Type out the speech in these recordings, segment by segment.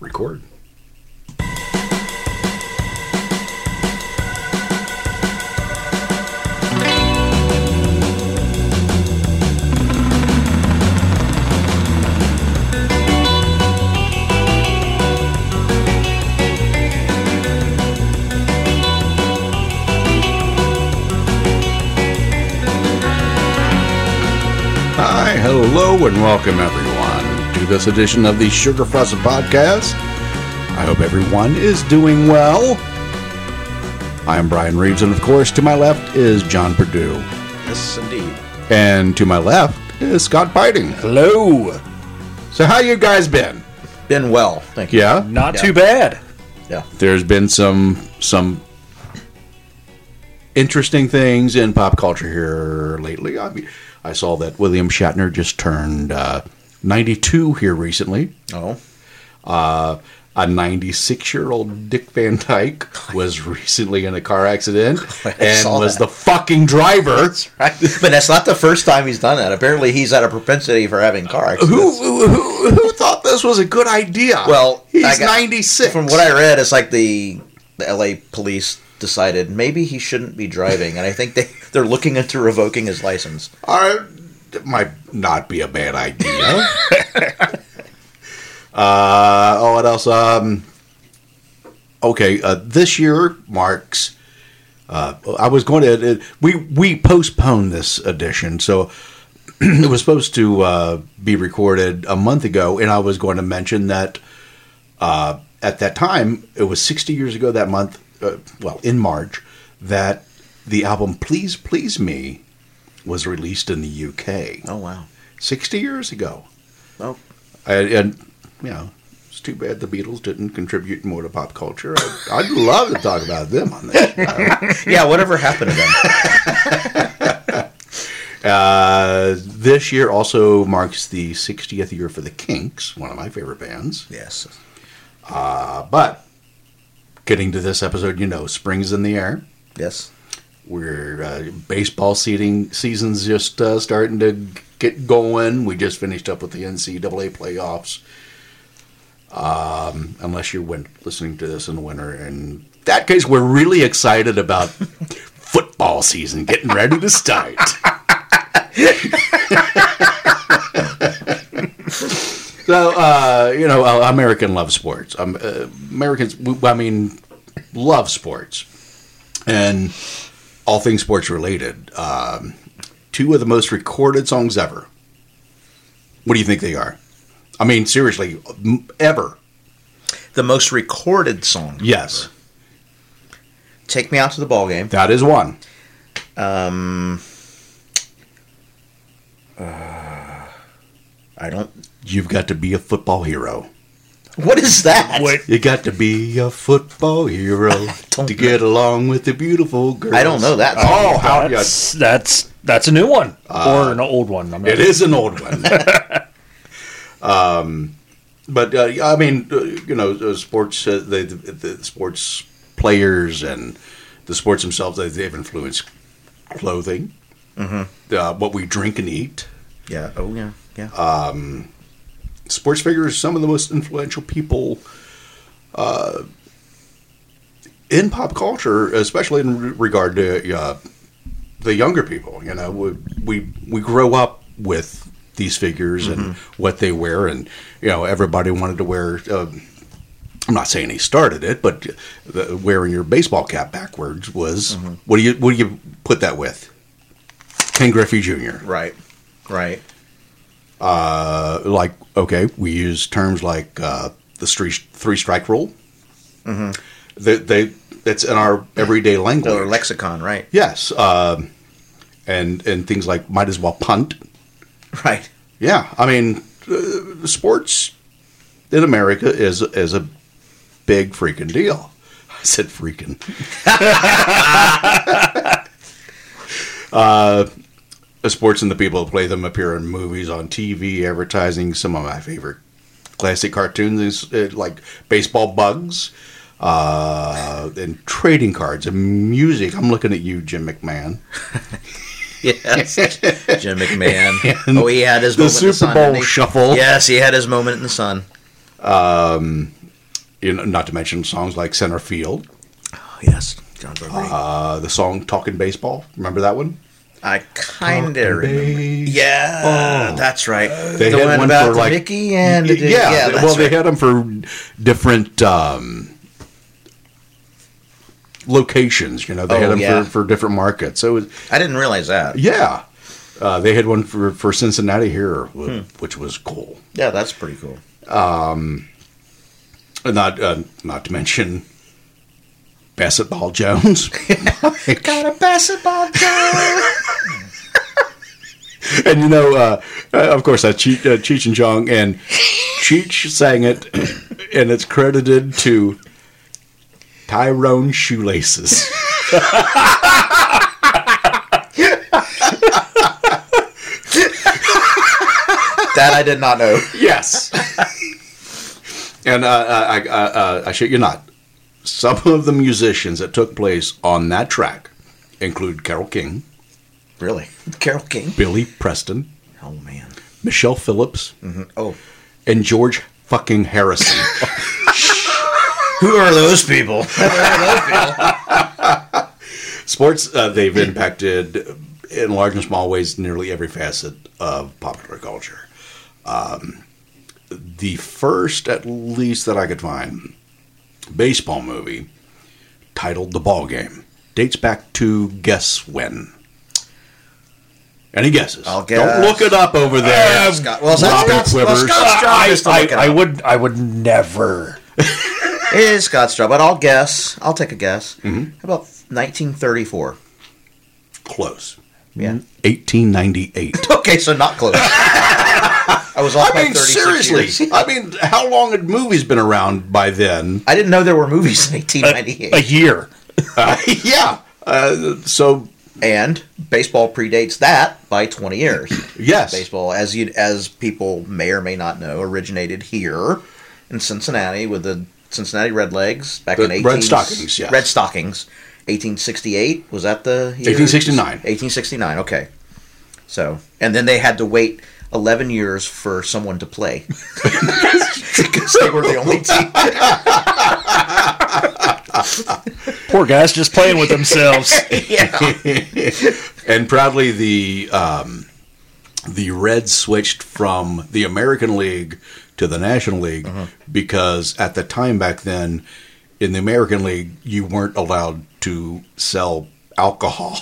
record. Hi, hello, and welcome everyone to this edition of the Sugar Fuzz Podcast. I hope everyone is doing well. I am Brian Reeves, and of course, to my left is John Perdue, Yes, indeed. and to my left is Scott Biting. Hello. So, how you guys been? Been well, thank you. Yeah, Not Yeah. too bad. there's been some some interesting things in pop culture here lately. I, I saw that William Shatner just turned uh, 92 here recently. Oh, A 96 year old Dick Van Dyke was recently in a car accident and saw was that. the fucking driver. right. But that's not the first time he's done that. Apparently, he's at a propensity for having car Uh, Who, accidents. who, who, who thought this was a good idea? Well, he's I got- 96. From what I read, it's like the the L.A. police decided maybe he shouldn't be driving, and I think they they're looking into revoking his license. Uh, it might not be a bad idea. uh, oh, what else? Um, okay, uh, this year marks. Uh, I was going to. It, we we postponed this edition, so it was supposed to uh, be recorded a month ago, and I was going to mention that uh, at that time it was 60 years ago that month. Uh, well, in March, that the album "Please Please Me" was released in the UK Oh wow. 60 years ago. Oh, And, and you know, it's too bad the Beatles didn't contribute more to pop culture. I, I'd love to talk about them on this. show. yeah. Whatever happened to them? Uh, this year also marks the 60th year for the Kinks, one of my favorite bands. yes. Uh, but getting to this episode, you know, spring's in the air. Yes. We're uh, baseball seating season's just uh, starting to get going. We just finished up with the NCAA playoffs. Um, unless you're win- listening to this in the winter, and in that case, we're really excited about football season getting ready to start. so uh, you know, uh, American love sports. Um, uh, Americans, w- I mean, love sports and all things sports related. Um, two of the most recorded songs ever. What do you think they are? I mean, seriously, m- ever? The most recorded song. Yes, Take me out to the ball game. that is one. Um. uh, I don't. You've got to be a football hero. What is that? Wait. You got to be a football hero don't to get along with the beautiful girls. I don't know that song. Oh, how That's that's that's a new one or an old one. I'm not- It is an old one. um, but uh, I mean, uh, you know, uh, sports uh, the, the, the sports players and the sports themselves they, they've influenced clothing, Mm-hmm. uh, what we drink and eat. Yeah. Oh yeah. Yeah. Sports figures, some of the most influential people uh, in pop culture, especially in re- regard to uh, the younger people. You know, we we, we grow up with these figures and what they wear, and you know, everybody wanted to wear. Um, I'm not saying he started it, but uh, the, wearing your baseball cap backwards was what do you what do you put that with? Ken Griffey Jr right. Right. uh, like okay, we use terms like uh, the three three strike rule. They, they that's in our everyday language. Or lexicon. Right. yes, um, and and things like might as well punt. Right. Yeah, I mean, uh, sports in America is is a big freaking deal. I said freaking. uh, sports and the people who play them appear in movies, on TV, advertising. Some of my favorite classic cartoons is uh, like baseball bugs. Uh, and trading cards and music. I'm looking at you, Jim McMahon. Yes. Jim McMahon. oh, he had his the moment in Super the sun. Bowl didn't he? shuffle. Yes, he had his moment in the sun. you know, not to mention songs like Center Field, Oh, yes, John Fogerty. uh, the song Talking Baseball. Remember that one? I kind of remember. They Yeah, that's right. They the had one one about for, the like- Mickey and the dude. yeah, yeah they- that's well, they right. had them for different um, locations. You know, they Oh, had them yeah. for, for different markets. So it was, I didn't realize that. yeah, uh, they had one for for Cincinnati here, wh- Hmm. which was cool. Yeah, that's pretty cool. And Not uh, not to mention Bassett Ball Jones. Got a basketball goal. and you know, uh, uh, of course, that's Cheech, uh, Cheech and Chong, and Cheech sang it, and it's credited to Tyrone Shoelaces. that I did not know. yes. and uh, I, I, I, uh, I shit you not, some of the musicians that took place on that track include Carol King, Really, Carol King. Billy Preston, Oh man. Michelle Phillips, Oh, and George fucking Harrison. who are those people? Sports, uh, they've impacted in large and small ways nearly every facet of popular culture. Um, the first, at least that I could find, baseball movie titled The Ball Game dates back to guess when? Any guesses? I'll Don't guess. Uh, look it up over there. Scott. Well, Scott's, Um, Robert Scott's, well, Quivers. Ah, Scott's job I, is to look I, it up. I would I would never. It is Scott's job, but I'll guess. I'll take a guess. How about 1934? Close. Yeah. Mm-hmm. 1898. Okay, so not close. I was I off by mean, 36 seriously. years. I mean, how long had movies been around by then? I didn't know there were movies in A 1898. year. Uh, yeah. Uh, so and baseball predates that by 20 years. yes, baseball, as you as people may or may not know, originated here in Cincinnati with the Cincinnati Redlegs back in The 18 Red Stockings, yes. Red Stockings. 1868 was that the year? 1869. 1869. Okay. So, and then they had to wait 11 years for someone to play because they were the only team. Poor guys just playing with themselves. yeah. and proudly the um, the Reds switched from the American League to the National League Uh-huh. because at the time back then in the American League you weren't allowed to sell alcohol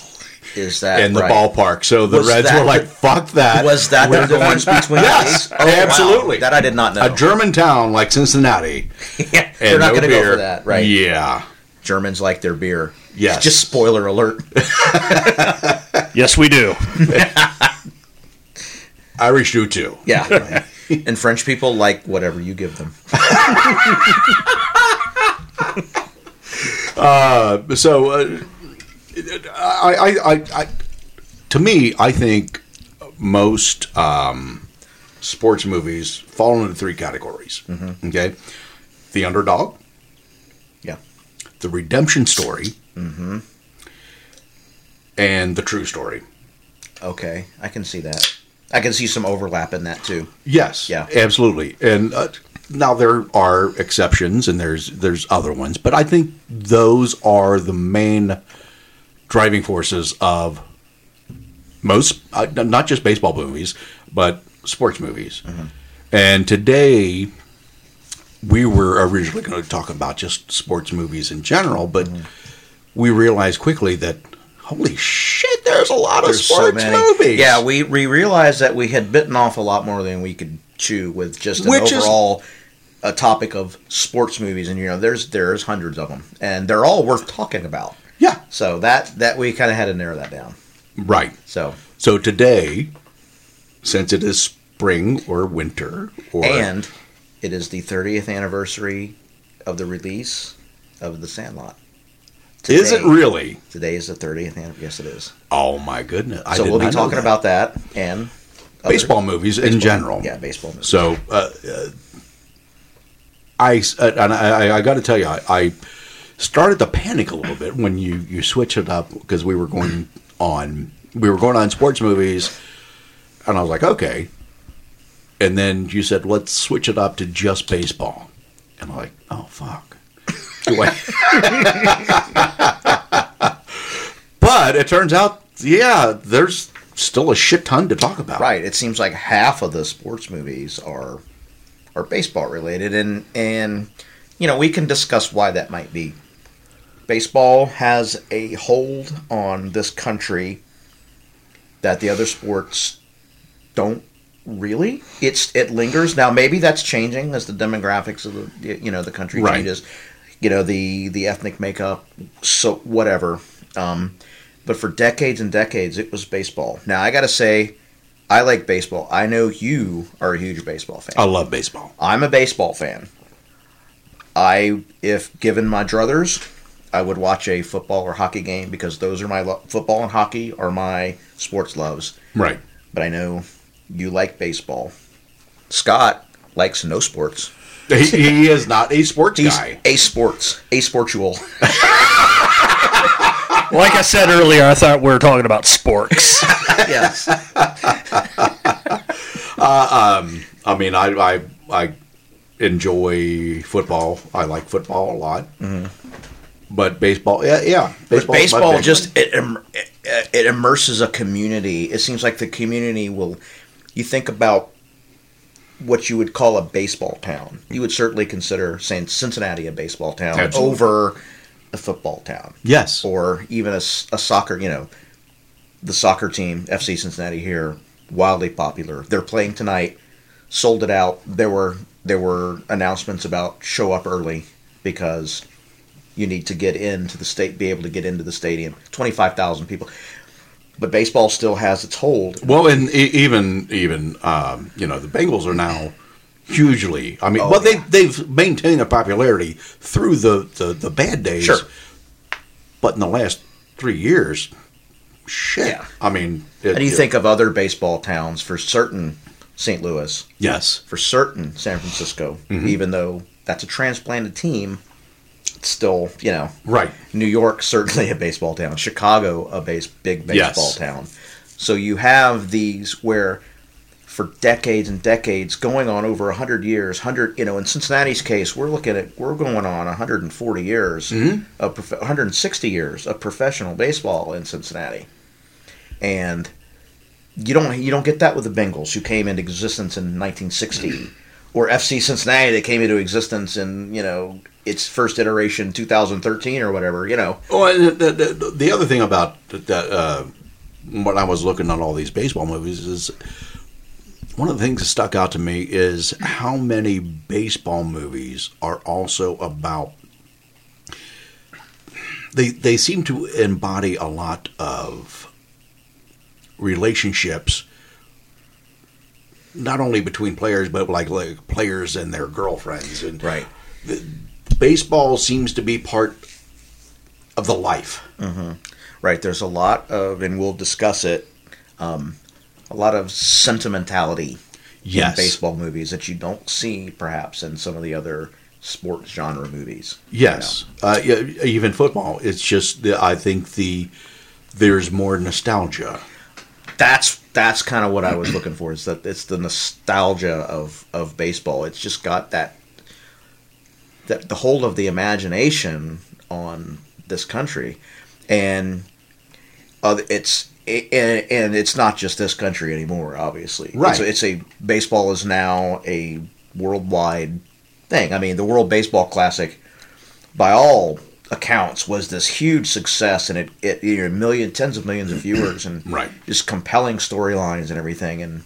Is that in the right? ballpark. So the Was Reds that were like, the- "Fuck that." Was that We're the difference between Yes, the leagues? wow. absolutely. That I did not know. a German town like Cincinnati. yeah, and they're not no going to go beer. for that, right? Yeah. Germans like their beer. Yes. Just spoiler alert. yes, we do. Irish do too. Yeah. and French people like whatever you give them. so uh, I, I, I, I, to me, I think most um, sports movies fall into three categories. Okay, the underdog, Yeah. the redemption story, and the true story. Okay. I can see that. I can see some overlap in that too. Yes. Yeah. Absolutely. And uh, now there are exceptions, and there's there's other ones, but I think those are the main driving forces of most, uh, n- not just baseball movies, but sports movies. Mm-hmm. And today, we were originally going to talk about just sports movies in general, but Mm-hmm. we realized quickly that holy shit, there's a lot of sports movies. Yeah, we, we realized that we had bitten off a lot more than we could chew with just an Which is- overall a topic of sports movies and you know there's there's hundreds of them and they're all worth talking about. yeah, So that that we kind of had to narrow that down. right. So So today, since it is spring or winter, or and it is the 30th anniversary of the release of The Sandlot. is it Today- really? Today is the 30th anniversary. Yes, it is. Oh my goodness! I so did we'll be not know talking that. about that and other- baseball movies in general. Yeah, baseball. Movies. So uh, uh, I s- uh, and I, I got to tell you, I, I started to panic a little bit when you you switch it up because we were going on we were going on sports movies, and I was like, okay. And then you said, let's switch it up to just baseball. And I'm like, oh, fuck. Do I? but it turns out, yeah, there's still a shit ton to talk about. Right. It seems like half of the sports movies are are baseball related, and and you know we can discuss why that might be. Baseball has a hold on this country that the other sports don't really. It's it lingers now. Maybe that's changing as the demographics of the you know the country Right. changes. You know the the ethnic makeup, so whatever. Um, but for decades and decades, it was baseball. Now I gotta say, I like baseball. I know you are a huge baseball fan. I love baseball. I'm a baseball fan. I, if given my druthers, I would watch a football or hockey game because those are my lo- football and hockey are my sports loves. Right. But I know you like baseball. Scott likes no sports. He, he is not a sports He's guy. a sports, a sportual. Like I said earlier, I thought we were talking about sporks. yes. I mean, I, I, I enjoy football. I like football a lot. But baseball, yeah, yeah. Mm-hmm. But is my baseball big just it, im- it it immerses a community. It seems like the community will. You think about what you would call a baseball town. You would certainly consider San Cincinnati a baseball town Absolutely. over a football town, Yes. or even a, s- a soccer. You know, the soccer team FC Cincinnati here wildly popular. They're playing tonight. Sold it out. There were there were announcements about show up early because you need to get into the state, be able to get into the stadium. Twenty five thousand people, but baseball still has its hold. Well, and e- even even um, you know the Bengals are now hugely. I mean, Oh, well they yeah. they've maintained a popularity through the the, the bad days. Sure. But in the last three years, shit. Yeah. I mean, it, And you it- think of other baseball towns for certain, St. Louis Yes. for certain, San Francisco. Even though that's a transplanted team, it's still you know Right. New York certainly a baseball town. Chicago a base big Yes. baseball town. So you have these where for decades and decades going on over 100 years 100 you know in cincinnati's case we're looking at we're going on 140 years of prof- 160 years of professional baseball in cincinnati and you don't you don't get that with the bengals who came into existence in 1960 or fc cincinnati that came into existence in you know its first iteration 2013 or whatever you know Well, Oh, and the, the, the- the other thing about the- the, uh, when I was looking at all these baseball movies is one of the things that stuck out to me is how many baseball movies are also about. They they seem to embody a lot of relationships, not only between players but like like players and their girlfriends and right baseball seems to be part of the life. Right. There's a lot of, and we'll discuss it, um, a lot of sentimentality in baseball movies that you don't see perhaps in some of the other sports genre movies. Yes. Uh, yeah, even football. It's just the, I think the there's more nostalgia. That's that's kind of what I was looking for. Is that it's the nostalgia of of baseball. It's just got that that the hold of the imagination on this country, and uh, it's and, and it's not just this country anymore. Obviously, Right. It's, it's a baseball is now a worldwide thing. I mean, the World Baseball Classic, by all accounts, was this huge success, and it it you know, million tens of millions of viewers and Right. just compelling storylines and everything. And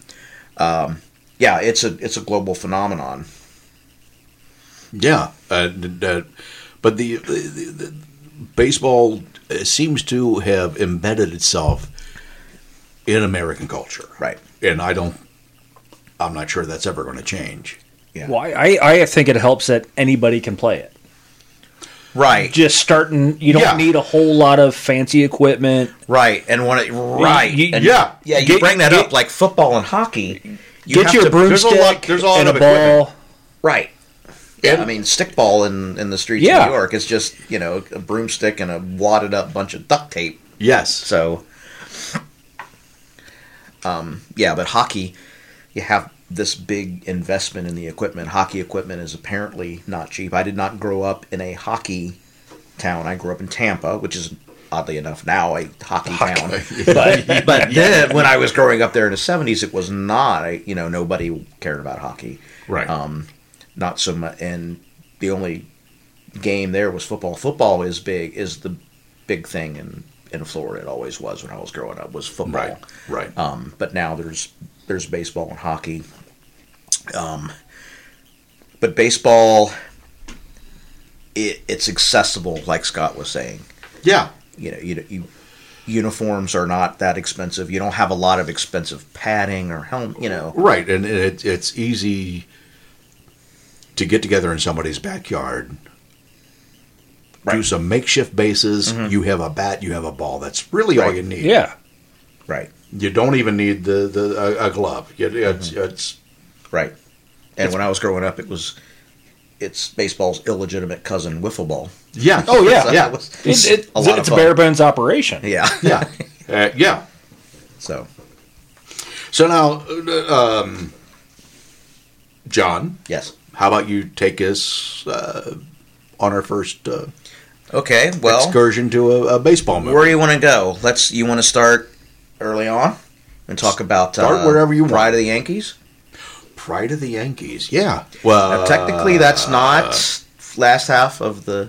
um, yeah, it's a it's a global phenomenon. Yeah. Uh, d- d- but the, the, the baseball uh, seems to have embedded itself in American culture. Right. And I don't. I'm not sure that's ever going to change. Yeah. Why? I, I think it helps that anybody can play it. Right. Just starting, you don't Yeah. need a whole lot of fancy equipment. Right, and when it right, You- and- yeah. yeah, you Get- bring that get- up like football and hockey. You Get have your to- there's a broomstick lot- there's a lot and of a ball. right. Yeah, I mean stickball in in the streets Yeah. of New York is just you know a broomstick and a wadded up bunch of duct tape. Yes. So, um, yeah, but hockey, you have this big investment in the equipment. Hockey equipment is apparently not cheap. I did not grow up in a hockey town. I grew up in Tampa, which is oddly enough now a hockey town. but but then when I was growing up there in the seventies, it was not. I, you know, nobody cared about hockey. Right. Um, not so much. And the only game there was football. Football is big. Is the big thing in in Florida. It always was when I was growing up was football. Right, right. Um, but now there's there's baseball and hockey. Um, but baseball, it, it's accessible, like Scott was saying. yeah. You know, you, you uniforms are not that expensive. You don't have a lot of expensive padding or helm. You know, Right, and it, it's easy to get together in somebody's backyard, do Right. Mm-hmm. some makeshift bases. You have a bat, you have a ball. That's really all Right. you need. Yeah. right, you don't even need the the a, a glove. It, it's, Mm-hmm. it's right. And when I was growing up, it was it's baseball's illegitimate cousin, wiffle ball. yeah. Oh yeah. So Yeah. it was- It's, it, a lot of it's a fun. bare bones operation. Yeah, yeah, uh, yeah. so So now, uh, um, John, yes. how about you take us uh, on our first uh, Okay. Well, excursion to a, a baseball movie? Where do you want to go? Let's. You want to start early on and talk about uh, Start wherever you want. Pride of the Yankees. Pride of the Yankees. Yeah. Well, Now, technically, that's not last half of the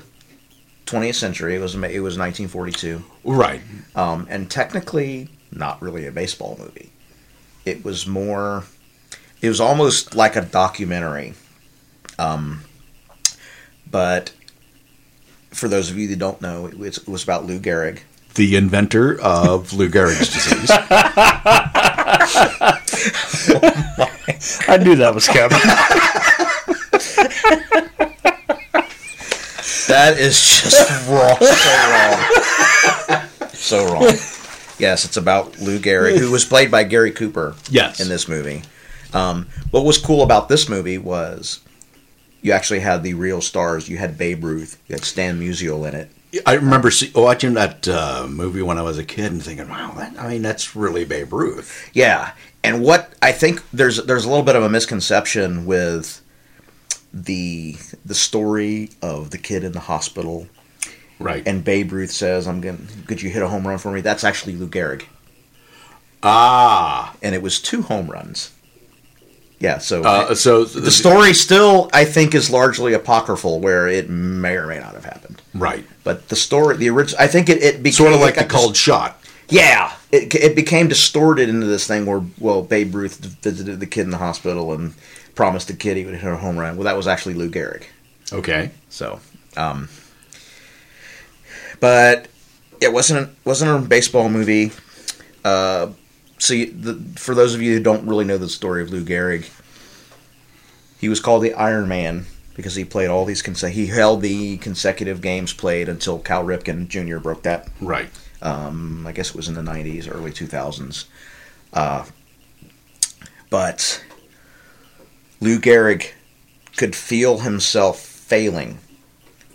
20th century. It was ma- it was 1942, right. um, and technically not really a baseball movie. It was more. It was almost like a documentary, um, but for those of you that don't know, it was, it was about Lou Gehrig. The inventor of Lou Gehrig's disease. I knew that was coming. That is just wrong. So wrong. So wrong. Yes, it's about Lou Gehrig, who was played by Gary Cooper. Yes. In this movie. Um, what was cool about this movie was you actually had the real stars. You had Babe Ruth, you had Stan Musial in it. I remember see, watching that uh, movie when I was a kid and thinking, "Wow, that, I mean, that's really Babe Ruth." Yeah, and what I think there's there's a little bit of a misconception with the the story of the kid in the hospital Right. and Babe Ruth says, "I'm gonna could you hit a home run for me?" That's actually Lou Gehrig. ah, and it was two home runs. Yeah, so uh, so the story still, I think, is largely apocryphal, where it may or may not have happened. right, But the story, the original, I think it, it became sort of like it the got dis- cold shot. Yeah, it it became distorted into this thing where well, Babe Ruth visited the kid in the hospital and promised the kid he would hit a home run. Well, that was actually Lou Gehrig. Okay. So, um, but it wasn't wasn't a baseball movie. Uh, so, you, the, for those of you who don't really know the story of Lou Gehrig, he was called the Iron Man because he played all these conse- he held the consecutive games played until Cal Ripken Jr. broke that. Right. Um, I guess it was in the '90s, early 2000s. Uh, but Lou Gehrig could feel himself failing,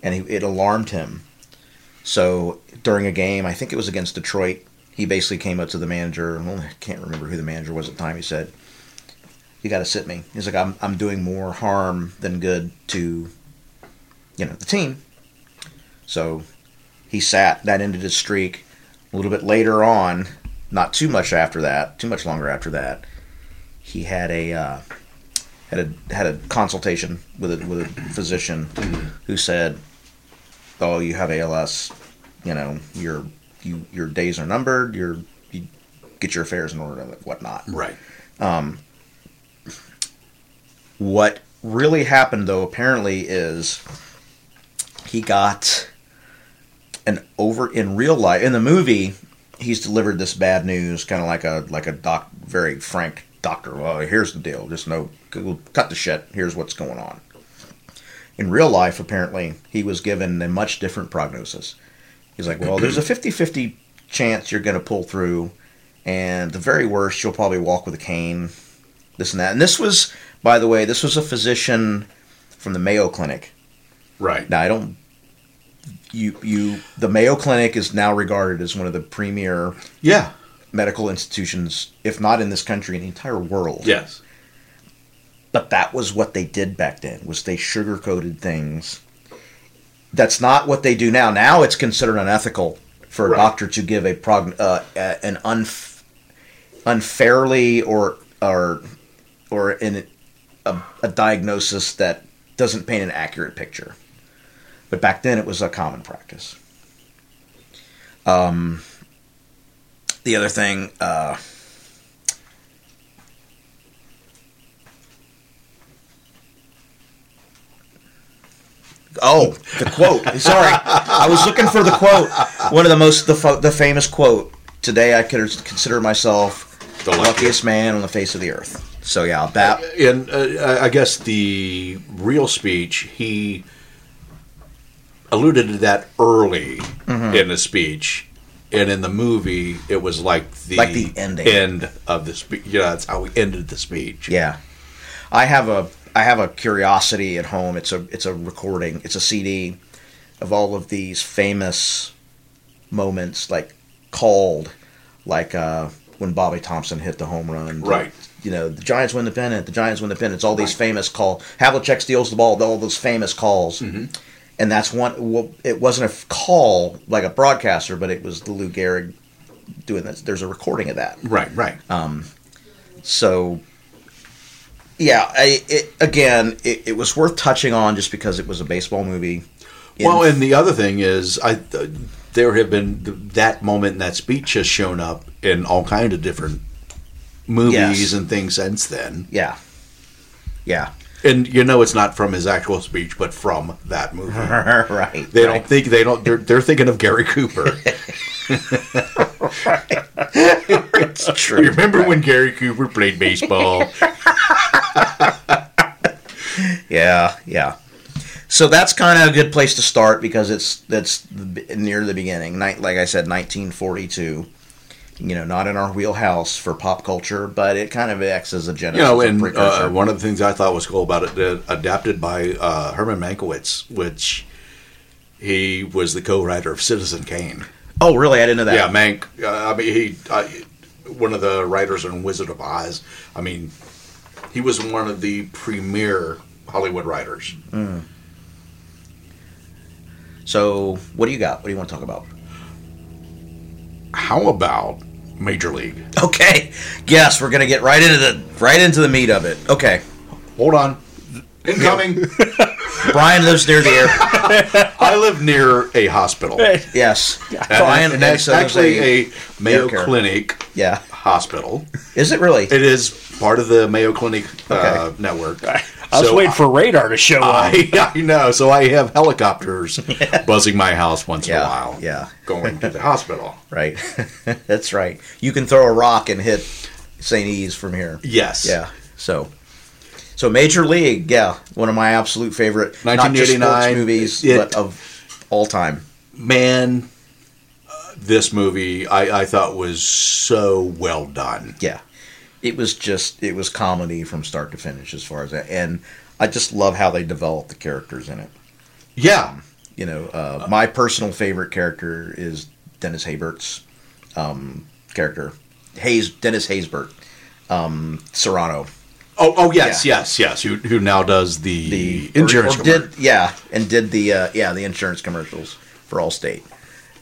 and he, it alarmed him. So during a game, I think it was against Detroit, he basically came up to the manager. Well, I can't remember who the manager was at the time. He said, "You got to sit me." He's like, "I'm I'm doing more harm than good to, you know, the team." So he sat. That ended his streak. A little bit later on, not too much after that, too much longer after that, he had a uh, had a had a consultation with a with a physician who said, "Oh, you have ALS. You know your you your days are numbered. Your you get your affairs in order and whatnot." Right. What really happened, though, apparently, is he got an over in real life in the movie. He's delivered this bad news, kind of like a like a doc, very frank doctor. Well, here's the deal. Just no, cut the shit. Here's what's going on. In real life, apparently, he was given a much different prognosis. He's like, well, there's a 50-50 chance you're going to pull through, and the very worst, you'll probably walk with a cane this and that. And this was, by the way, this was a physician from the Mayo Clinic. Right. Now I don't. You you the Mayo Clinic is now regarded as one of the premier Yeah. medical institutions, if not in this country, in the entire world. Yes. But that was what they did back then was they sugarcoated things. That's not what they do now. Now it's considered unethical for a Right. doctor to give a prog- uh, uh, an unf- unfairly or or or in a, a diagnosis that doesn't paint an accurate picture. But back then it was a common practice. Um, the other thing, uh, Oh, the quote. Sorry, I was looking for the quote. One of the most the, fo- the famous quote. Today, I could consider myself the luckiest. luckiest man on the face of the earth. So yeah, that And uh, I I guess the real speech, he alluded to that early Mm-hmm. in the speech. And in the movie, it was like the, Like the ending. end of the speech. You know, that's how we ended the speech. Yeah, I have a I have a curiosity at home. It's a it's a recording. It's a CD of all of these famous moments, like called, like uh, when Bobby Thompson hit the home run. Right. You know, the Giants win the pennant. The Giants win the pennant. It's all these famous call. Havlicek steals the ball. All those famous calls. And that's one. Well, it wasn't a f- call like a broadcaster, but it was the Lou Gehrig doing this. There's a recording of that. Right, right. Uh, So, yeah, I, it, again, it, it was worth touching on just because it was a baseball movie. In- Well, and the other thing is, I uh, there have been th- that moment and that speech has shown up in all kind of different movies Yes. and things since then. yeah, yeah, And you know, it's not from his actual speech, but from that movie. Uh-huh. right. They right. don't think they don't. They're, they're thinking of Gary Cooper. It's true. Remember when Gary Cooper played baseball? Yeah, yeah. So that's kind of a good place to start because it's that's the, b- near the beginning. Night, like I said, 1942. You know, not in our wheelhouse for pop culture, but it kind of acts as a you genesis. know, a and precursor. uh, one of the things I thought was cool about it, uh, adapted by uh, Herman Mankiewicz, which he was the co-writer of Citizen Kane. oh, really? I didn't know that. Yeah, Mank. Uh, I mean, he uh, one of the writers on Wizard of Oz. I mean, he was one of the premier Hollywood writers. So, what do you got? What do you want to talk about? How about Major League? Okay. Yes, we're gonna get right into the right into the meat of it. Okay. Hold on, incoming. Brian lives near the airport. I live near a hospital. Hey. Yes. And- Brian and that's so there's actually a Mayo air care. Clinic Yeah. hospital. Is it really? It is part of the Mayo Clinic uh, Okay. network. I was So waiting for radar to show up. I, I know. So I have helicopters buzzing my house once in Yeah, a while. yeah. Going to the hospital. Right. That's right. You can throw a rock and hit St. E's from here. Yes. Yeah. So so Major League, yeah, one of my absolute favorite not just sports 1989, movies, it- but of all time. Man, uh, this movie I, I thought was so well done. yeah it was just it was comedy from start to finish as far as that and i just love how they developed the characters in it Yeah. you know uh, my personal favorite character is dennis haybert's um, character hayes dennis haysbert um, serrano Oh, oh yes, Yeah. yes, yes. Who, who now does the, the insurance or- or commercial. did, yeah and did the uh, yeah the insurance commercials for allstate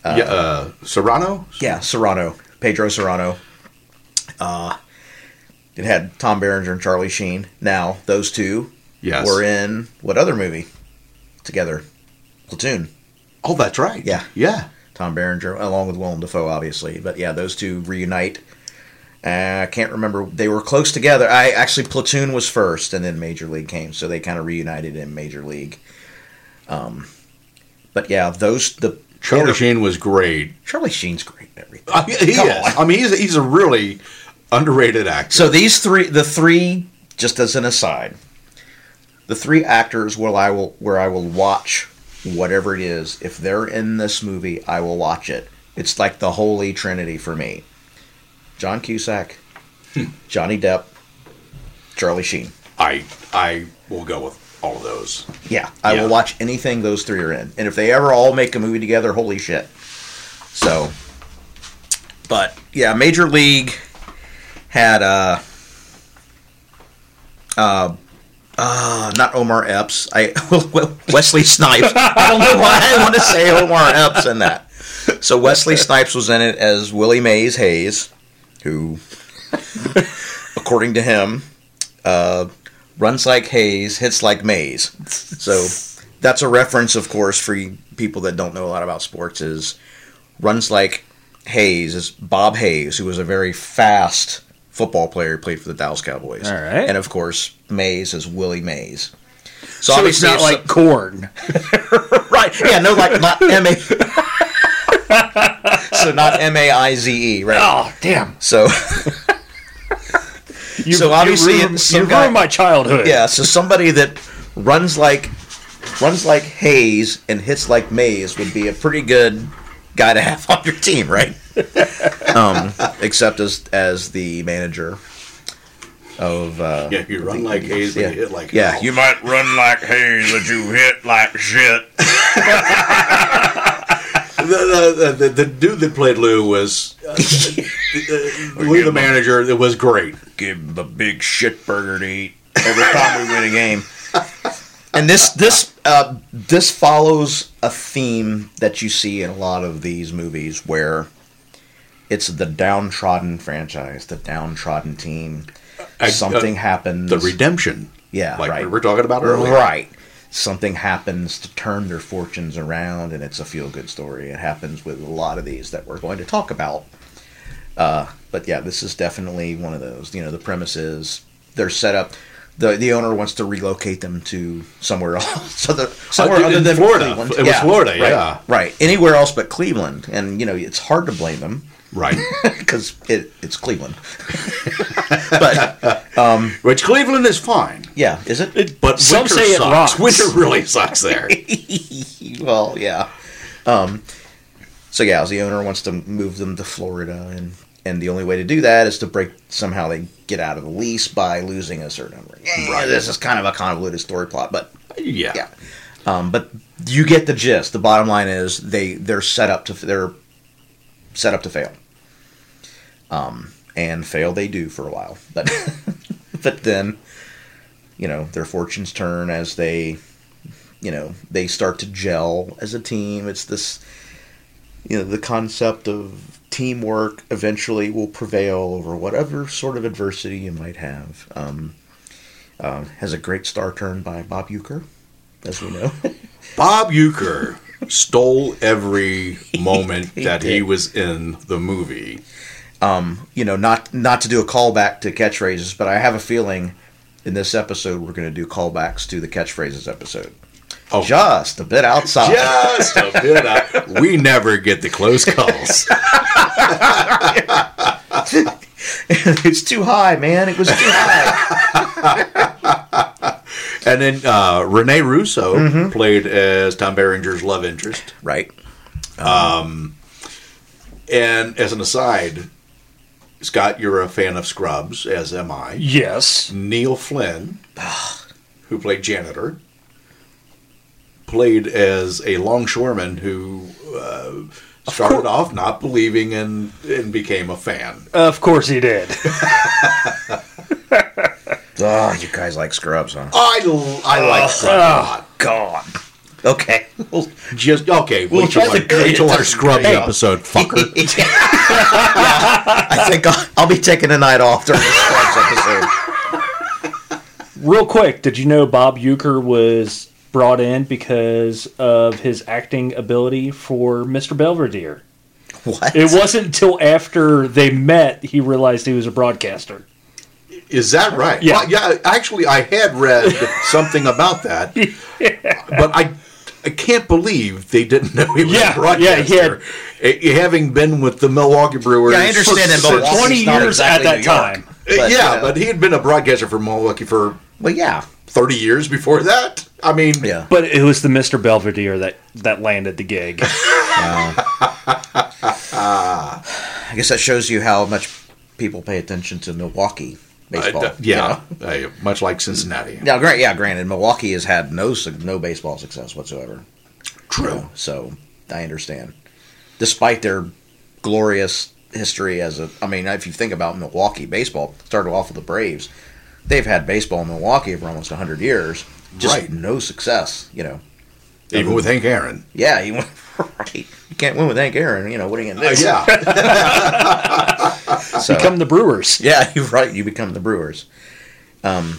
yeah, uh, Serrano? Yeah, Serrano, Pedro Serrano. Uh, it had Tom Berenger and Charlie Sheen. Now those two Yes. were in what other movie together? Platoon. Oh, that's right. Yeah. Yeah. Tom Berenger, along with Willem Dafoe, obviously. But yeah, those two reunite. Uh, I can't remember. They were close together. I actually Platoon was first, and then Major League came, so they kind of reunited in Major League. Um, but yeah, those the Charlie Sheen was great. Charlie Sheen's great. in Everything. I mean, he Come is. on. I mean, he's, he's a really underrated actor. So these three, the three, just as an aside, the three actors where I will where I will watch whatever it is. If they're in this movie, I will watch it. It's like the holy trinity for me: John Cusack, Johnny Depp, Charlie Sheen. I I will go with all of those. Yeah, I Yeah. will watch anything those three are in, and if they ever all make a movie together, holy shit! So, but yeah, Major League had uh, uh, uh, not Omar Epps. I Wesley Snipes. I don't know why I want to say Omar Epps in that. So Wesley Snipes was in it as Willie Mays Hayes, who, according to him, uh, runs like Hayes, hits like Mays. So that's a reference, of course, for you people that don't know a lot about sports. Is runs like Hayes is Bob Hayes, who was a very fast football player who played for the Dallas Cowboys. All right. And of course, Mays is Willie Mays. So, So it's obviously, not if like corn. so- right? Yeah, no, like not M A. so not M A I Z E, right? Oh damn! So You, So obviously you, it's ruined- some you guy- ruined my childhood. yeah, so somebody that runs like runs like Hayes and hits like Mays would be a pretty good guy to have on your team, right? um, except as as the manager of uh, Yeah, you run like Hayes, but yeah, you hit like yeah, hell. you might run like Hayes, but you hit like shit. the, the, the, the dude that played Lou was uh, Lou, the manager. That was great. Give him a big shit burger to eat. every time we win a game. And this this uh, this follows a theme that you see in a lot of these movies where it's the downtrodden franchise, the downtrodden team. I- Something uh, happens. The redemption. yeah, like right. we were talking about earlier. Right. Something happens to turn their fortunes around, and it's a feel good story. It happens with a lot of these that we're going to talk about. Uh, but yeah, this is definitely one of those. You know, the premise is they're set up. The, the owner wants to relocate them to somewhere else, so the, somewhere Uh, other in than Florida. Cleveland. It was Florida, yeah. right, right. Anywhere else but Cleveland, and you know it's hard to blame them Right. because it, it's Cleveland. but Which Cleveland is fine, yeah, is it? but Some winter say it sucks. rocks. Winter really sucks there. well, yeah. Um, so yeah, the owner wants to move them to Florida, and and the only way to do that is to break somehow they get out of the lease by losing a certain number. Yeah, This is kind of a convoluted story plot, but yeah. yeah. Um, but you get the gist. The bottom line is they they're set up to they're set up to fail. Um, and fail they do for a while, but but then you know their fortunes turn as they you know they start to gel as a team. It's this you know the concept of teamwork eventually will prevail over whatever sort of adversity you might have. Um, um, has a great star turn by Bob Euchre as we know. Bob Euchre stole every moment that he did. was in the movie. you know, not not to do a callback to catchphrases, but I have a feeling in this episode we're going to do callbacks to the catchphrases episode. Oh. Just a bit outside. Just a bit. Of, we never get the close calls. it's too high, man. It was too high. And then uh, Rene Russo played as Tom Berenger's love interest. right. And as an aside, Scott, you're a fan of Scrubs, as am I. Yes. Neil Flynn, who played janitor, played as a longshoreman who uh, started off not believing and and became a fan. Of course he did. Oh, you guys like Scrubs, huh? I l- I like Scrubs a Uh, lot. Oh, God. Okay. Just okay. Wait till that's our, a good- wait till our that's a Scrubs great- episode, fucker. Yeah, I think I'll, I'll be taking a night off during this Scrubs episode. Real quick, did you know Bob Euchre was brought in because of his acting ability for Mr. Belvedere? What? It wasn't until after they met he realized he was a broadcaster. Is that right? Yeah. Well, yeah. Actually, I had read something about that, but I I can't believe they didn't know he was Yeah, a broadcaster. yeah, Eh, Having been with the Milwaukee Brewers, Yeah, I understand that for- Milwaukee's since- 20 not years at exactly that New York, time. Eh, yeah, you know, but he had been a broadcaster for Milwaukee for well, yeah, thirty years before that. I mean, yeah. But it was the Mr. Belvedere that, that landed the gig. I guess that shows you how much people pay attention to I- Milwaukee baseball. yeah, eh, much like Cincinnati. Now, great, yeah, granted, Milwaukee has had no su- no baseball success whatsoever. True. So I understand, despite their glorious history as a, I mean, if you think about Milwaukee baseball, started off with the Braves, they've had baseball in Milwaukee for almost 100 years. Just Right. no success, you know. Even with Hank Aaron. Yeah, you, right. you can't win with Hank Aaron, you know, what are you going to do? Uh, yeah. So- Become the Brewers. Yeah, you're right. You become the Brewers. Um,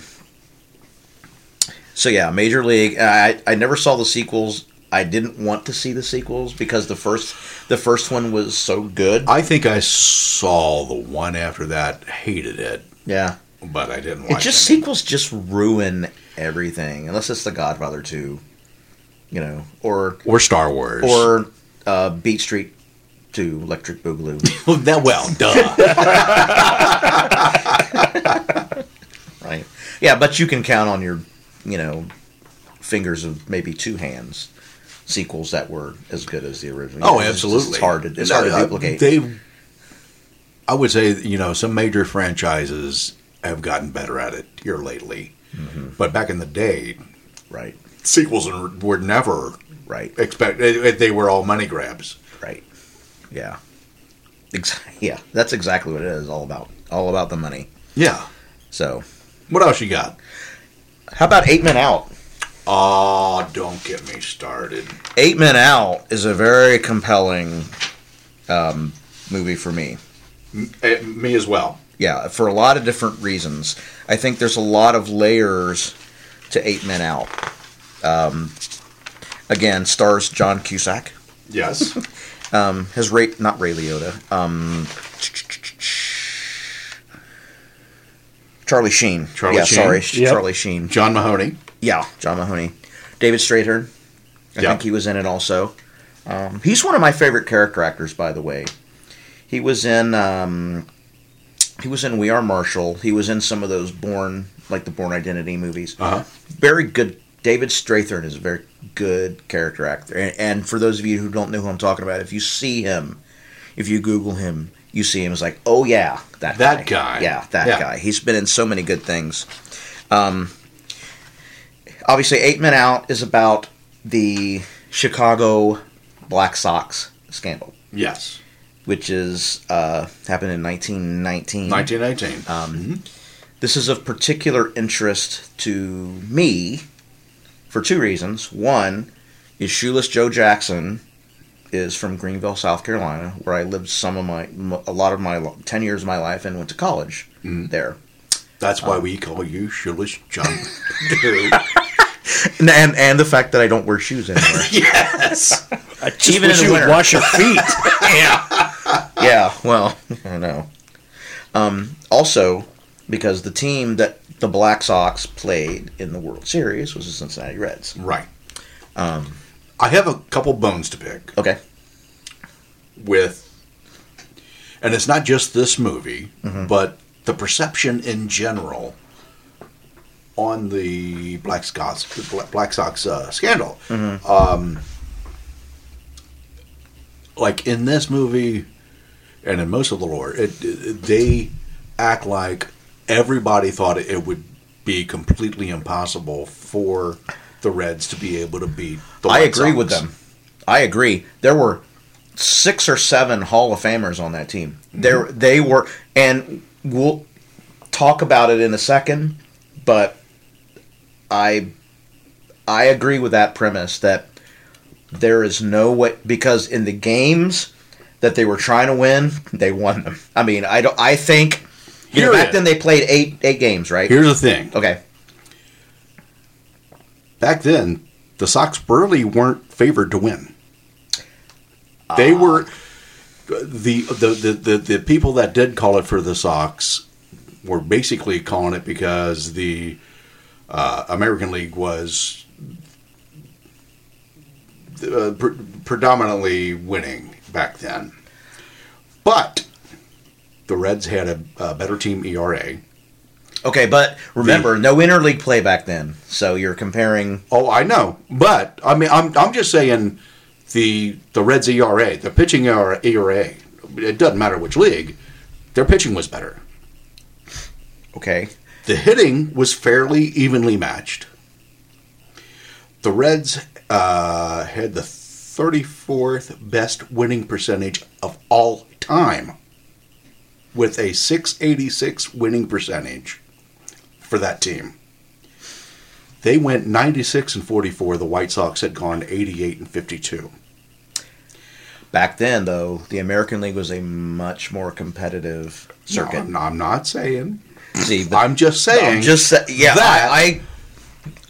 so yeah, Major League. and I I never saw the sequels. I didn't want to see the sequels because the first the first one was so good. I think I saw the one after that, hated it, Yeah, but I didn't it watch just it. sequels just ruin everything unless it's The Godfather two, you know, or Or Star Wars. or uh, Beat Street two, Electric Boogaloo, Well, that well, duh. right? Yeah, but you can count on your you know fingers of maybe two hands sequels that were as good as the original. oh, It's just- absolutely. It's hard to it's hard to I- I- duplicate. They, I would say, you know, some major franchises have gotten better at it here lately, Mm-hmm. but back in the day, right, sequels were- were never right, expect. They they were all money grabs. right. Yeah. Ex- yeah, that's exactly what it is all about. All about the money. Yeah. So, What else you got? how about Eight Men Out? Oh, don't get me started. Eight Men Out is a very compelling um, movie for me. Eh, me as well. yeah, for a lot of different reasons. I think there's a lot of layers to Eight Men Out. Um, again, stars John Cusack, Yes. um, has Ray, not Ray Liotta, um, Charlie Sheen. Charlie yeah, Sheen. sorry, Yep. Charlie Sheen. John Mahoney. Yeah, John Mahoney, David Strathern. I Yeah. think he was in it also. Um, he's one of my favorite character actors, by the way. He was in um, he was in We Are Marshall. He was in some of those Born like the Born Identity movies. Uh-huh. Very good. David Strathern is a very good character actor. And, and for those of you who don't know who I'm talking about, if you see him, if you Google him, you see him as like, oh yeah, that That guy. yeah, that Yeah. guy. He's been in so many good things Um, obviously eight men out is about the chicago black sox scandal Yes. which is uh, happened in Um, 1919 Mm-hmm. 1919. this is of particular interest to me for two reasons one is shoeless joe jackson is from greenville south carolina where i lived some of my a lot of my 10 years of my life and went to college there That's why we call you Shoeless John. and, and and the fact that i don't wear shoes anymore yes. I just Even wish in the you would winter. wash your feet. yeah, well, I know. Um, also, because the team that the Black Sox played in the World Series was the Cincinnati Reds. Right. Um, I have a couple bones to pick Okay. with, and it's not just this movie, Mm-hmm. but the perception in general on the Black Sox Black Sox uh, scandal. Um, like in this movie, and in most of the lore, it, it- they act like everybody thought it would be completely impossible for the Reds to be able to beat. the I White agree with Sox. them. I agree. There were six or seven Hall of Famers on that team. There Mm-hmm. they were and we'll talk about it in a second, but I I agree with that premise that there is no way because in the games that they were trying to win, they won them. I mean, I don't I think you know, back Period. then they played eight eight games, right? Here's the thing. okay. back then, the Sox really weren't favored to win. They were the the, the the the people that did call it for the Sox were basically calling it because the uh, American League was uh, pre- predominantly winning back then, but the Reds had a, a better team ERA. Okay, but remember, no interleague play back then. So you're comparing Oh, I know, but I mean, I'm I'm just saying the the Reds ERA, the pitching E ERA, ERA, it doesn't matter which league, their pitching was better. okay. The hitting was fairly evenly matched. The Reds uh, had the 34th best winning percentage of all time, with a 686 winning percentage. for that team. They went 96 and 44. The White Sox had gone 88 and 52. Back then, though, the American League was a much more competitive No, circuit. I'm, I'm not saying. See, but I'm just saying. I'm just sa- yeah. that- I, I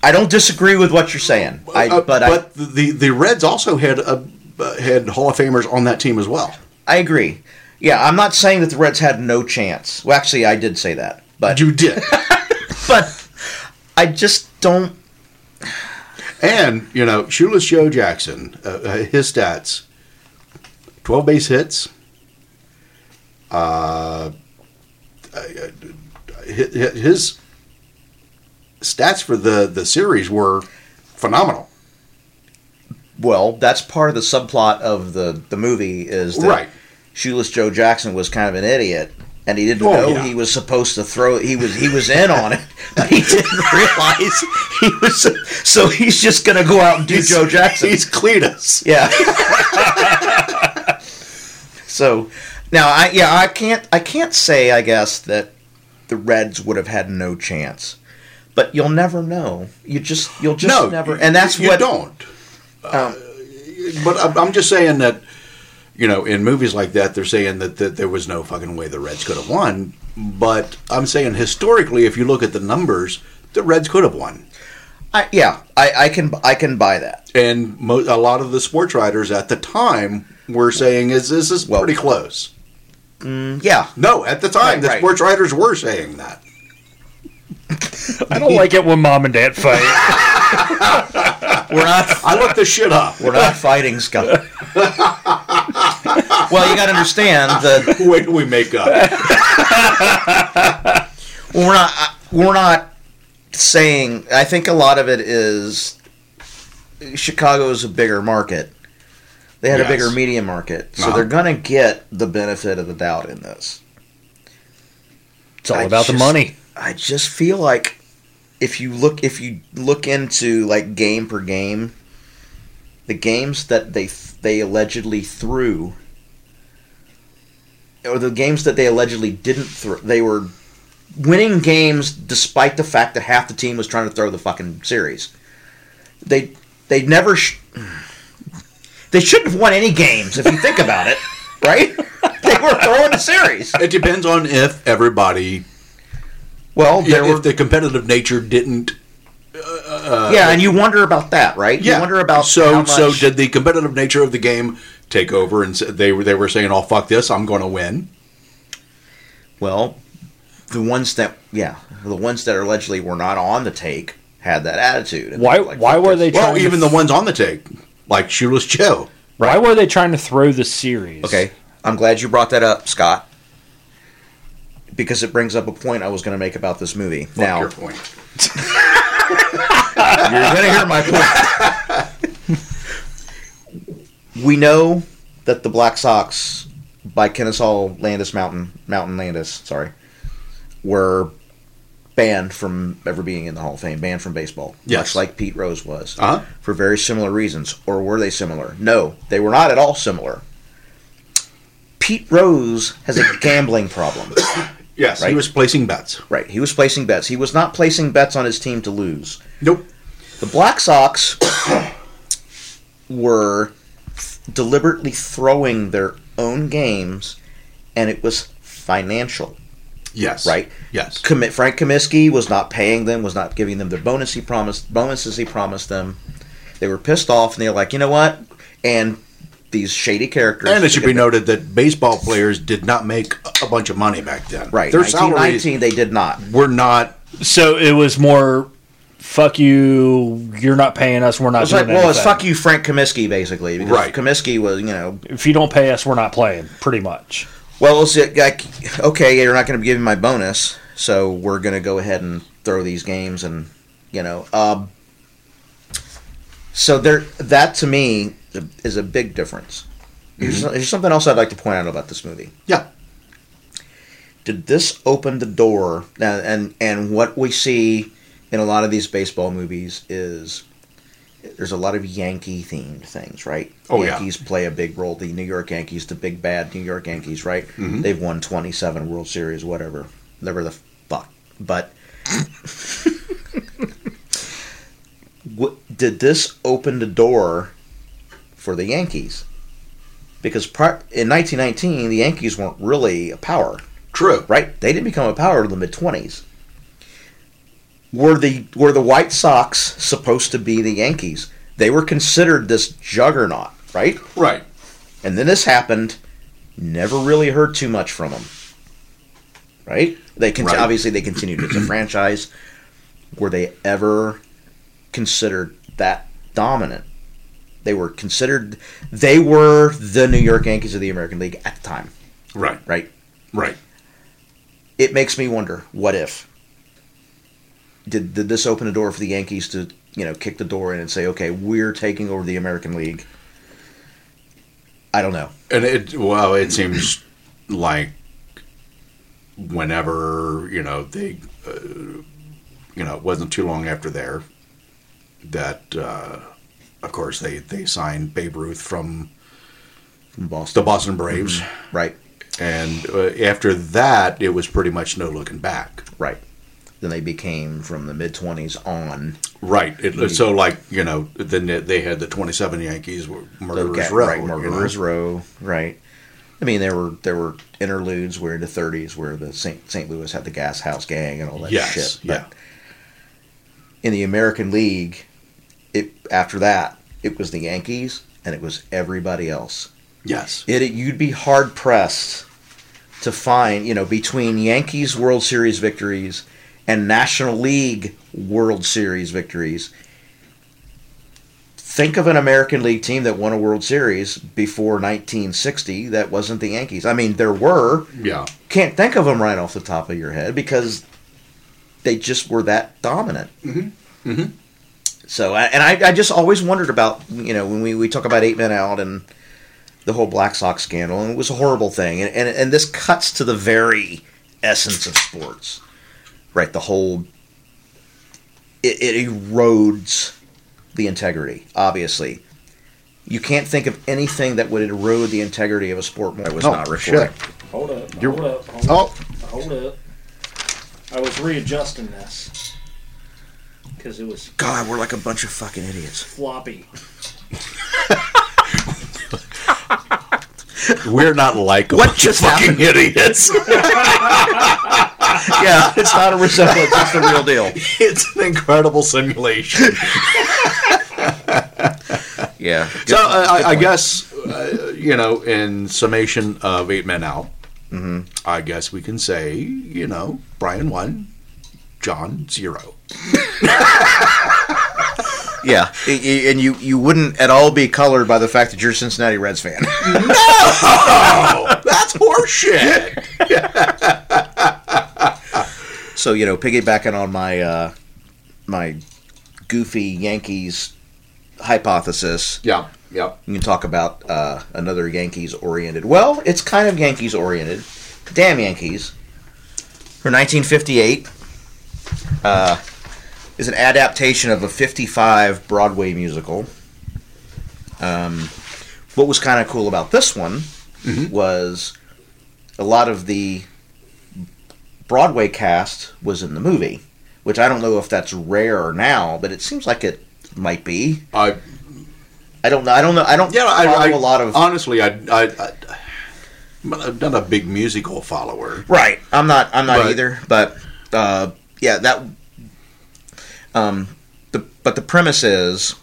I don't disagree with what you're saying. I, Uh, but I, the the Reds also had a, uh, had Hall of Famers on that team as well. I agree. Yeah, I'm not saying that the Reds had no chance. Well, actually, I did say that, but You did. but I just don't. And you know, shoeless Joe Jackson, uh, uh, his stats: twelve base hits, uh, uh, hi- hi- his stats for the the series were phenomenal. Well, that's part of the subplot of the the movie is that Right. Shoeless Joe Jackson was kind of an idiot, and he didn't Oh, know yeah. he was supposed to throw. He was he was in on it, but he didn't realize he was. So he's just gonna go out and do Joe Jackson. he's Cletus. Yeah. so now I yeah, I can't I can't say I guess that the Reds would have had no chance. But you'll never know. You just you'll just no, never Um, you- and that's you what don't. Uh, but I'm- I'm just saying that you know, in movies like that, they're saying that, that there was no fucking way the Reds could have won. But I'm saying historically, if you look at the numbers, the Reds could have won. I, yeah, I, I can I can buy that. And mo- a lot of the sports writers at the time were saying, "Is this is Well- pretty close?" Yeah. No, at the time, Right, the right. sports writers were saying that. I don't like it when mom and dad fight. We're not I looked this shit up. we're not fighting Scott. well, you got to understand that Wait, till we make up. we're not uh, we're not saying i think a lot of it is chicago is a bigger market they had Yes. a bigger media market so Uh-huh. they're going to get the benefit of the doubt in this It's all I about the just- money. i just feel like if you look if you look into like game per game the games that they they allegedly threw or the games that they allegedly didn't throw they were winning games despite the fact that half the team was trying to throw the fucking series they they never sh- they shouldn't have won any games if you think about it right they were throwing the series It depends on if everybody, well there were if the competitive nature didn't yeah, and you wonder about that, right? You wonder about Uh, so how much- so did the competitive nature of the game take over and s- they were they were saying oh fuck this I'm going to win well, the ones that yeah, the ones that allegedly were not on the take had that attitude. And Why? they're like, why "Fuck were this." they? Trying well even to, the ones on the take like shoeless Joe Why were they trying to throw the series? Okay, I'm glad you brought that up, Scott, because it brings up a point I was going to make about this movie. Fuck now your point you're going to hear my point. we know that the Black Sox by Kennesaw Landis Mountain Mountain Landis, sorry, were banned from ever being in the Hall of Fame, banned from baseball, Yes. much like Pete Rose was, Uh-huh. for very similar reasons. Or were they similar? No, they were not at all similar. Pete Rose has a gambling problem. yes he Right. was placing bets Right, he was placing bets. He was not placing bets on his team to lose. nope The Black Sox were deliberately throwing their own games, and it was financial, yes right? yes Commit Frank Comiskey was not paying them, was not giving them the bonus he promised bonuses he promised them. They were pissed off, and they were like, you know what? And these shady characters. and it should be noted that baseball players did not make a bunch of money back then right. their salaries 1919, they did not. were not So it was more, fuck you. You're not paying us. We're not It's doing like, well, it's anything. fuck you, Frank Comiskey, basically, because Right. Comiskey was, you know, If you don't pay us, we're not playing. Pretty much. Well, it's like, okay, you're not going to be giving my bonus, so we're going to go ahead and throw these games, and you know, um, so there. That to me is a big difference. Here's, here's something else I'd like to point out about this movie. yeah Did this open the door? And and, and what we see in a lot of these baseball movies is. There's a lot of Yankee themed things, right? Oh, yeah. Yankees play a big role. The New York Yankees, the big bad New Mm-hmm. York Yankees, right? They've won 27 World Series, whatever, whatever the fuck. But Wh- did this open the door for the Yankees? Because pri- in 1919, the Yankees weren't really a power, True. right? They didn't become a power until the mid 20s. Were the were the White Sox supposed to be the Yankees? They were considered this juggernaut, right? Right. And then this happened. Never really heard too much from them. Right? They con- Right. obviously they continued as a franchise. Were they ever considered that dominant? They were considered. They were the New York Yankees of the American League at the time. Right. Right? Right. It makes me wonder. What if? Did, did this open the door for the Yankees to you know kick the door in and say, okay, we're taking over the American League? I don't know. And it well, it seems like whenever you know they, uh, you know, it wasn't too long after there that, uh, of course, they they signed Babe Ruth from the Boston, Boston Braves, Mm-hmm. right? and uh, after that, it was pretty much no looking back. Right. Then they became from the mid 20s on Right. It, so, like you know, then they- they had the twenty-seven Yankees were the murderers Gat- row. right you know. murderers row, right? I mean, there were there were interludes where in the 30s where the St. St. Louis had the Gas House Gang and all that Yes. shit. yeah. In the American League, it after that it was the Yankees and it was everybody else. Yes. It, you'd be hard pressed to find you know between Yankees World Series victories and National League World Series victories. Think of an American League team that won a World Series before 1960 that wasn't the Yankees. I mean, there were. Yeah. Can't think of them right off the top of your head because they just were that dominant. Mm-hmm. Mm-hmm. So, I- and I, I just always wondered about, you know, when we, we talk about Eight Men Out and the whole Black Sox scandal, and it was a horrible thing. And, and, and this cuts to the very essence of sports, right? The whole, it, it erodes the integrity, obviously. You can't think of anything that would erode the integrity of a sport more. I was Oh, not shit. recording. Hold up. You're- hold up. Hold Oh. up. Hold up. I was readjusting this because it was God, we're like a bunch of fucking idiots. floppy. We're not like What just fucking idiots. yeah, it's not a resemblance. It's the real deal. it's an incredible simulation. Yeah. so uh, I, I guess uh, you know, in summation of eight men out, I guess we can say you know Brian one, John zero. yeah, I- I- and you you wouldn't at all be colored by the fact that you're a Cincinnati Reds fan. Oh, that's horseshit. so you know, piggybacking on my uh, my goofy Yankees hypothesis, yeah. Yeah. you can talk about uh, another Yankees oriented. Well, it's kind of Yankees oriented. Damn Yankees. For 1958 uh, is an adaptation of a 55 Broadway musical. Um, what was kind of cool about this one was a lot of the Broadway cast was in the movie, which I don't know if that's rare now, but it seems like it might be. I I don't know. I don't know. I don't Yeah, I, follow I a lot of honestly, I, I, I, I'm not a big musical follower. Right. I'm not. I'm not But- either. But uh, yeah, that. Um, the but the premise is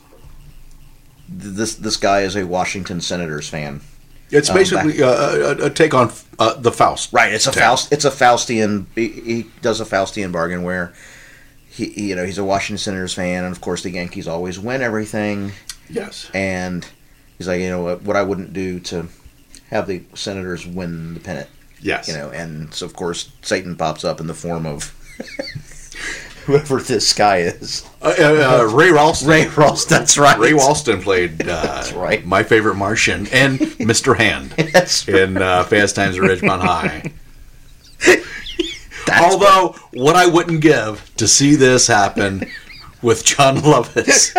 th- this this guy is a Washington Senators fan. It's Um, basically uh, a, a take on uh, the Faust. Right. It's a tale. Faust. It's a Faustian. He, he does a Faustian bargain where. He, he- you know, he's a Washington Senators fan, and of course the Yankees always win everything. Yes. And he's like, you know what, what I wouldn't do to have the Senators win the pennant. Yes. you know and so of course satan pops up in the form of whoever this guy is Uh, uh, uh, Ray Ralston. ray ross that's right Ray Ralston played uh, right. my favorite Martian and Mr. Hand that's right. in uh, Fast Times at Ridgemont High. That's Although, what I wouldn't give to see this happen with John Lovitz.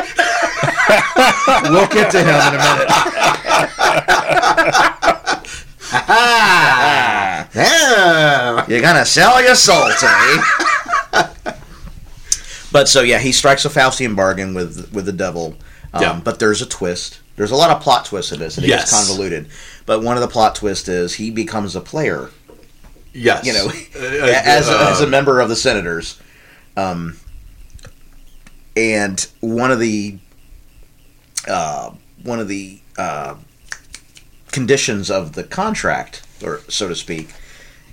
we'll get to him in a minute Ah, you're gonna sell your soul to me But so yeah, he strikes a Faustian bargain with with the devil. Um, Yeah. But there's a twist. There's a lot of plot twists in this, and it gets Yes. convoluted. But one of the plot twists is he becomes a player. Yes. You know, Uh, uh, as a, as a uh, member of the senators. Um, and one of the uh, one of the uh, conditions of the contract, or so to speak,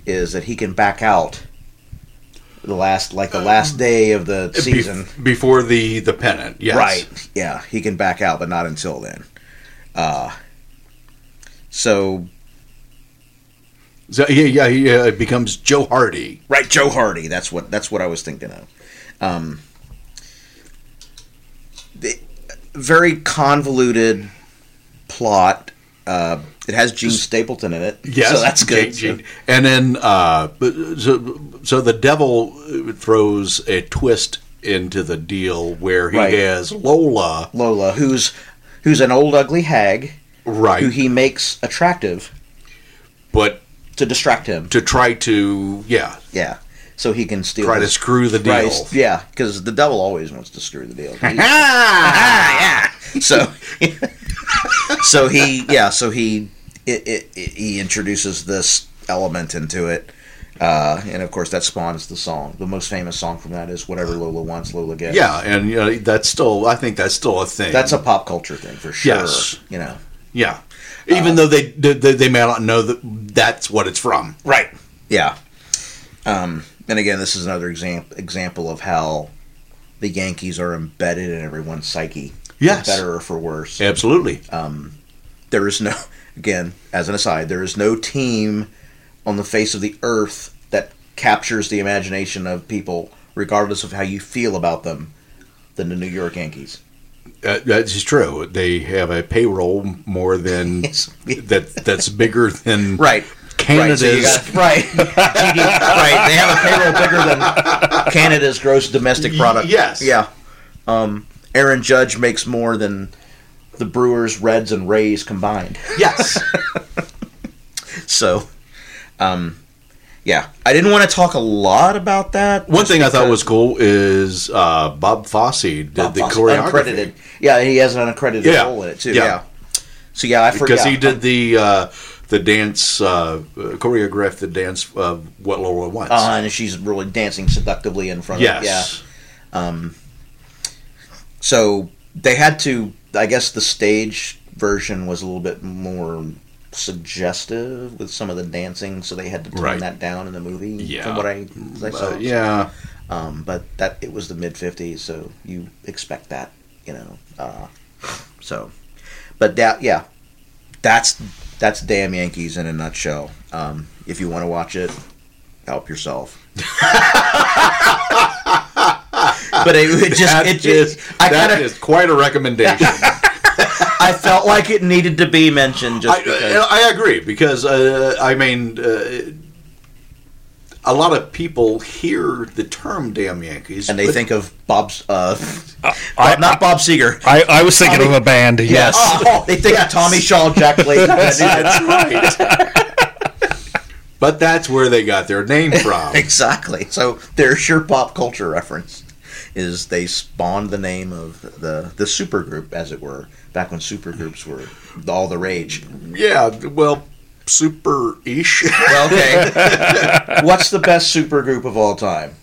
is that he can back out the last like the last day of the bef- season. before the the pennant. Yes. Right. Yeah, he can back out, but not until then. Uh, so So, yeah, yeah, he uh, becomes Joe Hardy. right, Joe Hardy. That's what that's what I was thinking of. Um, the, very convoluted plot. Uh, it has Gene Stapleton in it. Yes, so that's good. Gene- Gene. And then, uh, but- so, so the devil throws a twist into the deal where he Right. has Lola. Lola, who's who's an old ugly hag who Right, he makes attractive but to distract him. to try to yeah Yeah, so he can steal. try to his- screw the deal. Right, yeah, because the devil always wants to screw the deal. He- Ah, so so he yeah so he it, it, it, he introduces this element into it uh, and of course that spawns the song the most famous song from that is whatever lola wants lola gets yeah, and you know, that's still I think that's still a thing. that's a pop culture thing for sure Yes. you know yeah, uh, even though they, they they may not know that that's what it's from. right yeah um, and again this is another example example of how the yankees are embedded in everyone's psyche Yes. for better or for worse Absolutely. Uh, there is no again as an aside there is no team on the face of the earth that captures the imagination of people regardless of how you feel about them than the new york yankees Uh, that's true. They have a payroll more than Yes. that. That's bigger than right Canada's. right, so you got- right. right they have a payroll bigger than canada's gross domestic Y- product yes. yeah um, aaron judge makes more than the brewers reds and rays combined yes. so um, yeah i didn't want to talk a lot about that One thing I thought was cool is uh, Bob Fosse did the Fosse- choreography Uncredited. Yeah, he has an uncredited Yeah. role in it too. Yeah. Yeah. So yeah, I forgot because he did the uh, the dance uh, choreographed the dance of what Lola wants. Uh, and she's really dancing seductively in front of. Yeah. yes. Um, Uh, So they had to. I guess the stage version was a little bit more suggestive with some of the dancing, so they had to turn Right. that down in the movie. Yeah. From what I, as I saw. Uh, yeah. Um, but that it was the mid '50s, so you expect that, you know. Uh, so, but that, yeah, that's that's damn Yankees in a nutshell. Um, if you want to watch it, help yourself. but it, it just That it is- just I that kind of is quite a recommendation. I felt like it needed to be mentioned just because. I, uh, I agree because uh, I mean, uh, a lot of people hear the term "damn Yankees" and they but- think of Bob's, uh, I- Bob- not Bob Seger. I, I was thinking of a band. Yes. Oh, they think of Tommy Shaw, Jack Blake. that's right. but that's where they got their name from. exactly. So there's your pop culture reference. Is they spawned the name of the the supergroup, as it were, back when supergroups were all the rage. yeah, well, super ish. Well, okay, what's the best supergroup of all time?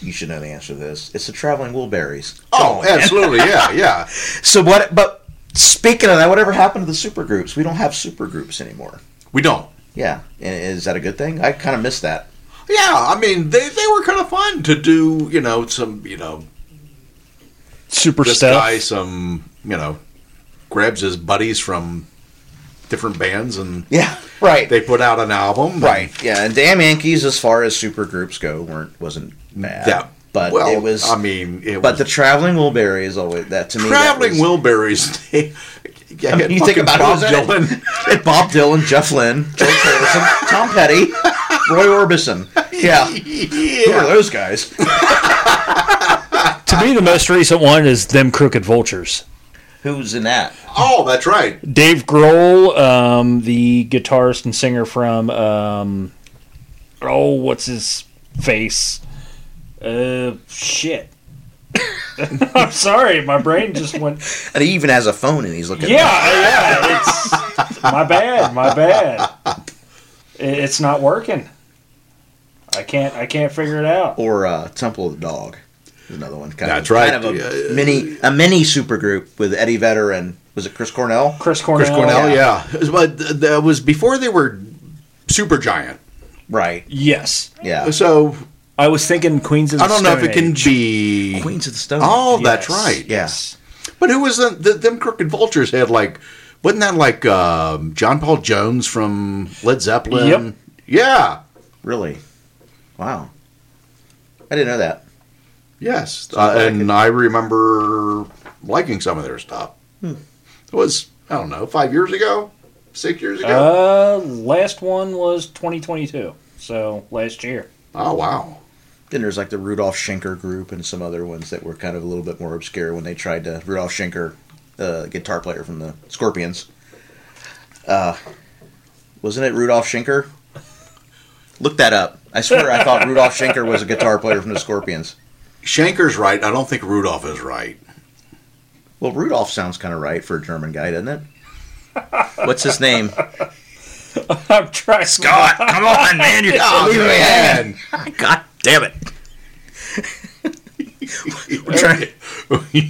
You should know the answer to this. It's the Traveling Wilburys. oh, absolutely. Yeah, yeah. So what? But speaking of that, whatever happened to the supergroups? We don't have supergroups anymore. We don't. Yeah, I- is that a good thing? I kind of miss that. Yeah, I mean, they, they were kind of fun to do. You know, some you know Super this stuff. guy some you know grabs his buddies from different bands and Yeah, right. they put out an album. Right. Yeah, and damn Yankees, as far as supergroups go, weren't wasn't bad. Yeah. but well, it was. I mean, it but the was traveling Wilbury is always that to me. traveling that was, Wilburys. they- yeah, I mean, you think fucking about Bob who's in it. Dylan. Wilbury, Bob Dylan, Jeff Lynne, Joe Harrison, Tom Petty, Roy Orbison. Yeah, who yeah. are those guys? to me, the most recent one is them crooked vultures. Who's in that? Oh, that's right. Dave Grohl, um, the guitarist and singer from um, oh, what's his face? Uh, shit. I'm sorry, my brain just went. And he even has a phone and he's looking. Yeah, yeah. It's my bad. My bad. It- It's not working. I can't. I can't figure it out. Or uh, Temple of the Dog. is Another one. Kind That's of, right. Kind of a Yeah. mini a mini supergroup with Eddie Vedder and was it Chris Cornell? Chris Cornell. Chris Cornell, yeah. But th- that was before they were super giant. Right. Yes, Yeah. So I was thinking Queens of the I don't know if Stone it can Age. be. Queens of the Stone. Oh, Age. that's right. Yes. But who was the, the them crooked vultures had like wasn't that like um, John Paul Jones from Led Zeppelin? Yep. Yeah. Really. Wow. I didn't know that. Yes. Uh, and I remember liking some of their stuff. Hmm. It was I don't know five years ago, six years ago. Uh, last one was 2022, so last year. oh wow. Then there's like the Rudolf Schenker group and some other ones that were kind of a little bit more obscure when they tried to Rudolf Schenker, the guitar player from the Scorpions. Uh, wasn't it Rudolf Schenker? Look that up. I swear I thought Rudolf Schenker was a guitar player from the Scorpions. Shanker's right. I don't think Rudolph is right. Well, Rudolf sounds kind of right for a German guy, doesn't it? What's his name? I'm trying. God, come on, man. You're Oh man. God damn it! We're trying to-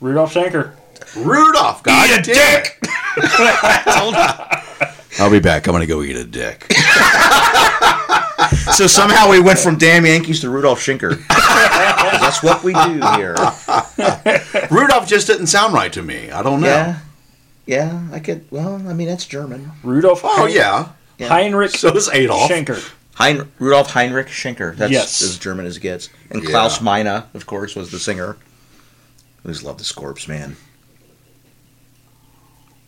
Rudolph Schenker. Rudolph, God Eat a damn dick. it. I'll be back. I'm gonna go eat a dick. So somehow we went from damn Yankees to Rudolf Schenker. 'Cause That's what we do here. Rudolph just didn't sound right to me. I don't know. Yeah. Yeah, I could. Well, I mean, that's German. Rudolph. Oh Hein- yeah. Yeah. Heinrich So is Adolf. Schenker. Hein, Rudolf Heinrich Schenker. That's Yes. as German as it gets. And Yeah. Klaus Meine, of course, was the singer. I just love the Scorps, man.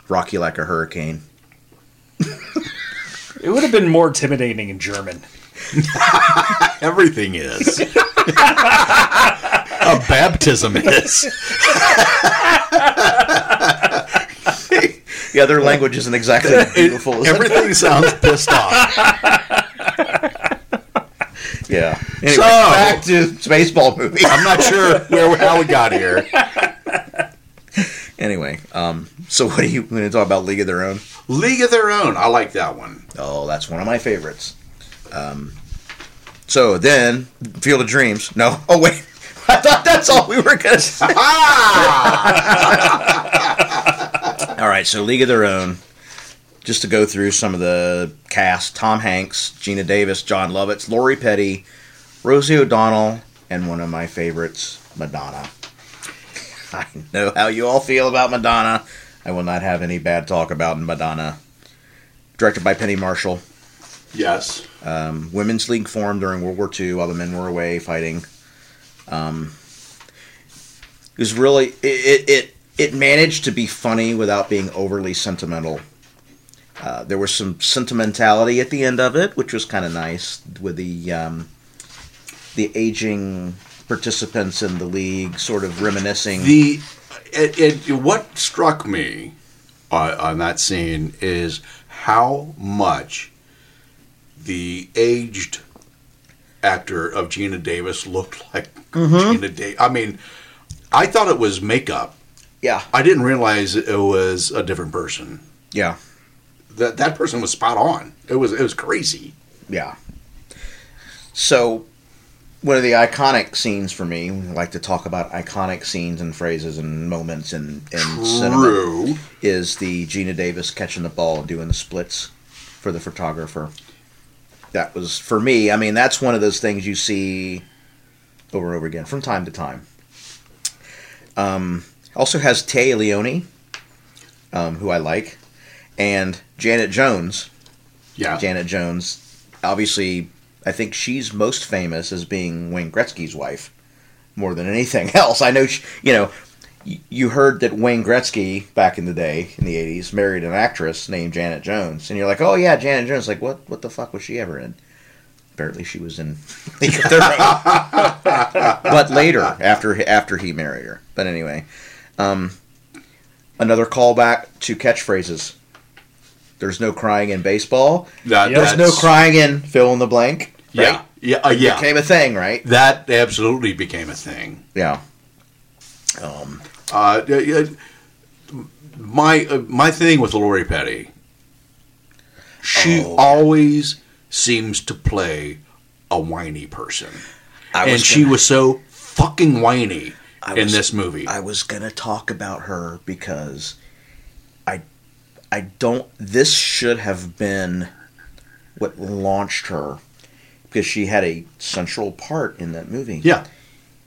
Rocky like a hurricane. It would have been more intimidating in German. Everything is. a baptism is. Yeah, their language isn't exactly beautiful. is it? Everything sounds pissed off. Yeah. Anyway, So- back to baseball movie. I'm not sure where how we got here. anyway, um, so what are you going to talk about? League of Their Own. League of Their Own. I like that one. Oh, that's one of my favorites. Um, so then, Field of Dreams. No. Oh wait, I thought that's all we were gonna say. Ah! All right, so League of Their Own. Just to go through some of the cast: Tom Hanks, Gina Davis, John Lovitz, Lori Petty, Rosie O'Donnell, and one of my favorites, Madonna. I know how you all feel about Madonna. I will not have any bad talk about Madonna. Directed by Penny Marshall. Yes. Um, women's league formed during World War II while the men were away fighting. Um, it was really it, it it it managed to be funny without being overly sentimental. Uh, there was some sentimentality at the end of it, which was kind of nice with the um, the aging participants in the league sort of reminiscing. The it, it, what struck me on, on that scene is how much the aged actor of Gina Davis looked like Mm-hmm. Gina Davis. I mean, I thought it was makeup. yeah, I didn't realize it was a different person. yeah. That that person was spot on. It was it was crazy. Yeah. So, one of the iconic scenes for me, we like to talk about iconic scenes and phrases and moments in, in cinema, True. is the Gina Davis catching the ball and doing the splits for the photographer. That was, for me, I mean, that's one of those things you see over and over again from time to time. Um, also has Tay Leone, um, who I like, and Janet Jones. Yeah. Janet Jones. Obviously, I think she's most famous as being Wayne Gretzky's wife more than anything else. I know, she, you know, y- you heard that Wayne Gretzky back in the day in the 80s married an actress named Janet Jones and you're like, "Oh yeah, Janet Jones." Like, "What what the fuck was she ever in?" Apparently she was in League of Their Own. but later after after he married her. But anyway, um another callback to catchphrases. There's no crying in baseball. That- There's no that's- crying in fill in the blank. Yeah. Yeah. uh, yeah. Became a thing, right? that absolutely became a thing. Yeah. Uh, yeah, yeah. my uh, my thing with Lori Petty, she Oh. always seems to play a whiny person, I and was she gonna- was so fucking whiny I in was- this movie. I was gonna talk about her because I I don't this should have been what launched her because she had a central part in that movie. yeah,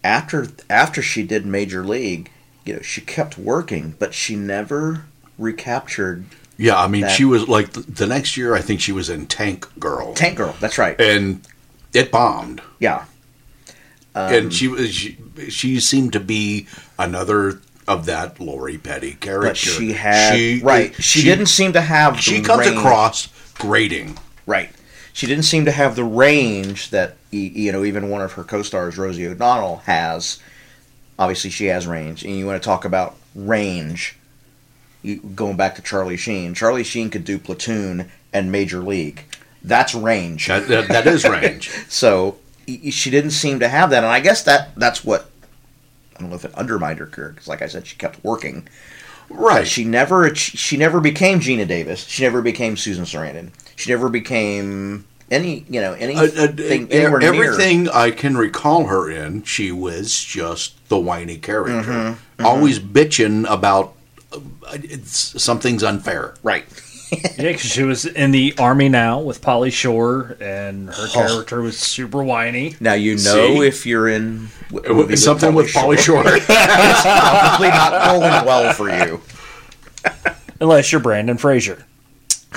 After after she did Major League, you know, she kept working, but she never recaptured yeah. I mean, That- she was like the, the next year. I think she was in Tank Girl, Tank Girl, that's right. and it bombed. Yeah. Um, and she was she, she seemed to be another of that Lori Petty character. But she had right. She, didn't seem to have the She comes range- across grating. Right. She didn't seem to have the range that y- you know even one of her co-stars Rosie O'Donnell has. Obviously, she has range, and you want to talk about range. You, going back to Charlie Sheen, Charlie Sheen could do Platoon and Major League. That's range. That, that- that is range. So y- y- she didn't seem to have that, and I guess that that's what I don't know if it undermined her career because, like I said, she kept working. right. She never she never became Gina Davis. She never became Susan Sarandon. She never became any you know Uh, uh, anything e- anywhere near. everything I can recall her in, she was just the whiny Mm-hmm, character, always bitching about uh, it's, something's unfair. Right. Yeah, because she was in the army now with Polly Shore, and her character was super whiny. Now you know See? if you're in w- a movie Something with Polly Shore. probably not going well for you. Unless you're Brandon Fraser.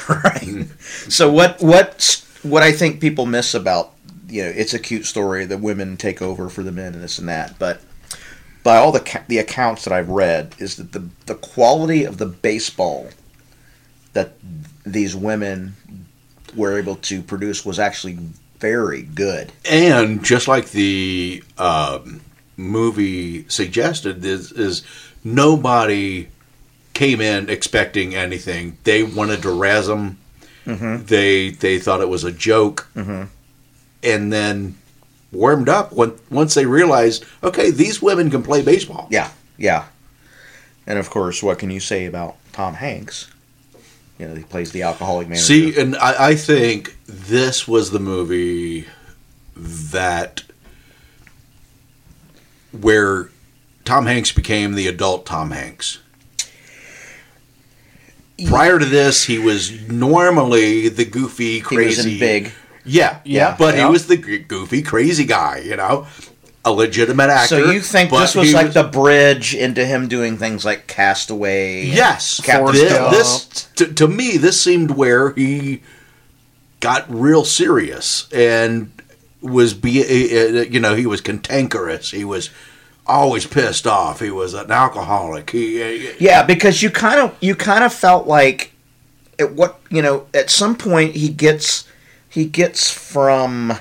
Right. So what what what I think people miss about you know it's a cute story the women take over for the men and this and that, but by all the ca- the accounts that I've read is that the the quality of the baseball that these women were able to produce was actually very good. and just like the um, movie suggested, is, is nobody came in expecting anything. They wanted to razz them. They they thought it was a joke, and then warmed up when, once they realized, okay, these women can play baseball. Yeah, yeah. And of course, what can you say about Tom Hanks? You know, he plays the alcoholic manager. See, and I, I think this was the movie that where Tom Hanks became the adult Tom Hanks. Prior to this, he was normally the goofy, he was crazy, in Big. Yeah, Yeah. yeah, but Yeah. he was the g- goofy, crazy guy. You know, a legitimate actor. So you think but this was he like the bridge into him doing things like Castaway? and- Yes, Captain this, Phillips. this to, to me this seemed where he got real serious and was be uh, uh, you know he was cantankerous. He was always pissed off. He was an alcoholic. He uh, Yeah, because you kind of you kind of felt like at what you know at some point he gets he gets from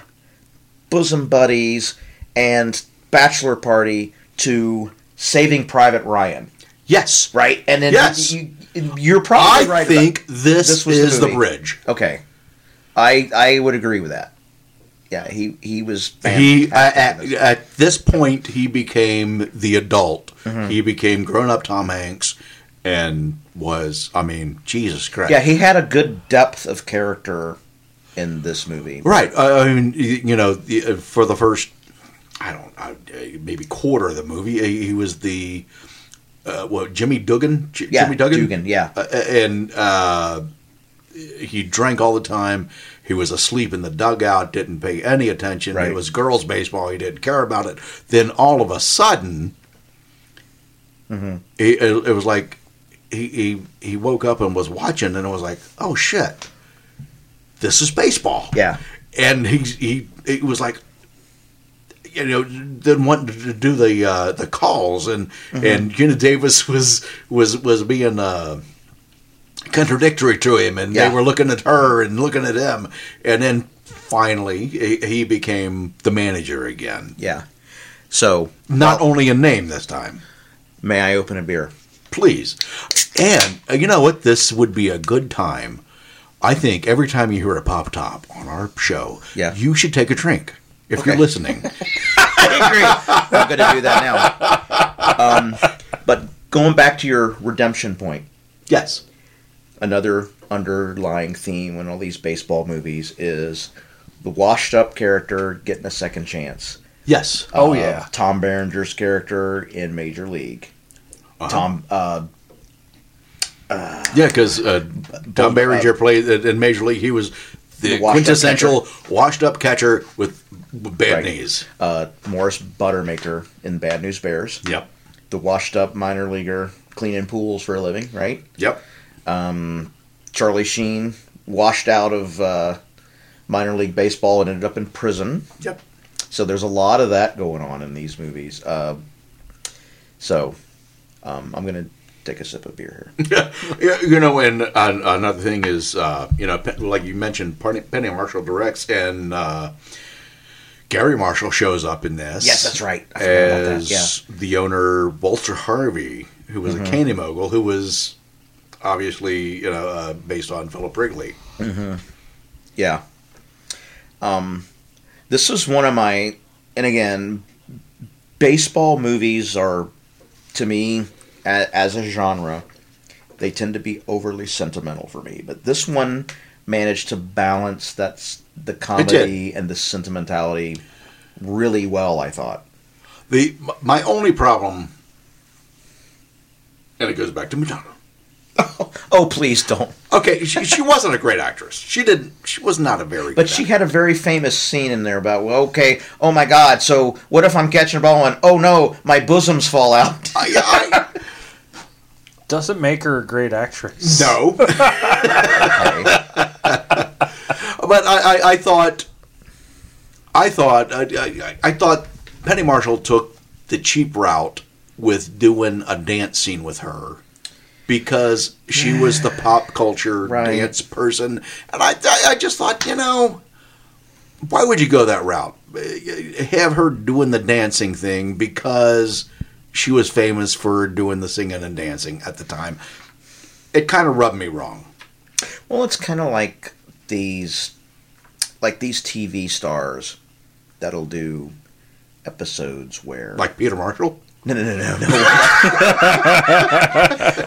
bosom buddies and bachelor party to Saving Private Ryan, yes, right? And then Yes. you, you're I probably right. about- think this, this was the is the, movie. bridge. okay, I I would agree with that. Yeah, he he was He uh, at, fantastic in at, this. at this point he became the adult. Mm-hmm. He became grown up Tom Hanks and was I mean Jesus Christ. Yeah, he had a good depth of character in this movie. Right. I, I mean, y- you know, the- uh, for the first, I don't, I, uh, maybe quarter of the movie, uh, he was the, uh, what, Jimmy Duggan? J- Yeah, Jimmy Duggan? yeah. Uh, and uh, he drank all the time. He was asleep in the dugout, didn't pay any attention. Right. It was girls' baseball. He didn't care about it. Then all of a sudden, Mm-hmm. he, it, it was like he, he he woke up and was watching, and it was like, oh shit, this is baseball. Yeah. and he he it was like. You know, then wanted to do the uh, the calls, and Mm-hmm. and Gina Davis was was was being uh, contradictory to him, and Yeah. they were looking at her and looking at him, and then finally he, he became the manager again. Yeah. So, Not only in name this time, may I open a beer? please. And uh, you know what? This would be a good time. I think every time you hear a pop top on our show, Yeah. you should take a drink if you're Okay. listening. I agree. I'm going to do that now. Um, but going back to your redemption point, Yes. another underlying theme in all these baseball movies is the washed up character getting a second chance. Yes. Uh, Tom Berenger's character in Major League. Uh-huh. Tom uh, Yeah, because uh, Tom Berenger played in in Major League. He was the, The washed-up quintessential washed-up catcher with bad Right. knees. uh, Morris Buttermaker in Bad News Bears. Yep. The washed up minor leaguer cleaning pools for a living, right? Yep. Charlie Sheen washed out of uh, minor league baseball and ended up in prison. Yep. So there's a lot of that going on in these movies. Uh, so um, I'm gonna take a sip of beer here. Yeah, you know, and uh, another thing is, uh, you know, Pe- like you mentioned, Penny, Penny Marshall directs, and uh, Gary Marshall shows up in this. Yes, that's right. I forgot about that, As the owner Walter Harvey, who was Mm-hmm. a candy mogul, who was obviously, you know, uh, based on Philip Wrigley. yeah. Um, this is one of my, and again, baseball movies are to me a, as a genre, they tend to be overly sentimental for me. But this one managed to balance that's the comedy and the sentimentality really well. I thought. The m- my only problem, and it goes back to Madonna. Oh, please don't. Okay, she, she wasn't a great actress. She didn't. She was not a very. But good she had a very famous scene in there about, well, okay, oh my God, so what if I'm catching a ball and, oh no, my bosoms fall out? actress. I, I, Doesn't make her a great actress. no, Okay. but I, I, I thought, I thought, I, I, I thought Penny Marshall took the cheap route with doing a dance scene with her because she was the pop culture Right. dance person, and I, I, I just thought, you know, why would you go that route? Have her doing the dancing thing because she was famous for doing the singing and dancing at the time. It kind of rubbed me wrong. well, it's kind of like these, like these TV stars that'll do episodes where, Like Peter Marshall. no, no, no, no, no,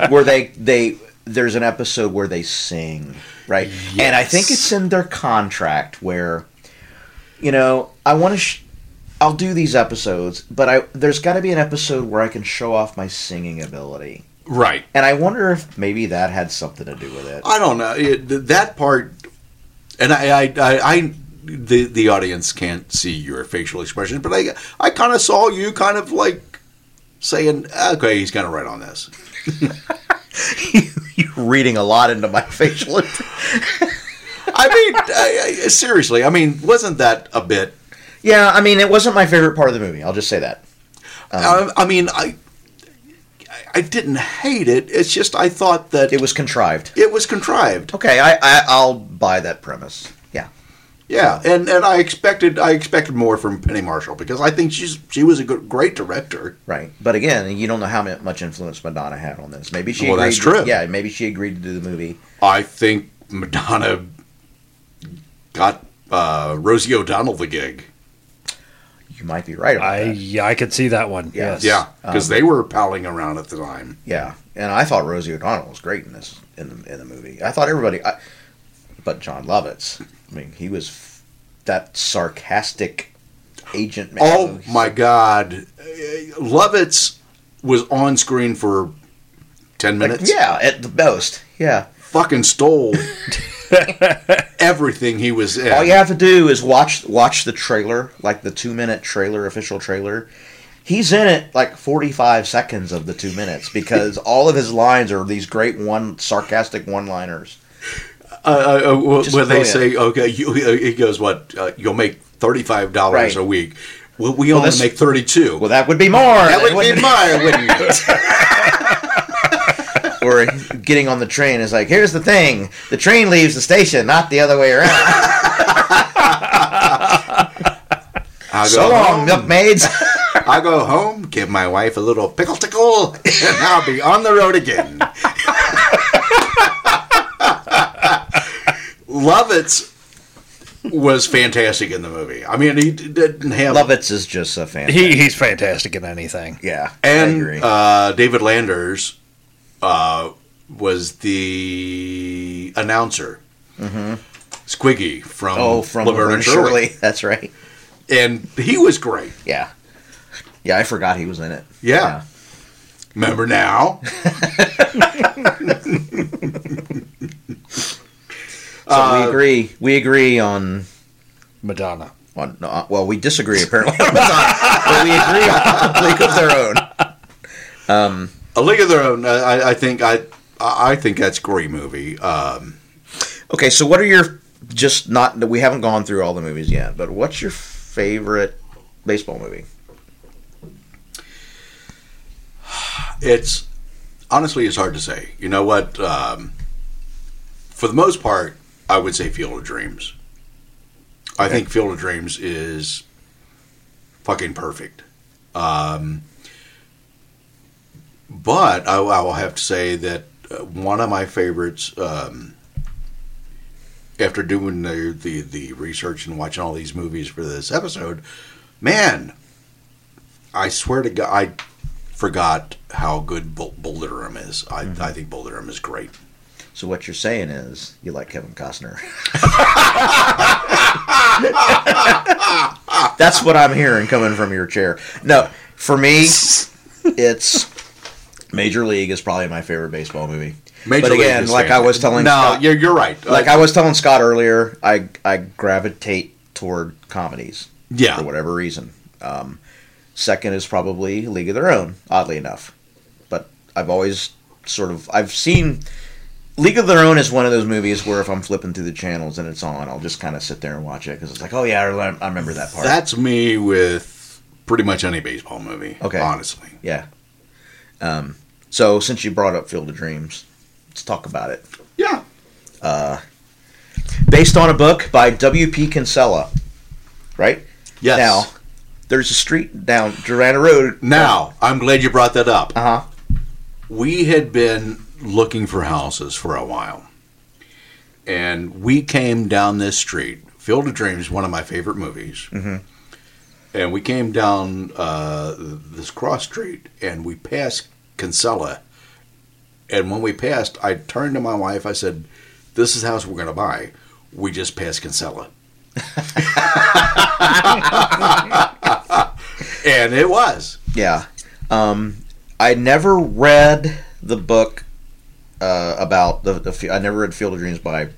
where they they there's an episode where they sing, right? And I think it's in their contract where, you know, I want to. Sh- I'll do these episodes, but I there's got to be an episode where I can show off my singing ability, Right. and I wonder if maybe that had something to do with it. I don't know it, th- that part, and I, I, I, I the the audience can't see your facial expressions, but I, I kind of saw you kind of like saying, okay, he's kind of right on this. You're reading a lot into my facial. int- I mean, I, I, seriously, I mean, wasn't that a bit? yeah, I mean, it wasn't my favorite part of the movie. I'll just say that. um, I, I mean, I, I didn't hate it. It's just I thought that It it, was contrived. was contrived. Okay, I, I I'll buy that premise. Yeah. Yeah, and and I expected I expected more from Penny Marshall because I think she's she was a good, great director. Right, but again, you don't know how mu- much influence Madonna had on this. Maybe she Well, agreed that's to- true. yeah, maybe she agreed to do the movie. I think Madonna got uh, Rosie O'Donnell the gig. You might be right. About I that. yeah, I could see that one. Yeah. Yes. Yeah, because Um, they were palling around at the time. Yeah, and I thought Rosie O'Donnell was great in this in the in the movie. I thought everybody, I, but John Lovitz. I mean, he was f- that sarcastic agent. Man Oh my God, Uh, Lovitz was on screen for ten Like, minutes. yeah, at the most. Yeah, fucking stole everything he was in. all you have to do is watch watch the trailer, like the two minute trailer, official trailer. He's in it like forty five seconds of the two minutes because all of his lines are these great one sarcastic one liners. Uh, uh, wh- Just when they brilliant. say, "Okay," you, uh, he goes, "What? Uh, you'll make thirty-five dollars Right. a week." Well, we only this- make thirty-two. Well, that would be more. that would be mine, wouldn't it? or getting on the train is like, here's the thing: the train leaves the station, not the other way around. I'll So go long, home. milkmaids. I'll go home, give my wife a little pickle tickle, and I'll be on the road again. Lovitz was fantastic in the movie. I mean, he d- didn't have Lovitz is just a fan. He, he's fantastic in anything. yeah, I agree. And uh, David Landers uh, was the announcer, Squiggy from Mm-hmm. oh, from Laverne and Shirley. That's right. and he was great. Yeah, yeah. I forgot he was in it. Yeah. Remember now? So Uh, we agree. We agree on. Madonna. on no, uh, well, we disagree apparently, on Madonna, but we agree on a league of their own. A League of Their Own. uh, I, I think I I I think that's a great movie. Um, Okay, so what are your just not we haven't gone through all the movies yet, but what's your favorite baseball movie? it's honestly it's hard to say. You know what? Um, for the most part, I would say Field of Dreams. I think Field of Dreams is fucking perfect. Um, but I, I will have to say that uh, one of my favorites, um, after doing the, the the research and watching all these movies for this episode, man, I swear to God, I forgot how good Bul- Bull Durham is. I, Mm-hmm. I think Bull Durham is great. So what you're saying is you like Kevin Costner. That's what I'm hearing coming from your chair. No, for me, it's Major League is probably my favorite baseball movie. Major but League again, is like I was telling No, Scott- you're, you're right. like Uh, I was telling Scott earlier, I I gravitate toward comedies. Yeah. For whatever reason. Um, second is probably League of Their Own, oddly enough. But I've always sort of I've seen League of Their Own is one of those movies where if I'm flipping through the channels and it's on, I'll just kind of sit there and watch it because it's like, oh yeah, I, rem- I remember that part. that's me with pretty much any baseball movie. Okay. honestly, yeah. Um, so since you brought up Field of Dreams, let's talk about it. yeah. Based on a book by W.P. Kinsella, right? Yes. Now, there's a street down Durana Road. Now, I'm glad you brought that up. Uh huh. We had been looking for houses for a while. And we came down this street. Field of Dreams, one of my favorite movies. Mm-hmm. And we came down uh, this cross street and we passed Kinsella. And when we passed, I turned to my wife. I said, This is the house we're going to buy. We just passed Kinsella. and it was. Yeah. Um, I never read the book uh, about the, the. I never read Field of Dreams by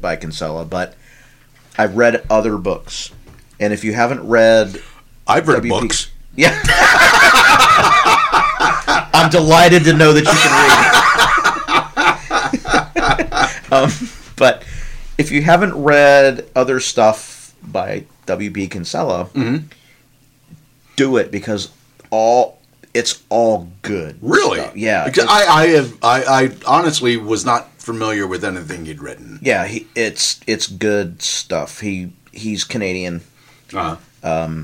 by Kinsella, but I've read other books. And if you haven't read, I've read WP. books. yeah, I'm delighted to know that you can read. um, but if you haven't read other stuff by W.B. Kinsella, do it because all it's all good. Really? stuff. Yeah. Because it's- I, I have I, I honestly was not familiar with anything he'd written. yeah. He, it's it's good stuff. He he's Canadian. Uh-huh.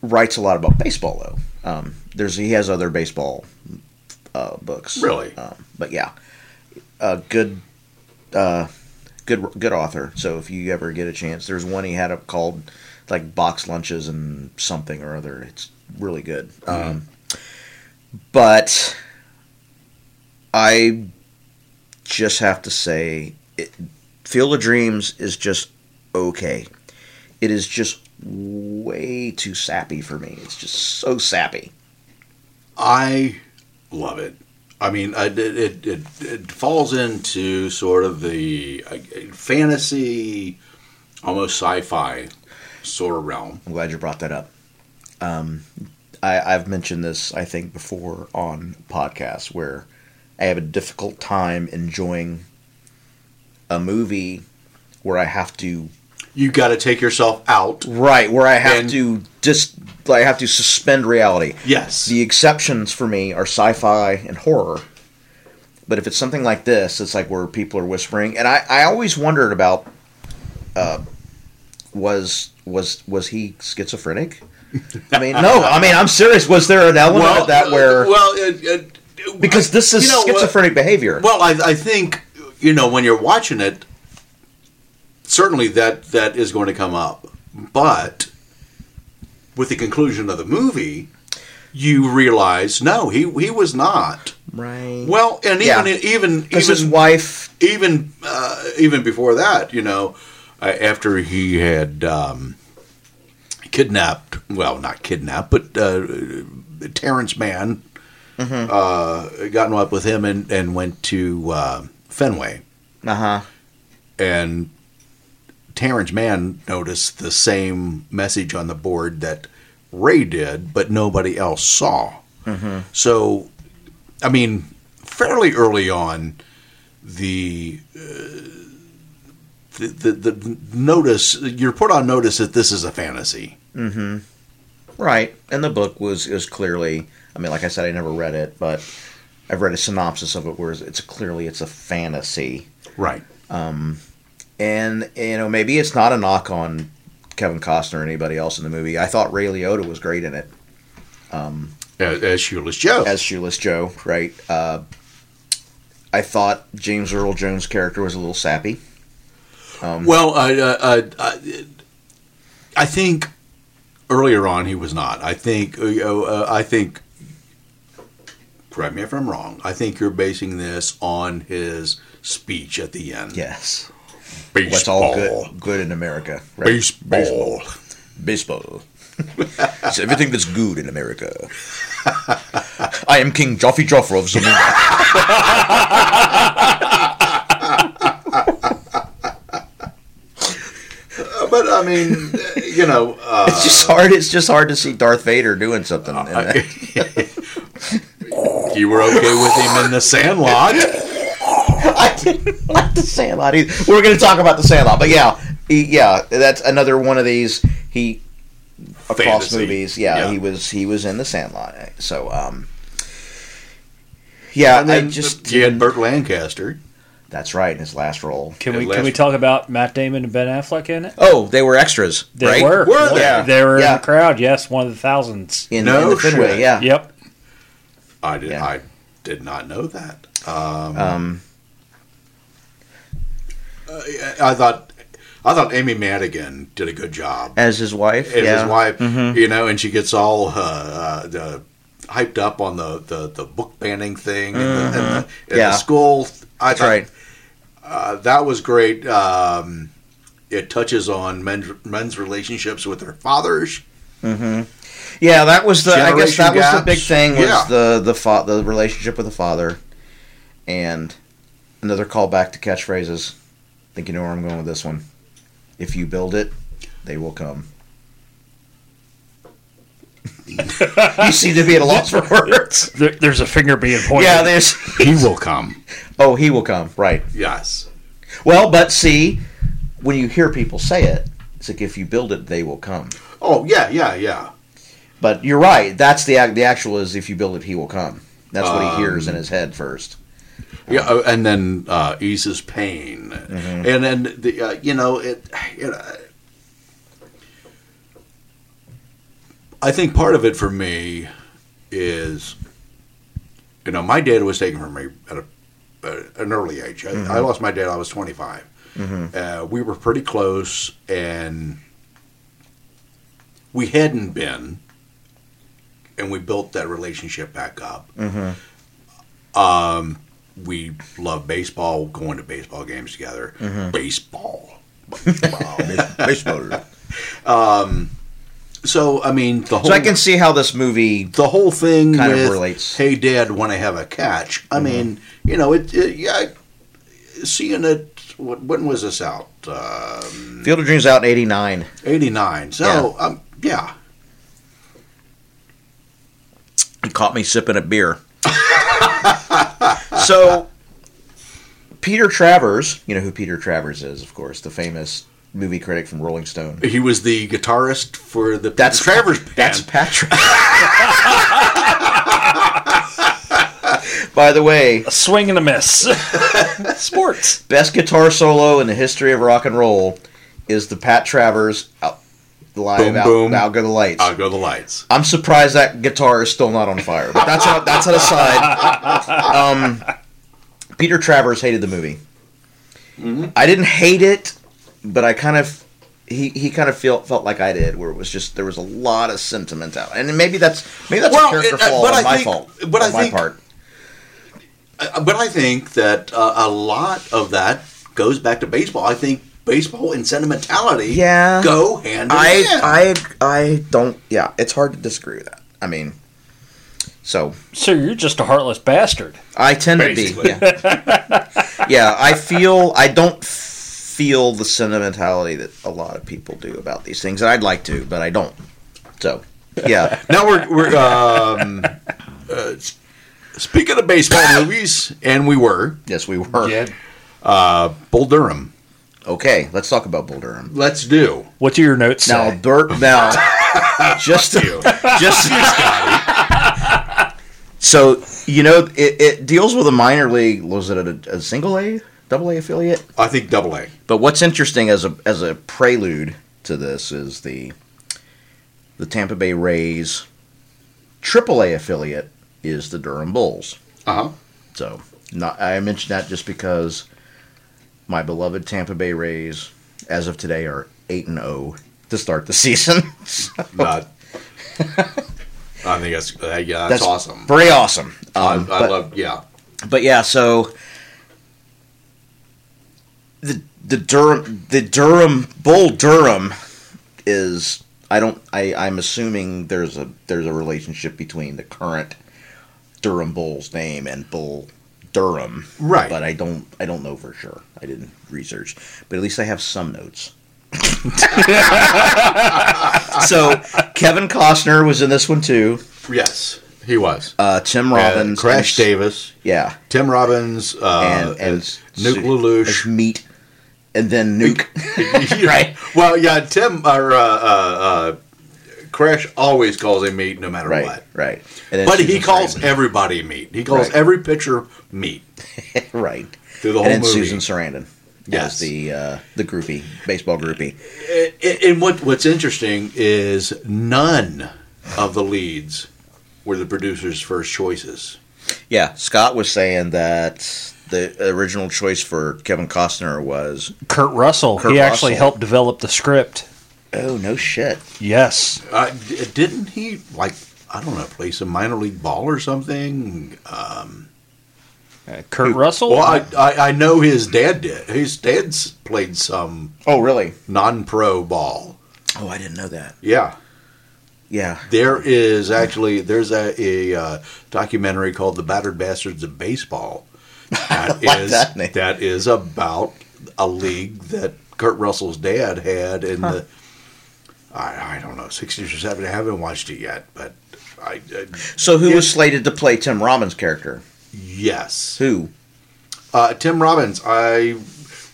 Writes a lot about baseball though. Um, there's he has other baseball uh, books. Really? Um, but yeah, uh, good. Uh, Good, good author. So if you ever get a chance, there's one he had up called like box lunches and something or other. It's really good. Um, but I just have to say, it, Field of Dreams is just okay. It is just way too sappy for me. It's just so sappy. I love it. I mean, I, it, it, it, it falls into sort of the uh, fantasy, almost sci-fi sort of realm. I'm glad you brought that up. Um, I, I've mentioned this, I think, before on podcasts where I have a difficult time enjoying a movie where I have to You got to take yourself out. right where I have And- to just like, I have to suspend reality. Yes. The exceptions for me are sci-fi and horror. But if it's something like this, it's like where people are whispering, and I, I always wondered about uh, was was was he schizophrenic? I mean, no, I mean I'm serious. Was there an element of that where uh, well, it, it, because this is you know, uh, schizophrenic behavior? Well, I, I think you know when you're watching it, certainly that that is going to come up. But with the conclusion of the movie, you realize no, he he was not. Right. Well, and even Yeah. even Because his even wife. even uh, even before that, you know, uh, after he had um, kidnapped, well, not kidnapped, but uh, Terrence Mann uh, gotten up with him and and went to uh, Fenway, Uh huh. and Terrence Mann noticed the same message on the board that Ray did, but nobody else saw. So, I mean, fairly early on, the, uh, the, the the notice you're put on notice that this is a fantasy. Right. And the book was is clearly. I mean, like I said, I never read it, but I've read a synopsis of it where it's clearly it's a fantasy. Right. and you know maybe it's not a knock on Kevin Costner or anybody else in the movie. I thought Ray Liotta was great in it As, as Shoeless Joe. as Shoeless Joe, right? Uh, I thought James Earl Jones' character was a little sappy. well, I, uh, I, I think earlier on he was not. I think uh, uh, I think. Correct me if I'm wrong. I think you're basing this on his speech at the end. Yes, Baseball. what's all good good in America? Right? Baseball. baseball. it's everything that's good in America. I am King Joffy Joffre of Zamunda. Uh, But I mean, you know, uh, It's just hard. It's just hard to see Darth Vader doing something. in that. you were okay with him in the Sandlot. I didn't like the Sandlot either. We're going to talk about the Sandlot, but yeah, he- yeah, that's another one of these. He across Fantasy. movies, yeah, Yeah. he was he was in the Sandlot. So, um, yeah, I just you had Burt Lancaster. that's right in his last role. Can Yeah, we last- can we talk about Matt Damon and Ben Affleck in it? Oh, they were extras. They right? were. Were they? Yeah. They were Yeah. in the crowd. Yes, one of the thousands. in, No in the Fenway, shit. yeah. Yep. I did. Yeah. I did not know that. Um, I thought. I thought Amy Madigan did a good job. as his wife, and yeah. his wife, Mm-hmm. you know, and she gets all uh, uh, uh, hyped up on the, the, the book banning thing and the, and the, and Mm-hmm. Yeah. the school. I That's thought, right. uh, that was great. Um, it touches on men's, men's relationships with their fathers. Mm-hmm. Yeah, that was the. I guess that Generation was the big gaps. thing was Yeah. the the fa- the relationship with the father, and another callback to catchphrases. I think you know where I'm going with this one. If you build it, they will come. you seem to be at a loss for words. There, there's a finger being pointed. Yeah, there's. He will come. Oh, he will come. Right. Yes. Well, but see, when you hear people say it, it's like if you build it, they will come. Oh yeah, yeah, yeah. But you're right. That's the ac- the actual is if you build it, he will come. That's what he hears Um, in his head first. Yeah, oh, and then uh, eases pain, Mm-hmm. and then the uh, you know it. You know, I think part of it for me is, you know, my dad was taken from me at a, uh, an early age. I, Mm-hmm. I lost my dad. I was twenty Uh, we were pretty close, and we hadn't been, and we built that relationship back up Mm-hmm. Um, we love baseball, going to baseball games together. Mm-hmm. Baseball. so So I mean the whole I can see how this movie. the whole thing Kind of with, relates. Mm-hmm. Hey Dad, want to have a catch? I mean, you know, it, it yeah, seeing it. What, when was this out? Um, Field of Dreams out in '89. Eighty nine. So yeah. Um, yeah. He caught me sipping a beer. so Peter Travers, you know who Peter Travers is, of course, the famous movie critic from Rolling Stone. He was the guitarist for the That's Travers band. That's Patrick. By the way, A swing and a miss. Sports. best guitar solo in the history of rock and roll is the Pat Travers out, live Boom, out, boom. out go the lights. I'll go the lights. I'm surprised that guitar is still not on fire. But that's a, that's an aside. Mm-hmm. Um, Peter Travers hated the movie. I didn't hate it. but I kind of he, he kind of felt felt like I did, where it was just there was a lot of sentimentality, and maybe that's maybe that's Well, a character it- uh, flaw but on I my think- fault, but I on my think- part. Uh, But I think that uh, a lot of that goes back to baseball. I think baseball and sentimentality Yeah. go hand in hand. I I I don't. Yeah, it's hard to disagree with that. I mean, so So you're just a heartless bastard. I tend Basically. to be. Yeah. yeah, I feel I don't feel the sentimentality that a lot of people do about these things, and I'd like to, but I don't. So yeah, now we're, we're um, uh, s- speaking of baseball movies, and we were uh, yes, we were. Bull Durham. Okay, let's talk about Bull Durham. Let's do. What do your notes Now, say? Bert. Now, just to, just so you know, it, it deals with a minor league. Was it a, a single A, double A affiliate? I think double A. But what's interesting as a as a prelude to this is the the Tampa Bay Rays triple A affiliate is the Durham Bulls. Uh huh. So not I mentioned that just because my beloved Tampa Bay Rays, as of today, are eight and zero to start the season. So But I think that's uh, yeah, that's, awesome. Pretty awesome. I, Um, I but- love yeah. but yeah, so the the Durham the Durham Bull Durham is I don't I I'm assuming there's a there's a relationship between the current Durham Bull's name and Bull Durham. Right. But I don't I don't know for sure. I didn't research. But at least I have some notes. so Kevin Costner was in this one too. Yes, he was. Uh, Tim Uh, Robbins, Crash Davis, yeah, Tim Robbins, uh, and and Nuke Su- as Lelouch. meat, and then Nuke. right. Well, yeah, Tim or uh, uh, uh, Crash always calls him meat no matter Right, what. right. And then But he Susan calls Sarandon. everybody meat. He calls Right. every pitcher meat right, through the whole and then movie. Susan Sarandon Yes. as the uh, the groupie, baseball groupie. A- a- and what what's interesting is none of the leads were the producer's first choices. Yeah, Scott was saying that the original choice for Kevin Costner was Kurt Russell. Kurt he actually Russell. helped develop the script. oh no shit. Yes. Uh, d- didn't he like I don't know play some minor league ball or something? Kurt Russell? Uh, Well, I, I I know his dad did. His dad's played some Oh really? non-pro ball. Oh, I didn't know that. Yeah, Yeah. there is actually there's a, a uh, documentary called "The Battered Bastards of Baseball." That is like that name. that is about a league that Kurt Russell's dad had in the I, I don't know sixties or seventies. I haven't watched it yet, but I, uh, I So who was slated to play Tim Robbins' character? yes. Who? Uh, Tim Robbins, I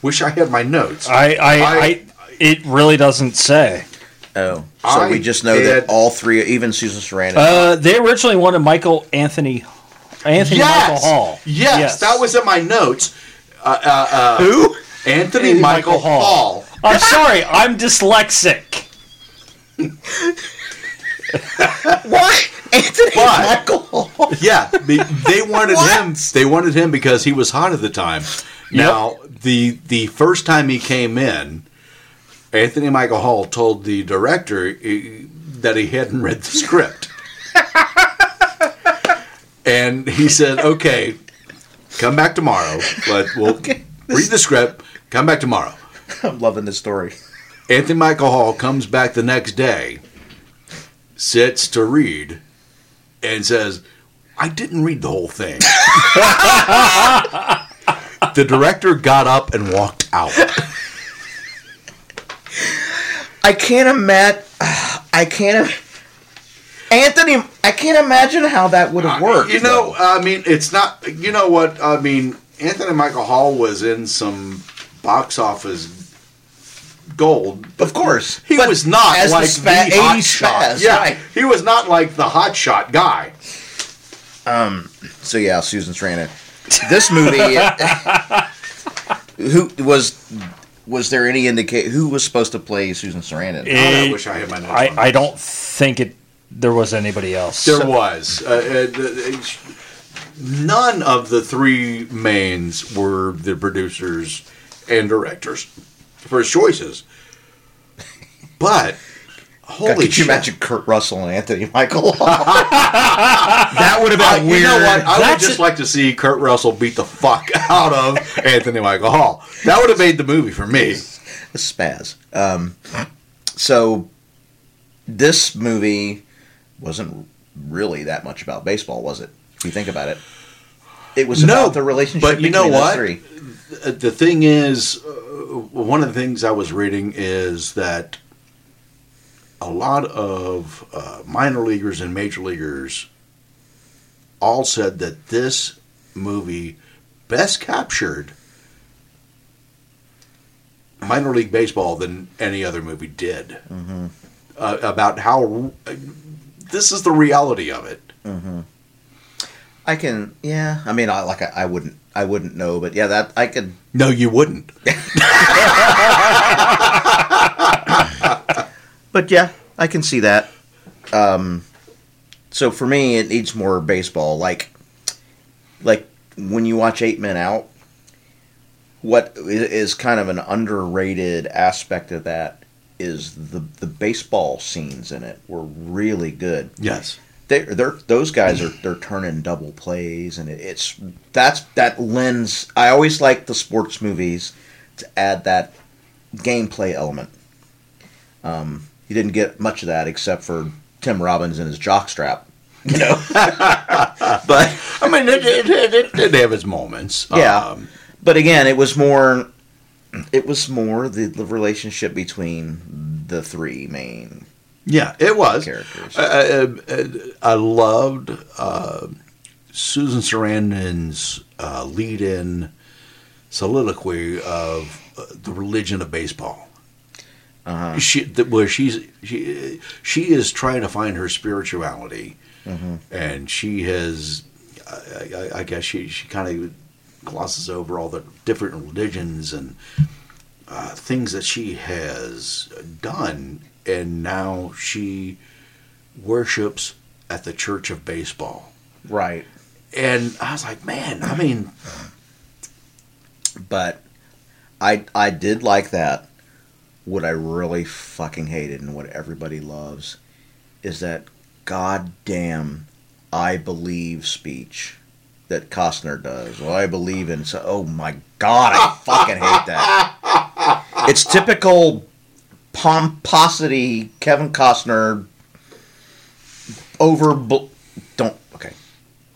wish I had my notes. I, I, I- I, it really doesn't say. Oh, so I we just know had- that all three, even Susan Sarandon. Uh, they originally wanted Michael Anthony, Anthony Michael Hall. Yes, that was in my notes. Uh, who? Anthony Michael, Michael Hall. Hall. I'm sorry, I'm dyslexic. what? Anthony Why? Michael Hall. Yeah, they, they wanted him. They wanted him because he was hot at the time. Now the the first time he came in, Anthony Michael Hall told the director eh, that he hadn't read the script, and he said, "Okay, come back tomorrow. But we'll read the script. Come back tomorrow." I'm loving this story. Anthony Michael Hall comes back the next day, sits to read, and says, I didn't read the whole thing. the director got up and walked out. I can't imagine. I can't. im- Anthony, I can't imagine how that would have worked. You know, I mean, it's not, you know what? I mean, Anthony Michael Hall was in some box office gold. though. of course, He But was not as the like the, spa- hot 80s shot. spaz, yeah, right. he was not like the hot shot guy. So yeah, Susan Sarandon. This movie. who was? Was there any indicate who was supposed to play Susan Sarandon? God, I Eh, wish I had my notes. I, on I don't think it. There was anybody else. There was. Uh, uh, the- the- sh- none of the three mains were the producers and directors. for his choices. But holy God, could you shit. imagine Kurt Russell and Anthony Michael? Hall? That would have I- been you weird. know what? I That's would just like to see Kurt Russell beat the fuck out of Anthony Michael Hall. That would have made the movie for me. Spaz. Um, so this movie wasn't really that much about baseball, was it? If you think about it, it was No, about the relationship but you between know those what? three. Uh, The thing is, uh, one of the things I was reading is that a lot of uh, minor leaguers and major leaguers all said that this movie best captured minor league baseball than any other movie did uh, about how uh, this is the reality of it. I can, yeah. I mean, I like, I, I wouldn't, I wouldn't know, but yeah, that I could. No, you wouldn't. But yeah, I can see that. Um, so for me, it needs more baseball. Like, like when you watch Eight Men Out, what i- is kind of an underrated aspect of that is the the baseball scenes in it were really good. Yes. They they're those guys are they're turning double plays, and it, it's that's that lends. I always like the sports movies to add that gameplay element. Um, You didn't get much of that except for Tim Robbins and his jockstrap. You know, but I mean, it, it, it, it did have its moments. Um, Yeah. but again, it was more. It was more the, the relationship between the three main yeah, it was. characters. I, I, I loved uh, Susan Sarandon's uh, lead-in soliloquy of uh, the religion of baseball. She, that where she's she she is trying to find her spirituality, and she has, I, I, I guess she she kind of glosses over all the different religions and uh, things that she has done, and now she worships at the Church of Baseball. right, And I was like, man, I mean, but I I did like that. What I really fucking hated and what everybody loves is that goddamn I believe speech that Costner does. Well, I believe in so oh my god, I fucking hate that. It's typical pomposity Kevin Costner over don't okay.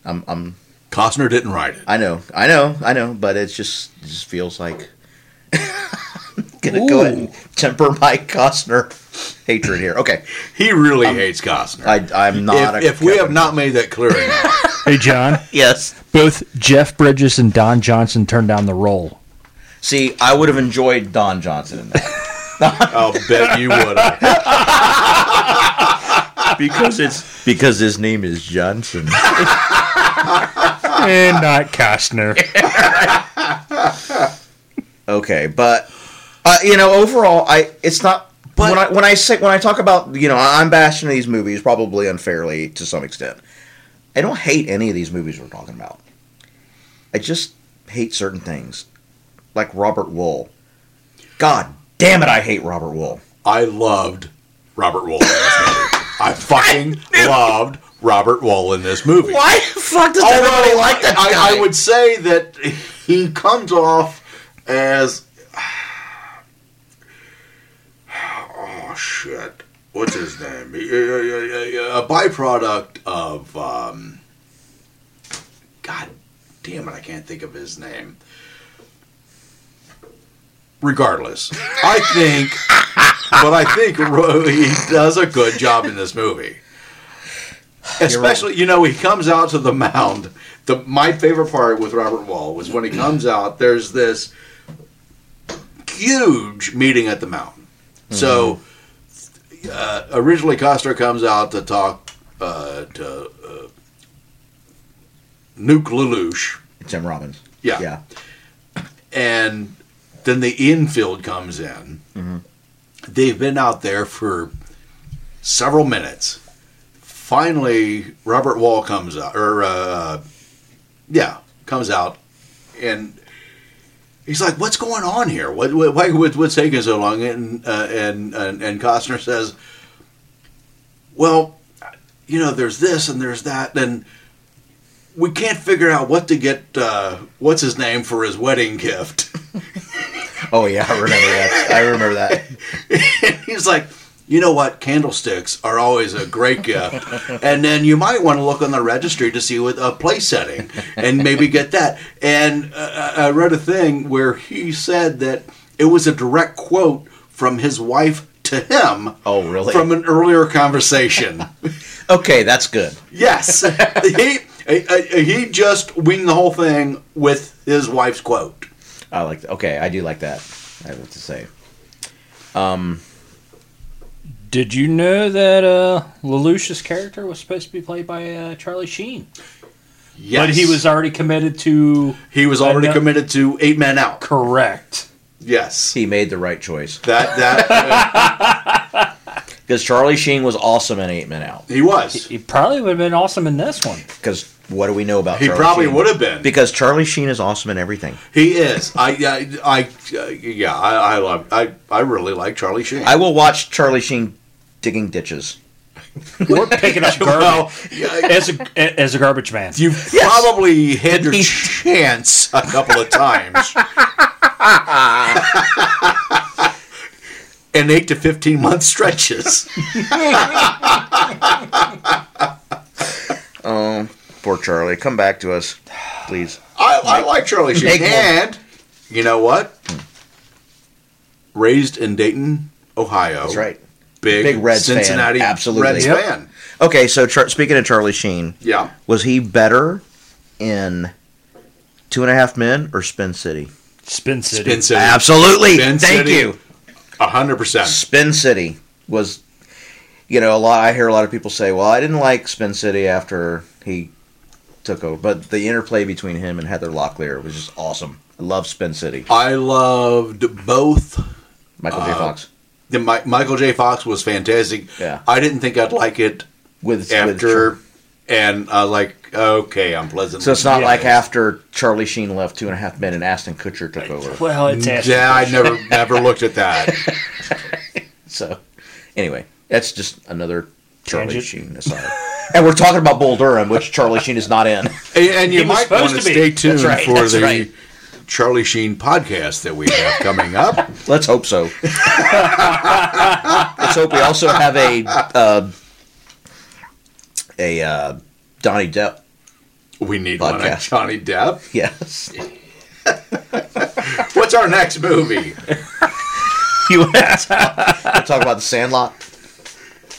I'm I'm Costner didn't write it. I know, I know, I know, but it's just it just feels like I'm gonna go ahead and temper my Costner hatred here. Okay, He really hates Costner. I, I'm not. Um, if a if we have Kevin- not made that clear, enough. hey, John. yes, Both Jeff Bridges and Don Johnson turned down the role. see, I would have enjoyed Don Johnson in that. I'll bet you would. have. because it's because his name is Johnson. and not Costner. okay, but uh, you know, overall, I it's not. But, when I when I say when I talk about you know I'm bashing these movies probably unfairly to some extent. I don't hate any of these movies we're talking about. I just hate certain things, like Robert Wool. God damn it, I hate Robert Wool. I loved Robert Wall. In this movie. I fucking loved Robert Wall in this movie. Why the fuck does Although, everybody like that I, guy? I would say that he comes off as. Oh, shit. What's his name? A byproduct of. Um, God damn it, I can't think of his name. Regardless, I think. but I think Ro- he does a good job in this movie. Especially, you know, he comes out to the mound. The my favorite part with Robert Wall was when he comes out. There's this huge meeting at the mound. So uh, originally, Costner comes out to talk uh, to uh, Nuke Lelouch, Tim Robbins. Yeah. yeah. and then the infield comes in. They've been out there for several minutes. Finally, Robert Wall comes out, or uh, yeah, comes out, and He's like, "What's going on here? What, what why what, what's taking so long?" And, uh, and and and Costner says, "Well, you know, there's this and there's that, and we can't figure out what to get. Uh, what's his name for his wedding gift?" Oh yeah, I remember that. I remember that. He's like, you know what? Candlesticks are always a great gift. and then you might want to look on the registry to see what a place setting and maybe get that. And uh, I I read a thing where he said that it was a direct quote from his wife to him. Oh, really? From an earlier conversation. Okay, that's good. yes. he, uh, he just winged the whole thing with his wife's quote. I like. That. Okay, I do like that. I have to say. Did you know that uh, Lelouch's character was supposed to be played by uh, Charlie Sheen? Yes. But he was already committed to he was already Ano- committed to eight men out. correct. Yes. He made the right choice That that uh, because Charlie Sheen was awesome in Eight Men Out. he was. He probably would have been awesome in this one. Because what do we know about? He Charlie probably Sheen? would have been. Because Charlie Sheen is awesome in everything. he is. I, I, I uh, yeah. I, I love. I, I really like Charlie Sheen. I will watch Charlie Sheen digging ditches. We're picking up well, garbage yeah, as a as a garbage man. you've probably had your chance a couple of times. In eight to fifteen month stretches. Oh, poor Charlie. Come back to us, please. I, I like Charlie Sheen. Make one. And you know what? Raised in Dayton, Ohio. That's right. Big, Big Reds fan, Cincinnati absolutely. Reds Yep. fan. Okay, so Char- speaking of Charlie Sheen, Yeah. was he better in Two and a Half Men or Spin City? Spin City. Spin City. Absolutely. Spin Thank City. you. hundred percent. Spin City was, you know, a lot. I hear a lot of people say, "Well, I didn't like Spin City after he took over," but the interplay between him and Heather Locklear was just awesome. I love Spin City. I loved both. Michael J. Fox The Mi- Michael J. Fox was fantastic. Yeah. I didn't think I'd like it with after, With, and I was like, okay, I'm pleasant. so it's not like after Charlie Sheen left Two and a Half Men and Aston Kutcher took over. Well, it's Ashton Yeah, I Kutcher. never never looked at that. So anyway, that's just another Charlie Tangent. Sheen aside. and we're talking about Bull Durham, which Charlie Sheen is not in. And, and you was might want to supposed to be. stay tuned right, for that's the right. Charlie Sheen podcast that we have coming up. Let's hope so. Let's hope we also have a uh, a uh, Donnie Depp. We need one on Podcast. Johnny Depp. Yes, What's our next movie? you want to talk, talk about the Sandlot?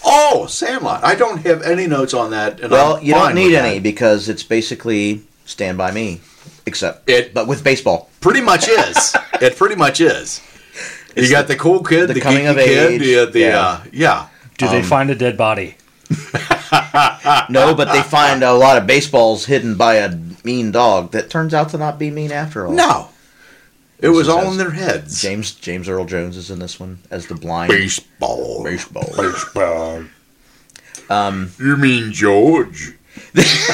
Oh, Sandlot. I don't have any notes on that. And Well, I'm you don't fine with need that. any because it's basically Stand by Me, except It- but with baseball. Pretty much is. it pretty much is. you got the, cool kid, the, the coming geeky of kid, age, the, the yeah. Uh, yeah. Do they find a dead body? No, but they find a lot of baseballs hidden by a mean dog that turns out to not be mean after all. No, it was all says- in their heads. James James Earl Jones is in this one as the blind Baseball. baseball. Baseball. Um, you mean George? But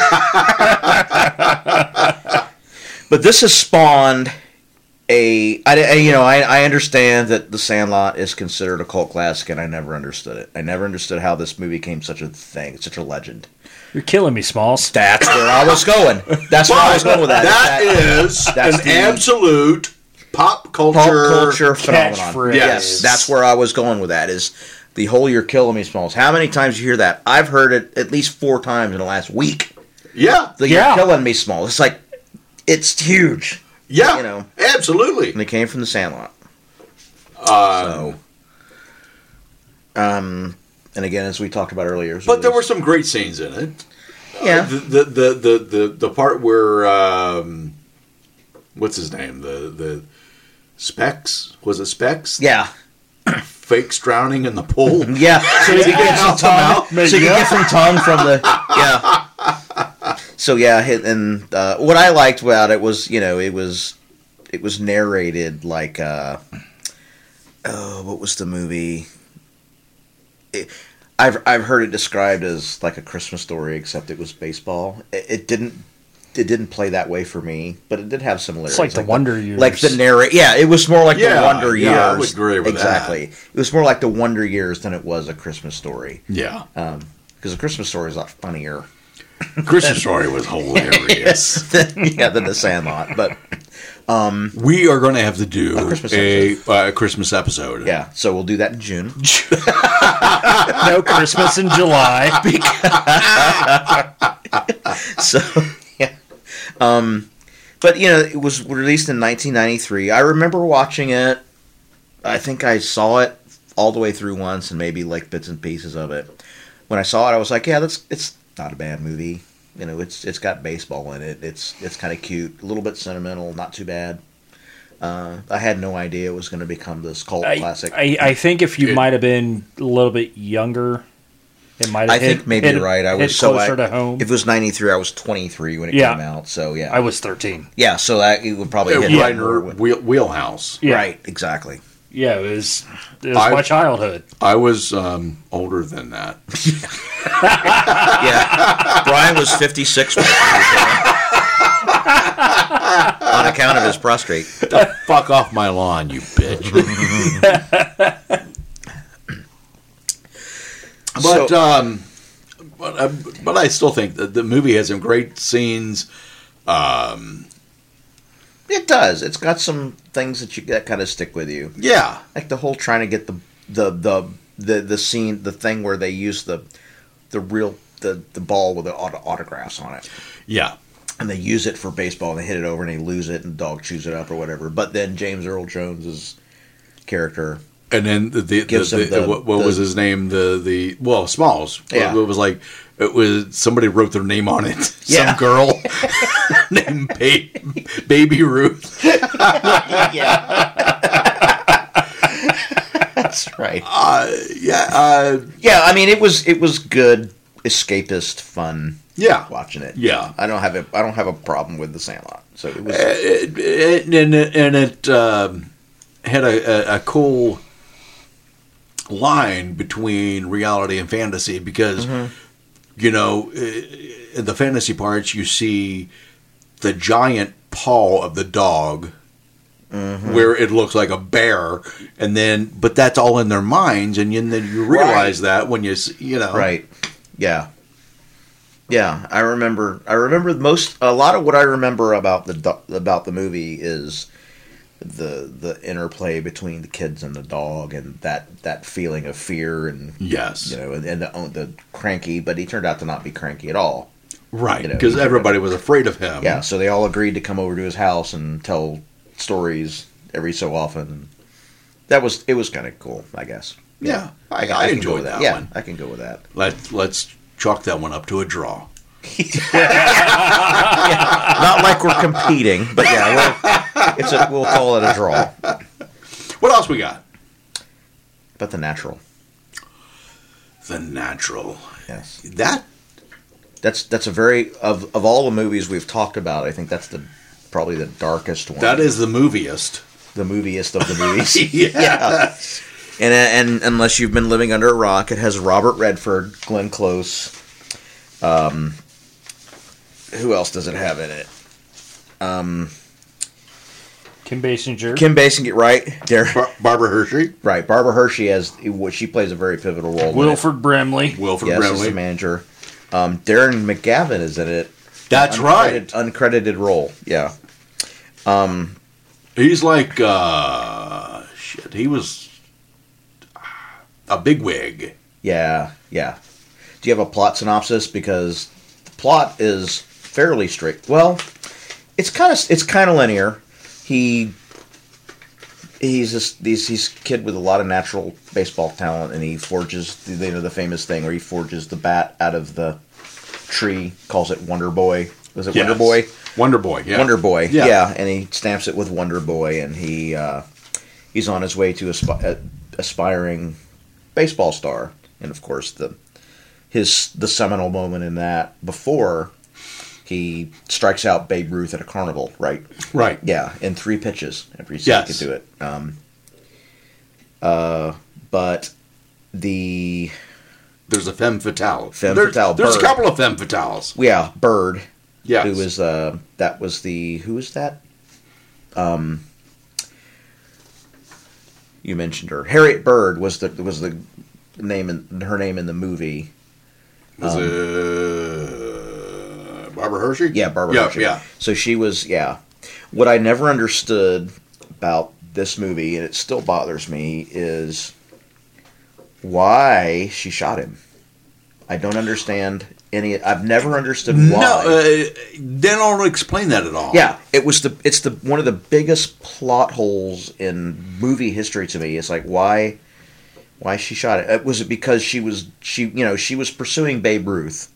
this has spawned a. I, I- you know, I, I understand that The Sandlot is considered a cult classic, and I never understood it. I never understood how this movie became such a thing, such a legend. You're killing me, Smalls. That's where I was going. That's where I was going with that. that That is that's an the- absolute pop culture. pop culture phenomenon. Catchphrase. Yes. That's where I was going with that. Is the whole "You're killing me" smalls? How many times you hear that? I've heard it at least four times in the last week. Yeah, The "You're Yeah. killing me" smalls. It's like it's huge, yeah, You know. absolutely. Uh, and it came from The Sandlot. Oh. So, um, and again, as we talked about earlier, it was But there were released- some great scenes in it. yeah, The the the the, the part where um, what's his name? The the Specs was it Specs? yeah, fakes drowning in the pool. yeah. So you Yeah. get some tongue, so you can get some tongue from the yeah. So yeah, hit- and uh, what I liked about it was you know it was it was narrated like uh, oh what was the movie? It, I've I've heard it described as like a Christmas story, except it was baseball. It, it didn't it didn't play that way for me, but it did have some lyrics. like the Wonder Years. Like the narrate. Yeah, it was more like Yeah, the Wonder Years. yeah, I would agree with that. exactly. It was more like the Wonder Years than it was a Christmas story. Yeah. Because a Christmas story is a lot funnier. Christmas Story was hilarious. yeah, than the Sandlot. But We are going to have to do a Christmas Christmas a, uh, a Christmas episode. yeah, so we'll do that in June. no Christmas in July. so yeah um but you know it was released in 1993 i remember watching it i think i saw it all the way through once and maybe like bits and pieces of it when i saw it i was like yeah that's it's not a bad movie you know it's it's got baseball in it it's it's kind of cute a little bit sentimental not too bad uh, I had no idea it was going to become this cult I, classic. I, I, I think if you It- might have been a little bit younger, it might. have hit- think maybe hit- you're right. I hit was so closer I- to home. If it was '93, I was 23 when it Yeah. came out. So yeah, I was thirteen. yeah. So that it would probably Uh, hit Right in more her when- wheel, wheelhouse. Yeah. Right, exactly. Yeah, it was. It was I- my childhood. I was um, older than that. Yeah. Brian was 56 when it was on account of his prostrate. Fuck off my lawn, you bitch. but So- um, but I, but I still think that the movie has some great scenes. Um, It does. It's got some things that you that kind of stick with you. Yeah, Like the whole trying to get the the the the, the scene, the thing where they use the the real the, the ball with the auto- autographs on it. yeah. And they use it for baseball and they hit it over and they lose it and the dog chews it up or whatever. But then James Earl Jones's character And then the the, Gives the, him the- what, what the- was his name? The the well Smalls. Yeah. It, was like it was somebody wrote their name on it. Some Yeah. girl named ba- Baby Ruth. Yeah. That's right. Uh, yeah, uh, Yeah, I mean it was it was good escapist fun yeah, watching it. yeah. I don't have a I don't have a problem with the Sandlot. So it was It, it, Eh, and it, and it um, had a, a, a cool line between reality and fantasy because Mm-hmm. you know i- in the fantasy parts you see the giant paw of the dog Mm-hmm. where it looks like a bear and then but that's all in their minds and you- and then you realize that when you s- you know right. Yeah. Yeah, I remember I remember most a lot of what I remember about the do- about the movie is the the interplay between the kids and the dog and that that feeling of fear and yes you know and, and the the cranky but he turned out to not be cranky at all. right You know, because everybody was afraid of him Yeah, so they all agreed to come over to his house and tell stories every so often. That was it was kind of cool, I guess. yeah, I, I, can go enjoyed with that, Yeah, one I can go with that. Let let's chalk that one up to a draw. Not like we're competing, but yeah, we're, it's a, we'll call it a draw. What else we got? But the natural, The Natural. yes, That that's that's a very of of all the movies we've talked about. I think that's the probably the darkest one. that is the moviest. the moviest of the movies. yeah. yeah. And, uh, and unless you've been living under a rock, it has Robert Redford, Glenn Close. Um, who else does it have in it? Kim Basinger. Kim Basinger, right? There, Bar- Barbara Hershey, right. Barbara Hershey as she plays a very pivotal role. Wilford Brimley. in it. Wilfred yes, as the Brimley. manager. Um, Darren McGavin is in it. That's right. Uncredited- Uncredited role. Yeah. He's like uh shit. He was uh, a bigwig. Yeah, yeah. Do you have a plot synopsis? Because the plot is fairly straight. Well, it's kind of it's kind of linear. He he's this he's, he's a kid with a lot of natural baseball talent, and he forges the, you know the famous thing where he forges the bat out of the tree, calls it Wonder Boy. Was it Wonder Boy? Wonder Boy. Yeah. Wonder Boy. Yeah. Yeah. and he stamps it with Wonder Boy, and he uh, he's on his way to asp- uh, aspiring baseball star, and of course the his the seminal moment in that before he strikes out Babe Ruth at a carnival, right? Right. Yeah, in three pitches, every yes. Yes. could do it. Um, uh, but the There's a femme fatale. Femme There- fatale There's a bird. couple of femme fatales. yeah bird Yes. who was uh, that was the who was that? Um, you mentioned her. Harriet Bird was the was the name in her name in the movie. Was um, it uh, Barbara Hershey? Yeah, Barbara. yeah, Hershey. Yeah. So she was yeah. What I never understood about this movie, and it still bothers me, is why she shot him. I don't understand any. I've never understood why. No, uh, they don't explain that at all. Yeah, it was the it's the one of the biggest plot holes in movie history to me. It's like why why she shot it? Uh, Was it because she was she you know she was pursuing Babe Ruth,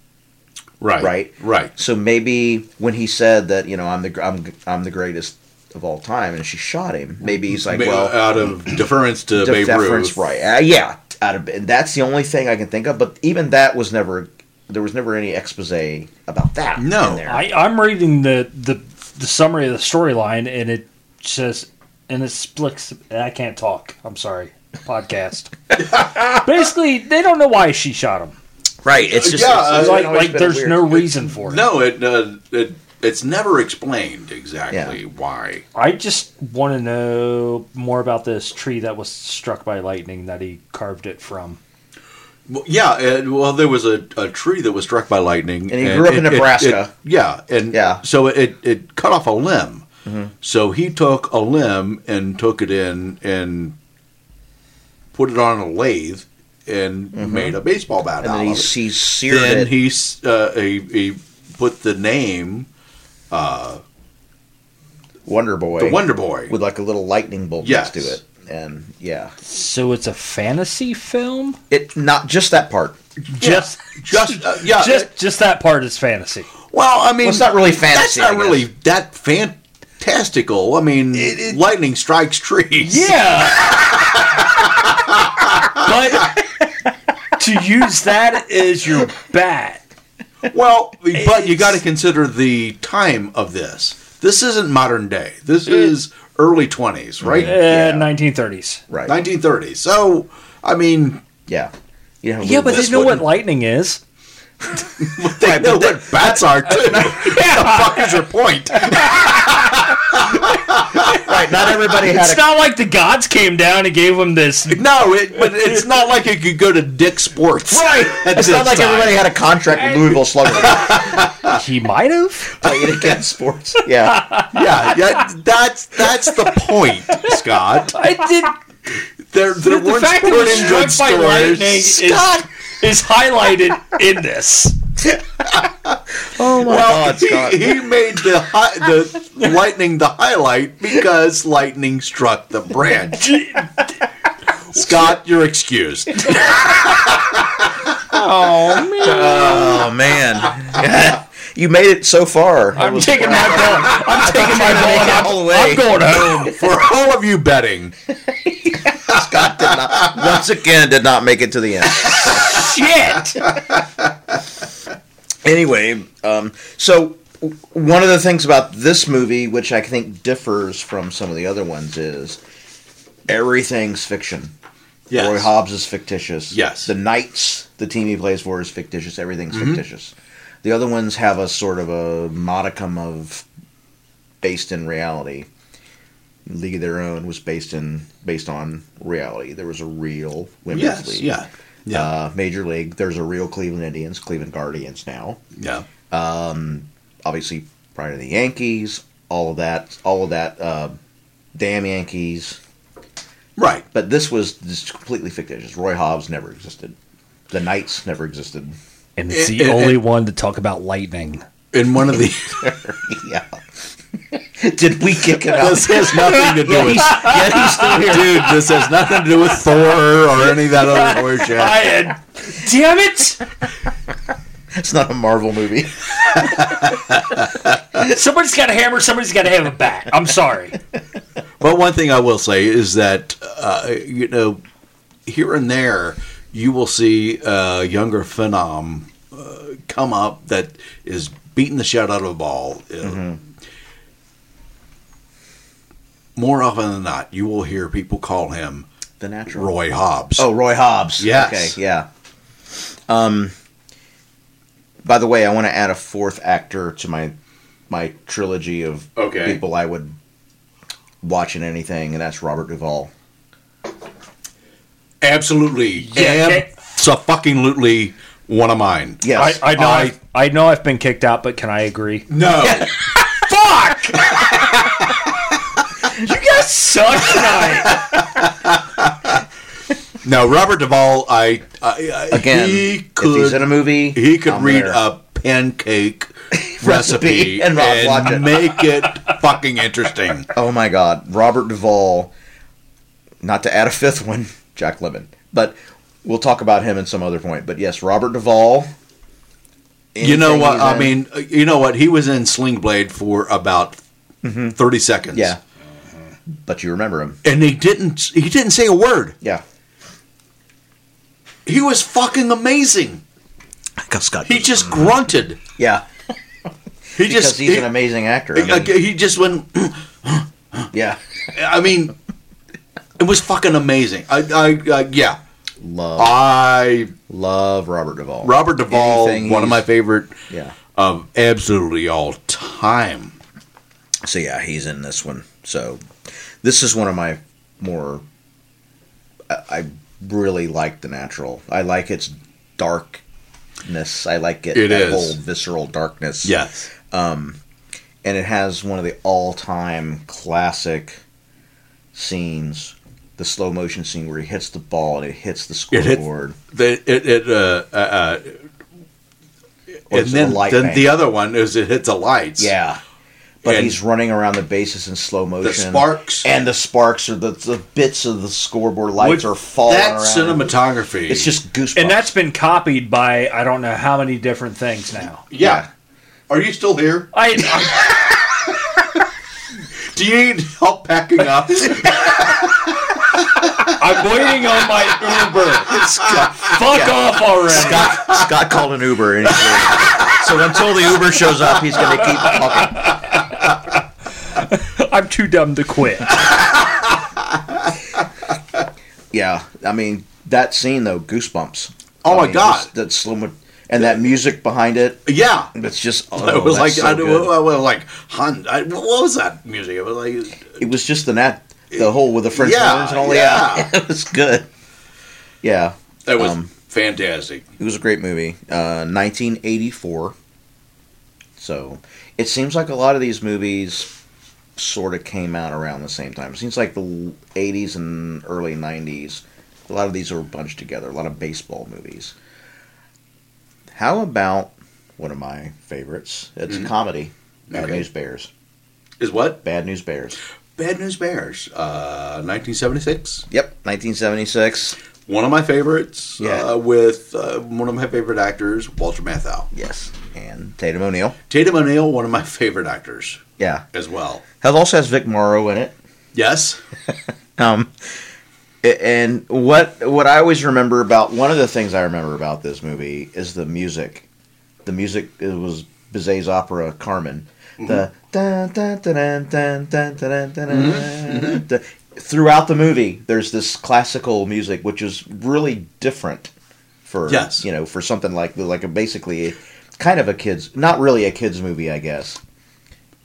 Right. right? Right. So maybe when he said that you know I'm the gr- I'm I'm the greatest of all time, and she shot him. Maybe he's like, Ba- well, out of deference to de- Babe deference, Ruth. right? Uh, yeah, out of and that's the only thing I can think of. But even that was never there was never any expose about that. No. in there. I, I'm reading the, the the summary of the storyline, and it says, and it splits. I can't talk. I'm sorry. Podcast. Basically, they don't know why she shot him. right? It's just Yeah, it's- uh, it's Like, always like been a there's weird- no reason for it. No, it, uh, it it's never explained exactly why. I just want to know more about this tree that was struck by lightning that he carved it from. Well, yeah, uh well, there was a, a tree that was struck by lightning, And he grew up in it- it- Nebraska. yeah, and Yeah. Mm-hmm. so it it cut off a limb. So he took a limb and took it in and put it on a lathe and made a baseball bat Mm-hmm. and out then he, of it. he seared then it. he, s- uh, he he put the name Wonder Boy, the Wonder Boy. with like a little lightning bolt Yes. next to it, and yeah, So it's a fantasy film. it not just that part. Just, Just uh, yeah, just, just that part is fantasy. Well, I mean, Well, it's not really fantasy, That's not I guess. really that fantastical. I mean, lightning strikes trees. Yeah. but to use that as your bat. Well, but you got to consider the time of this. This isn't modern day. This is early twenties, right? Uh, 1930s. Right? Nineteen thirties. So, I mean, yeah, you have a Yeah, little but bit- they know what lightning is. they know what bats are too. what the fuck is your point? right. Not everybody had It's a not like the gods came down and gave him this. No, it, but it's not like you could go to Dick Sports. Right. at It's not this like time. everybody had a contract with Louisville Slugger to He might have. play it against sports. Yeah, Yeah, yeah, that's that's the point, Scott. I did. There, there The weren't fact that it was sporting goods struck by stores. lightning is- Scott, Is highlighted in this. well, God, Scott. He, he made the hi- the lightning the highlight because lightning struck the branch. Scott, you're excused. Uh, oh man, you made it so far. I'm taking my ball. I'm taking my ball. and I'm, all the I'm way. going home. For all of you betting, Scott did not. Once again, did not make it to the end. Shit. anyway, um, so w- one of the things about this movie, which I think differs from some of the other ones, is everything's fiction. yes, Roy Hobbs is fictitious. Yes. Mm-hmm. The Knights, the team he plays for, is fictitious. Everything's fictitious. The other ones have a sort of a modicum of based in reality. League of Their Own was based in based on reality. There was a real women's yes, league. yeah, yeah, Uh, Major League. There's a real Cleveland Indians, Cleveland Guardians now yeah. obviously prior to the Yankees, all of that, all of that, uh, damn Yankees. Right. But this was just completely fictitious. Roy Hobbs never existed. The Knights never existed. And it's the only one to talk about lightning. In one of the yeah. Did we kick it out? this has nothing to do with dude. This has nothing to do with Thor or any of that other bullshit. I had. Damn it! It's not a Marvel movie. Somebody's got a hammer. Somebody's got to have a bat. I'm sorry. But one thing I will say is that uh, you know, here and there, you will see a younger phenom uh, come up that is beating the shit out of a ball. Uh, More often than not, you will hear people call him The Natural. Roy Hobbs. Oh, Roy Hobbs. Yes. Okay. Yeah. Um. By the way, I want to add a fourth actor to my my trilogy of Okay. people I would watch in anything, and that's Robert Duvall. Absolutely. Yeah. It's a fucking lutely one of mine. Yes, I, I know I- I, I know I've been kicked out, but can I agree? No. Fuck! You guys suck tonight. No, Robert Duvall, I, I, I again, he if he's could in a movie, he could I'm read there. a pancake recipe and and, not watch it. make it fucking interesting. Oh my God, Robert Duvall. Not to add a fifth one, Jack Lemon, but we'll talk about him at some other point. But yes, Robert Duvall. you know anything what? he's I in- mean, you know what? He was in Sling Blade for about thirty seconds. Mm-hmm. yeah, but you remember him, and he didn't. He didn't say a word. yeah? He was fucking amazing. Scott, He just grunted. yeah, He Mm-hmm. because just he's he, an amazing actor. I mean, he- he just went. yeah, I mean, it was fucking amazing. I, I, I yeah. love I love Robert Duvall. Robert Duvall, Anything one of my he's- favorite Yeah. of absolutely all time. So yeah, he's in this one. So this is one of my more. I, I really like the natural. I like its darkness. I like it. It that is. whole visceral darkness. Um, Yes. and it has one of the all-time classic scenes. The slow motion scene where he hits the ball and it hits the It hit- scoreboard. The, it, it, uh, uh, uh, Or and is it a then, light then bank? the other one is it hits the lights. yeah, but And- he's running around the bases in slow motion. The sparks. and the sparks or the, the bits of the scoreboard lights are falling that around. cinematography. It's just goosebumps. and that's been copied by I don't know how many different things now. yeah. Are you still here? I Do you need help packing up? I'm waiting on my Uber. Fuck off already. Scott, Scott called an Uber, and he's- so until the Uber shows up, he's going to keep talking. I'm too dumb to quit. Yeah, I mean that scene though, goosebumps. Oh, I my mean, God. just that slow mo- and that music behind it. yeah. It's just oh, I was like, that's so I, good. I was like, hun, I, what was that music? I was like, it was just the nat the whole with the French Yeah, horns and all yeah. that. It was good. Yeah, that was Um, fantastic. it was a great movie. Uh, 1984. So it seems like a lot of these movies sort of came out around the same time. It seems like the 80s and early 90s. A lot of these were bunched together. A lot of baseball movies. How about one of my favorites? It's a comedy. Bad Okay. News Bears. Is what? Bad News Bears. Bad News Bears, uh, 1976. Yep, 1976. One of my favorites Yeah. uh, with uh, one of my favorite actors, Walter Matthau. Yes, and Tatum O'Neill. Tatum O'Neill, one of my favorite actors Yeah, as well. has also has Vic Morrow in it. Yes. Um, a- and what what I always remember about one of the things I remember about this movie is the music. The music it was Bizet's opera Carmen. Mm-hmm. The dun, dun, dun, dun, dun, dun, dun, dun, dun, Mm-hmm. dun, dun. throughout the movie, there's this classical music which is really different for Yes. you know for something like like a basically kind of a kids not really a kids movie I guess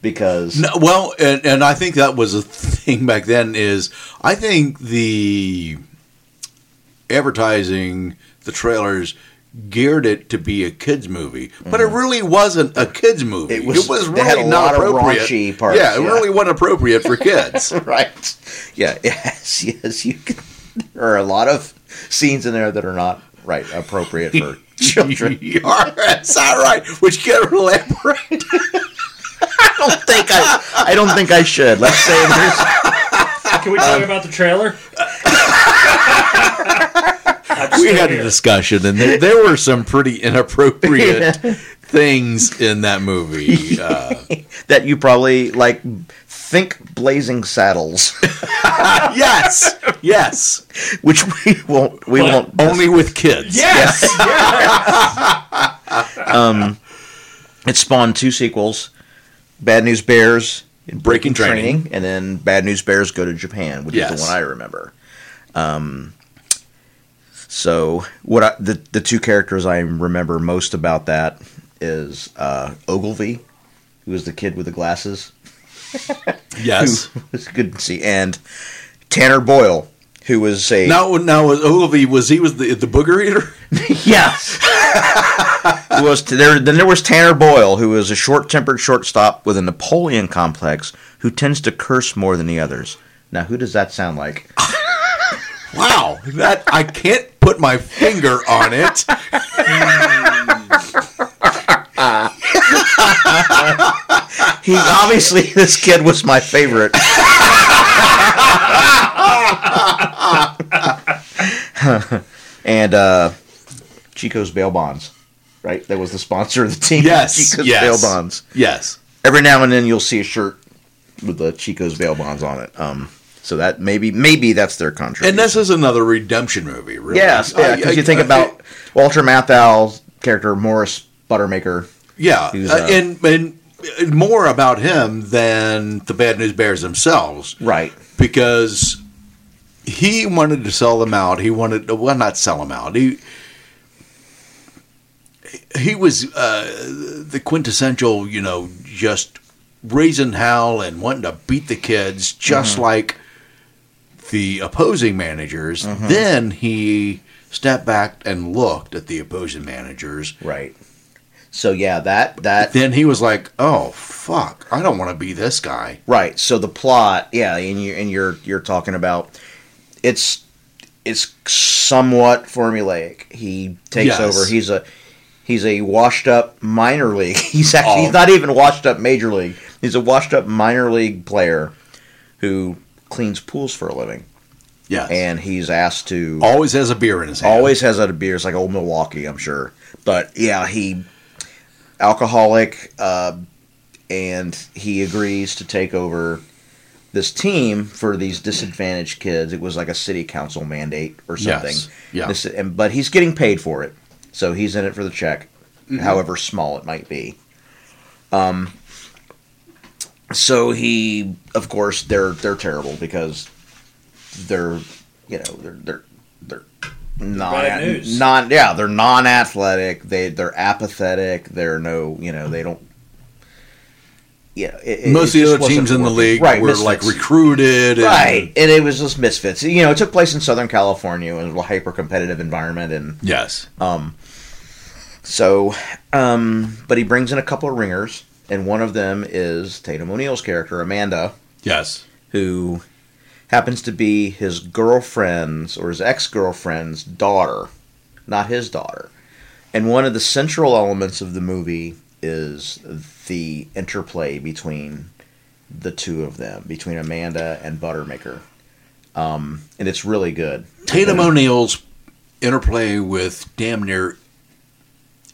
because No, well, and, and I think that was a thing back then. Is I think the advertising, the trailers geared it to be a kids movie, but it really wasn't a kids movie. Mm. It It was- was, they really had a not lot of appropriate. raunchy parts, yeah, it yeah. really wasn't appropriate for kids. right. Yeah. Yes. Yes. You can. There are a lot of scenes in there that are not right appropriate for children. You are- That's all right. Which can elaborate. I don't think I. I don't think I should. Let's say there's. Can we talk about the trailer? we had a discussion, and there, there were some pretty inappropriate things in that movie. Uh, that you probably like. Think Blazing Saddles, yes, yes. which we won't. We won't. Only with kids. Yes. It spawned two sequels: Bad News Bears, Breaking Training. and then Bad News Bears Go to Japan, which is Yes. the one I remember. Um, so what I, the the two characters I remember most about that is uh, Ogilvy, who was the kid with the glasses, Yes. who was good to see, and Tanner Boyle, who was a Now, now was Ogilvy was he was the the booger eater? yes. who was there? Then there was Tanner Boyle, who was a short-tempered shortstop with a Napoleon complex, who tends to curse more than the others. Now, who does that sound like? Wow, that I can't put my finger on it. He obviously this kid was my favorite. and uh, Chico's bail bonds, right? That was the sponsor of the team. Yes, Chico's yes. bail bonds. Yes. Every now and then you'll see a shirt with the Chico's bail bonds on it. Um, so that maybe maybe that's their contract. And this is another redemption movie, really. yes, I- yeah, because I- you think I- about Walter Matthau's character Morris Buttermaker. yeah, who's, uh, uh, and and more about him than the Bad News Bears themselves, Right. because he wanted to sell them out. He wanted to, well, not sell them out. He he was uh, the quintessential, you know, just raising hell and wanting to beat the kids, just Mm-hmm. like the opposing managers. Mm-hmm. Then he stepped back and looked at the opposing managers. Right. So yeah, that that Then he was like, "Oh fuck, I don't want to be this guy." Right. So the plot, yeah, and you and you're you're talking about it's it's somewhat formulaic. He takes Yes. over. He's a he's a washed up minor league. He's actually Oh. he's not even washed up major league. He's a washed up minor league player who cleans pools for a living, Yes, and he's asked to always has a beer in his hand. always has out of beers like old Milwaukee, I'm sure. But yeah, he alcoholic, uh, and he agrees to take over this team for these disadvantaged kids. It was like a city council mandate or something. Yes, yeah. This- and, but he's getting paid for it, so he's in it for the check, Mm-hmm. however small it might be. Um. So he, of course, they're they're terrible because they're you know they're they're they're Bad non news. non yeah they're non athletic they they're apathetic they're no you know they don't yeah it, it- Most of the it just other teams wasn't in the working. league right, were misfits. like recruited. And, right and it was just misfits you know it took place in Southern California it was a hyper competitive environment and um, Yes. so um but he brings in a couple of ringers and one of them is Tatum O'Neal's character Amanda Yes. who happens to be his girlfriend's or his ex girlfriend's daughter, not his daughter. And one of the central elements of the movie is the interplay between the two of them, between Amanda and Buttermaker. Um, and it's really good. Tatum O'Neal's interplay with damn near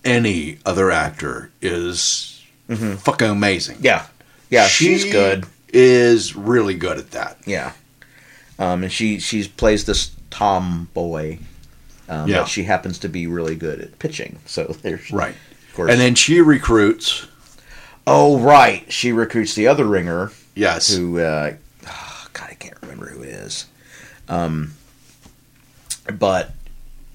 any other actor is fucking amazing. Yeah. Mm-hmm. Yeah, She she's good. Is really good at that. Yeah. Um, and she she plays this tomboy. Um, Yeah. But she happens to be really good at pitching. So there's Right. Of course. And then she recruits. Oh right, she recruits the other ringer Yes. who uh, oh, God, I can't remember who it is. Um, but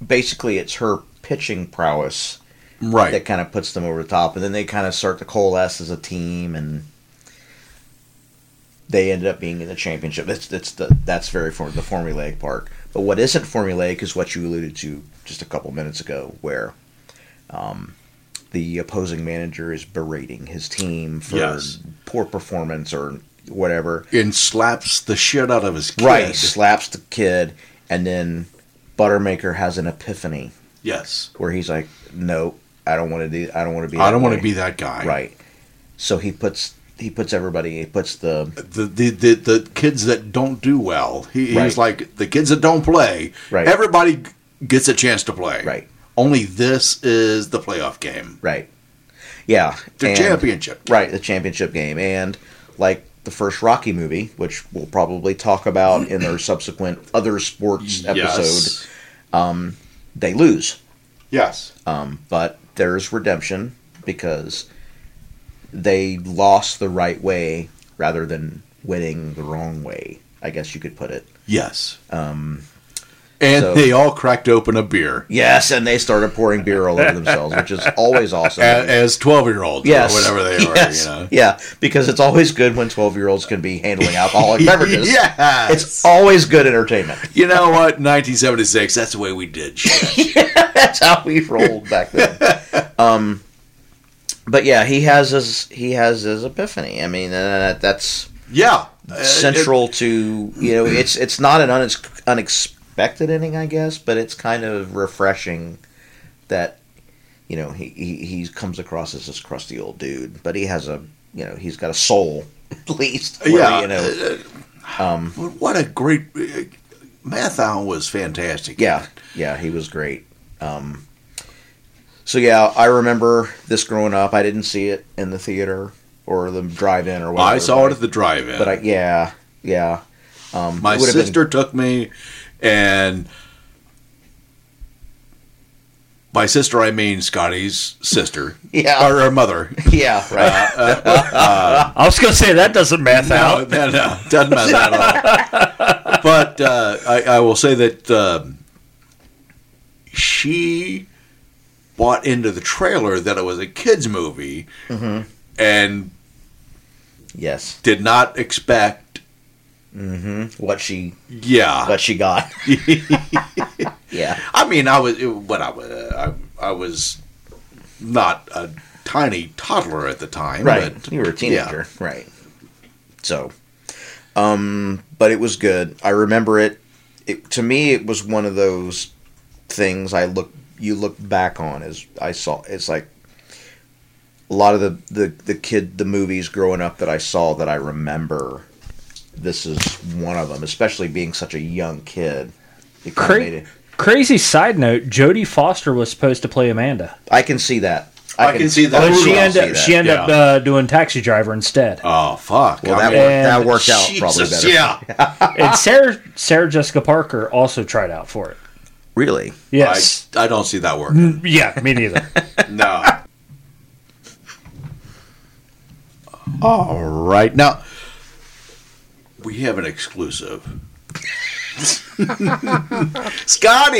basically, it's her pitching prowess that right. kind of puts them over the top, and then they kind of start to coalesce as a team, and they ended up being in the championship. That's that's the that's very form the formulaic part. But what isn't formulaic is what you alluded to just a couple minutes ago, where um, the opposing manager is berating his team for Yes. poor performance or whatever. And slaps the shit out of his kid. Right, slaps the kid, and then Buttermaker has an epiphany Yes. where he's like, "No, I don't want to do. I don't want to be. I that don't want to way." be that guy. Right. So he puts he puts everybody. He puts the the the, the, the kids that don't do well. He, Right. He's like the kids that don't play. Right. Everybody g- gets a chance to play. Right. Only this is the playoff game, right. Yeah, the and- championship. Right, the championship game, and like the first Rocky movie, which we'll probably talk about in our subsequent other sports episode. Yes. They lose, Yes. um, but there's redemption because they lost the right way rather than winning the wrong way. I guess you could put it. Yes. Um, And So- they all cracked open a beer Yes, and they started pouring beer all over themselves, which is always awesome. as, as 12 year olds yes, or whatever they are. Yes. You know? Yeah, because it's always good when twelve-year-olds can be handling alcoholic beverages. Yes. it's always good entertainment. You know what? 1976, that's the way we did shit. That's how we rolled back then. um, but yeah, he has his he has his epiphany. I mean, uh, that's yeah. Uh, central to you know it's it's not an unex- unexpected ending, I guess, but it's kind of refreshing that you know he, he he comes across as this crusty old dude, but he has a you know he's got a soul at least. it- where, yeah. you know um, uh, uh, what a great. Uh, Mathon was fantastic. Yeah, yeah, he was great. Um, so yeah, I remember this growing up. I didn't see it in the theater or the drive-in or whatever. I saw but it at the drive in. but I, yeah, yeah. Um, My it would've been- sister took me, and by sister I mean Scotty's sister Yeah. or, or mother. yeah, Uh, right. I was going to say that doesn't math No, out. no, no, doesn't matter at all. But uh, I, I will say that um, she bought into the trailer that it was a kids movie, Mm-hmm. and yes. did not expect. What she, Yeah, what she got. yeah, I mean, I was when I was I, I was not a tiny toddler at the time, right. But you were a teenager, right? So, um, but it was good. I remember it. It to me, it was one of those things I look you look back on as I saw. It's like a lot of the the the kid the movies growing up that I saw that I remember. This is one of them, especially being such a young kid. It kinda made Cra- it- crazy side note: Jodie Foster was supposed to play Amanda, I can see that. I can see that. I but Ooh, she I'll ended see up she ended up yeah. uh, doing Taxi Driver instead. Oh fuck! Well, that, I mean, one- worked, that worked out probably Jesus, better. Yeah, and Sarah Sarah Jessica Parker also tried out for it. Really? Yes, I, I don't see that work. yeah, me neither. No. All right. Now, we have an exclusive. Scotty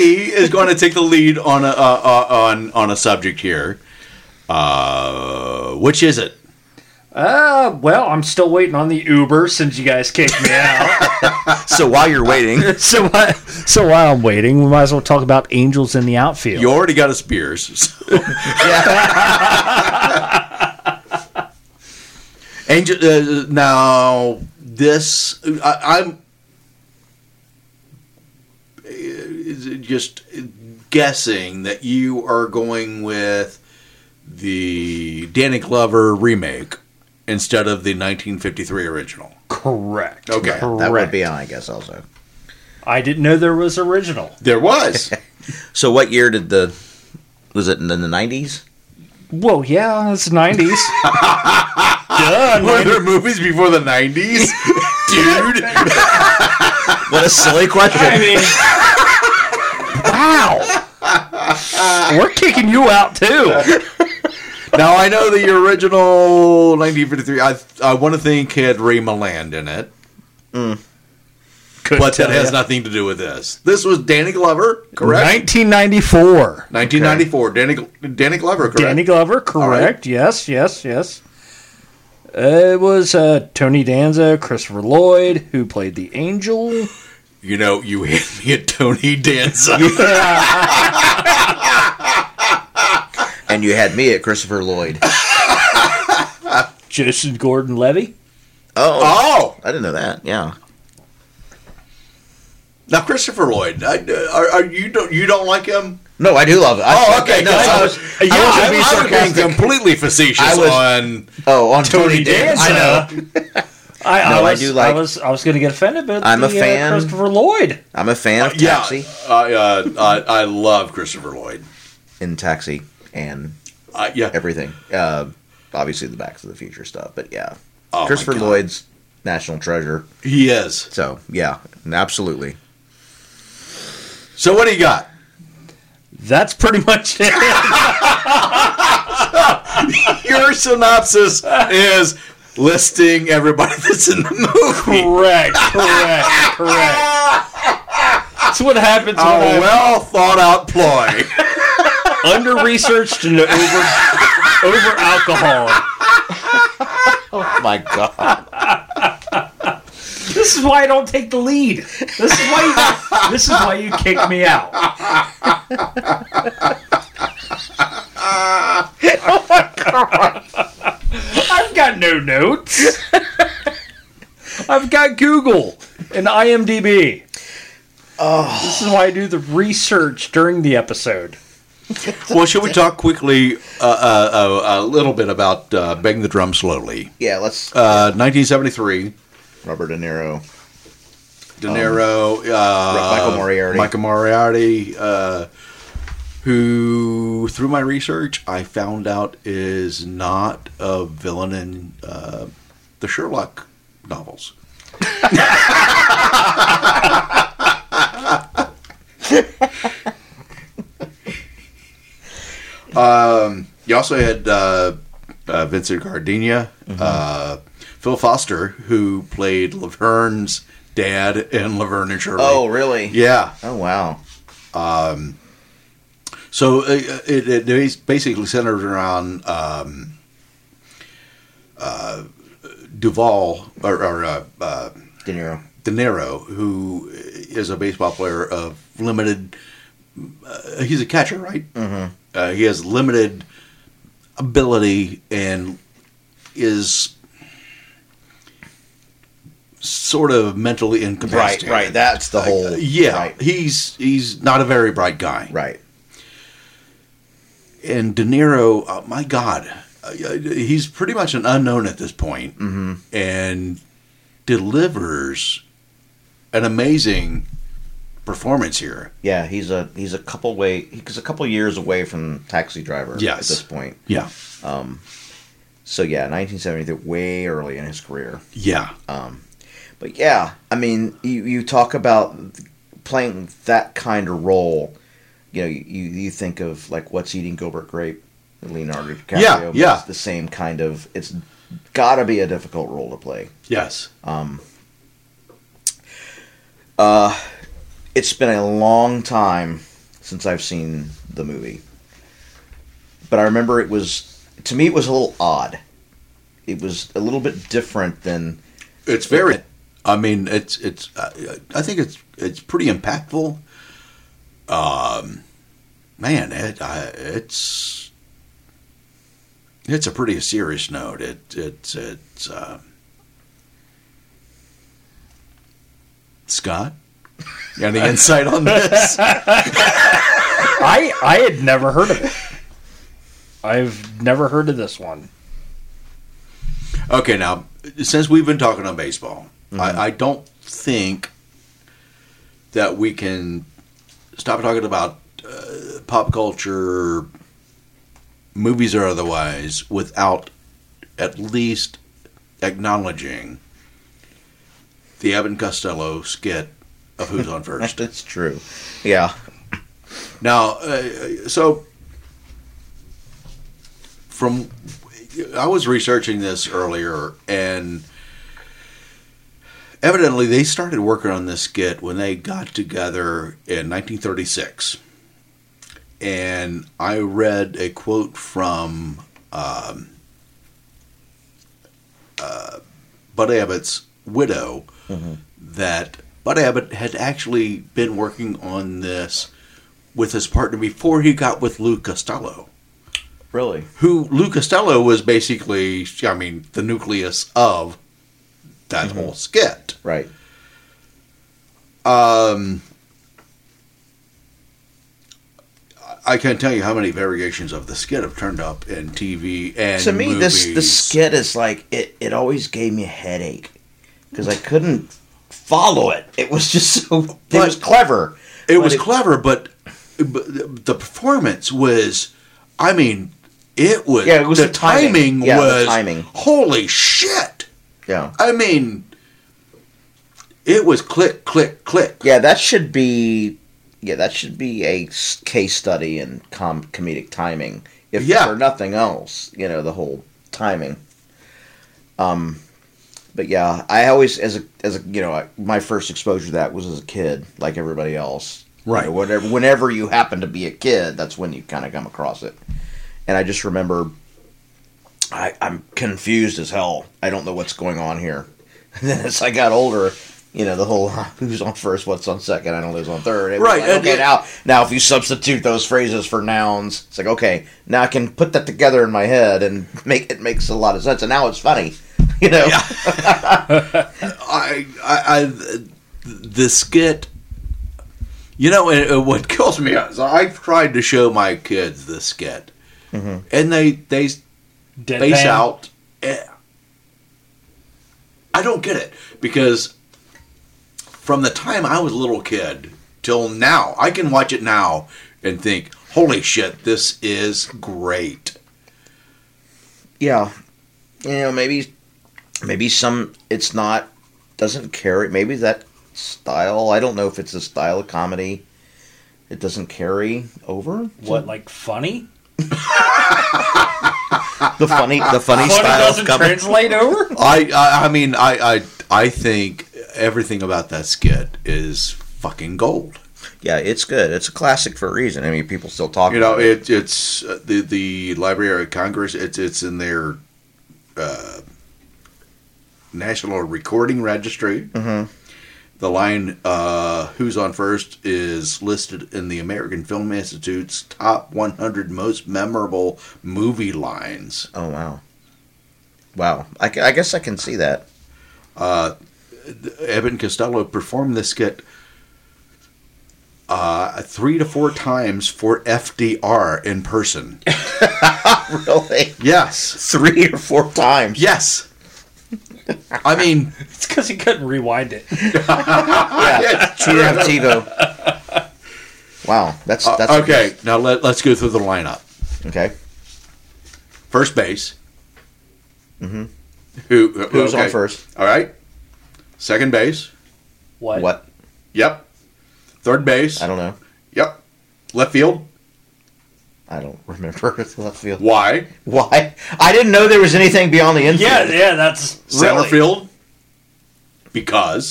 is going to take the lead on a uh, uh, on on a subject here. Uh, which is it? Uh, well, I'm still waiting on the Uber since you guys kicked me out. So while you're waiting, so, I, so while I'm waiting, we might as well talk about angels in the outfield. You already got a Spears. Angel. Uh, now this, I, I'm is it just guessing that you are going with the Danny Glover remake instead of the 1953 original. Correct. Okay. Correct. that would be on, I guess, also. I didn't know there was original. There was. So what year did the was it in the nineties? Whoa, yeah, it's nineties. Duh, Were 90s. there movies before the 90s? Dude. What a silly question! I mean, wow. We're kicking you out too. now I know the original 1953. I I want to think had Ray Milland in it, Couldn't but that tell has ya. nothing to do with this. This was Danny Glover, correct? 1994. 1994. Danny Danny Danny Glover, correct? Danny Glover, right. correct. Yes, yes, yes. Uh, it was uh, Tony Danza, Christopher Lloyd, who played the angel. you know, you hit me at Tony Danza. And you had me at Christopher Lloyd. Jason Gordon Levy. Oh, Oh, I didn't know that. Yeah, now Christopher Lloyd. I, uh, are, are you don't you don't like him? no, I do love it. I, Oh, okay. No, good. I was. yeah, I I was, was I was being completely facetious I was- on. Oh, on Tony, Danza. I know. I, No, I was, do like- I was, I was going to get offended, but I'm a the, uh, fan. Christopher Lloyd. I'm a fan of Yeah, Taxi I, uh, I I love Christopher Lloyd. in Taxi and Uh, yeah, everything. Uh, obviously the Back to the Future stuff, but yeah, Oh, my Christopher God. Lloyd's national treasure. he is. So yeah, absolutely. So what do you got? That's pretty much it. Your synopsis is listing everybody that's in the movie. correct, correct, correct. That's what happens A Oh, when I'm well thought out ploy. under researched and over over alcohol. my God. This is why I don't take the lead. This is why you, this is why you kick me out. Oh I've got no notes. I've got Google and IMDb. Oh. This is why I do the research during the episode. well, should we talk quickly uh, uh, uh, a little bit about uh, Bang the Drum Slowly? Yeah, let's. Uh, 1973, Robert De Niro. De Niro, uh, Michael Moriarty. Um, Michael Moriarty, uh, who, through my research, I found out is not a villain in uh, the Sherlock novels. um, you also had uh, uh, Vincent Gardenia, Mm-hmm. uh, Phil Foster, who played Laverne's dad in Laverne and Shirley. Oh, really? yeah. Oh, wow. So uh, it, it bas- basically centers around um, uh, Duval or, or uh, uh, De Niro. De Niro, who is a baseball player of limited. Uh, he's a catcher, right? Mm-hmm. Uh, he has limited ability and is sort of mentally Right, incapacitated. uh, right. That's the whole. Yeah, Right. he's he's not a very bright guy. right. and De Niro, oh my God, uh, he's pretty much an unknown at this point, and delivers an amazing performance here. Yeah, he's a he's a couple way he's a couple years away from Taxi Driver Yes. at this point. Um, Yeah, So yeah, 1973, way early in his career. yeah, Um, But yeah, I mean, you, you talk about playing that kind of role. You know, you, you think of like what's eating Gilbert Grape, Leonardo DiCaprio. Yeah, but yeah. It's the same kind of. It's got to be a difficult role to play. yes, It's been a long time since I've seen the movie, but I remember it was to me it was a little odd. It was a little bit different than it's very. I mean, it's it's. Uh, I think it's it's pretty impactful. Um, man, it I, it's it's a pretty serious note. It it's it's. Uh, Scott, You got any insight on this? I I had never heard of it. I've never heard of this one. Okay, now since we've been talking on baseball, I, I don't think that we can stop talking about uh, pop culture, movies or otherwise, without at least acknowledging the Evan Costello skit of Who's on First. it's true. Yeah, Now, uh, so from I was researching this earlier, and evidently they started working on this skit when they got together in 1936. And I read a quote from um, uh, Bud Abbott's widow that Bud Abbott had actually been working on this with his partner before he got with Lou Costello, really. who Lou Costello was basically, I mean, the nucleus of that Mm-hmm. whole skit. Um, Right. I can't tell you how many variations of the skit have turned up in TV and to me this the movies. skit is like it, it always gave me a headache because i couldn't follow it it was just so it But- was clever It But was clever, but, but the performance was, I mean, it was. Yeah, it was the, the timing. timing, Yeah, the was timing. holy shit. yeah I mean, it was click, click, click. yeah that should be yeah that should be a s- case study in com- comedic timing if Yeah. for nothing else you know the whole timing um but yeah, I always as a as a you know I, my first exposure to that was as a kid, like everybody else. You Right. know, whatever. Whenever you happen to be a kid, that's when you kind of come across it. And I just remember, I, I'm confused as hell. I don't know what's going on here. And then as I got older, you know, the whole huh, who's on first, what's on second, I don't know who's on third. It was Right, like, and okay. it- now, now if you substitute those phrases for nouns, it's like okay. Now I can put that together in my head and make it makes a lot of sense. And now it's funny. You know. I, I, I the skit. You know, and, uh, what kills me is I've tried to show my kids the skit, and they they Deadpan. base out. eh, I don't get it because from the time I was a little kid till now, I can watch it now and think, "Holy shit, this is great!" yeah you know maybe maybe some it's not doesn't carry maybe that style i don't know if it's a style of comedy it doesn't carry over What, like funny? the funny the funny Funny style of doesn't comedy translate over? I, I I mean I I I think everything about that skit is fucking gold. yeah it's good it's a classic for a reason i mean people still talk You know, about it, it it's uh, the the Library of Congress. It's it's in their uh, national recording registry. The line uh, "Who's on first is listed in the American Film Institute's top 100 most memorable movie lines. oh wow wow I, ca- I guess i can see that Evan Uh, Costello performed this skit uh, three to four times for FDR in person. really Yes, three or four times yes. I mean, It's because he couldn't rewind it. yeah tivo wow that's Uh, that's okay, now let, let's go through the lineup. okay First base. Who, uh, Mm-hmm. who's on okay. first All right. Second base. What? what Yep. Third base. i don't know Yep. Left field. I don't remember left field. Y. Why? I didn't know there was anything beyond the infield. Yeah, yeah, that's Center really- field. Because.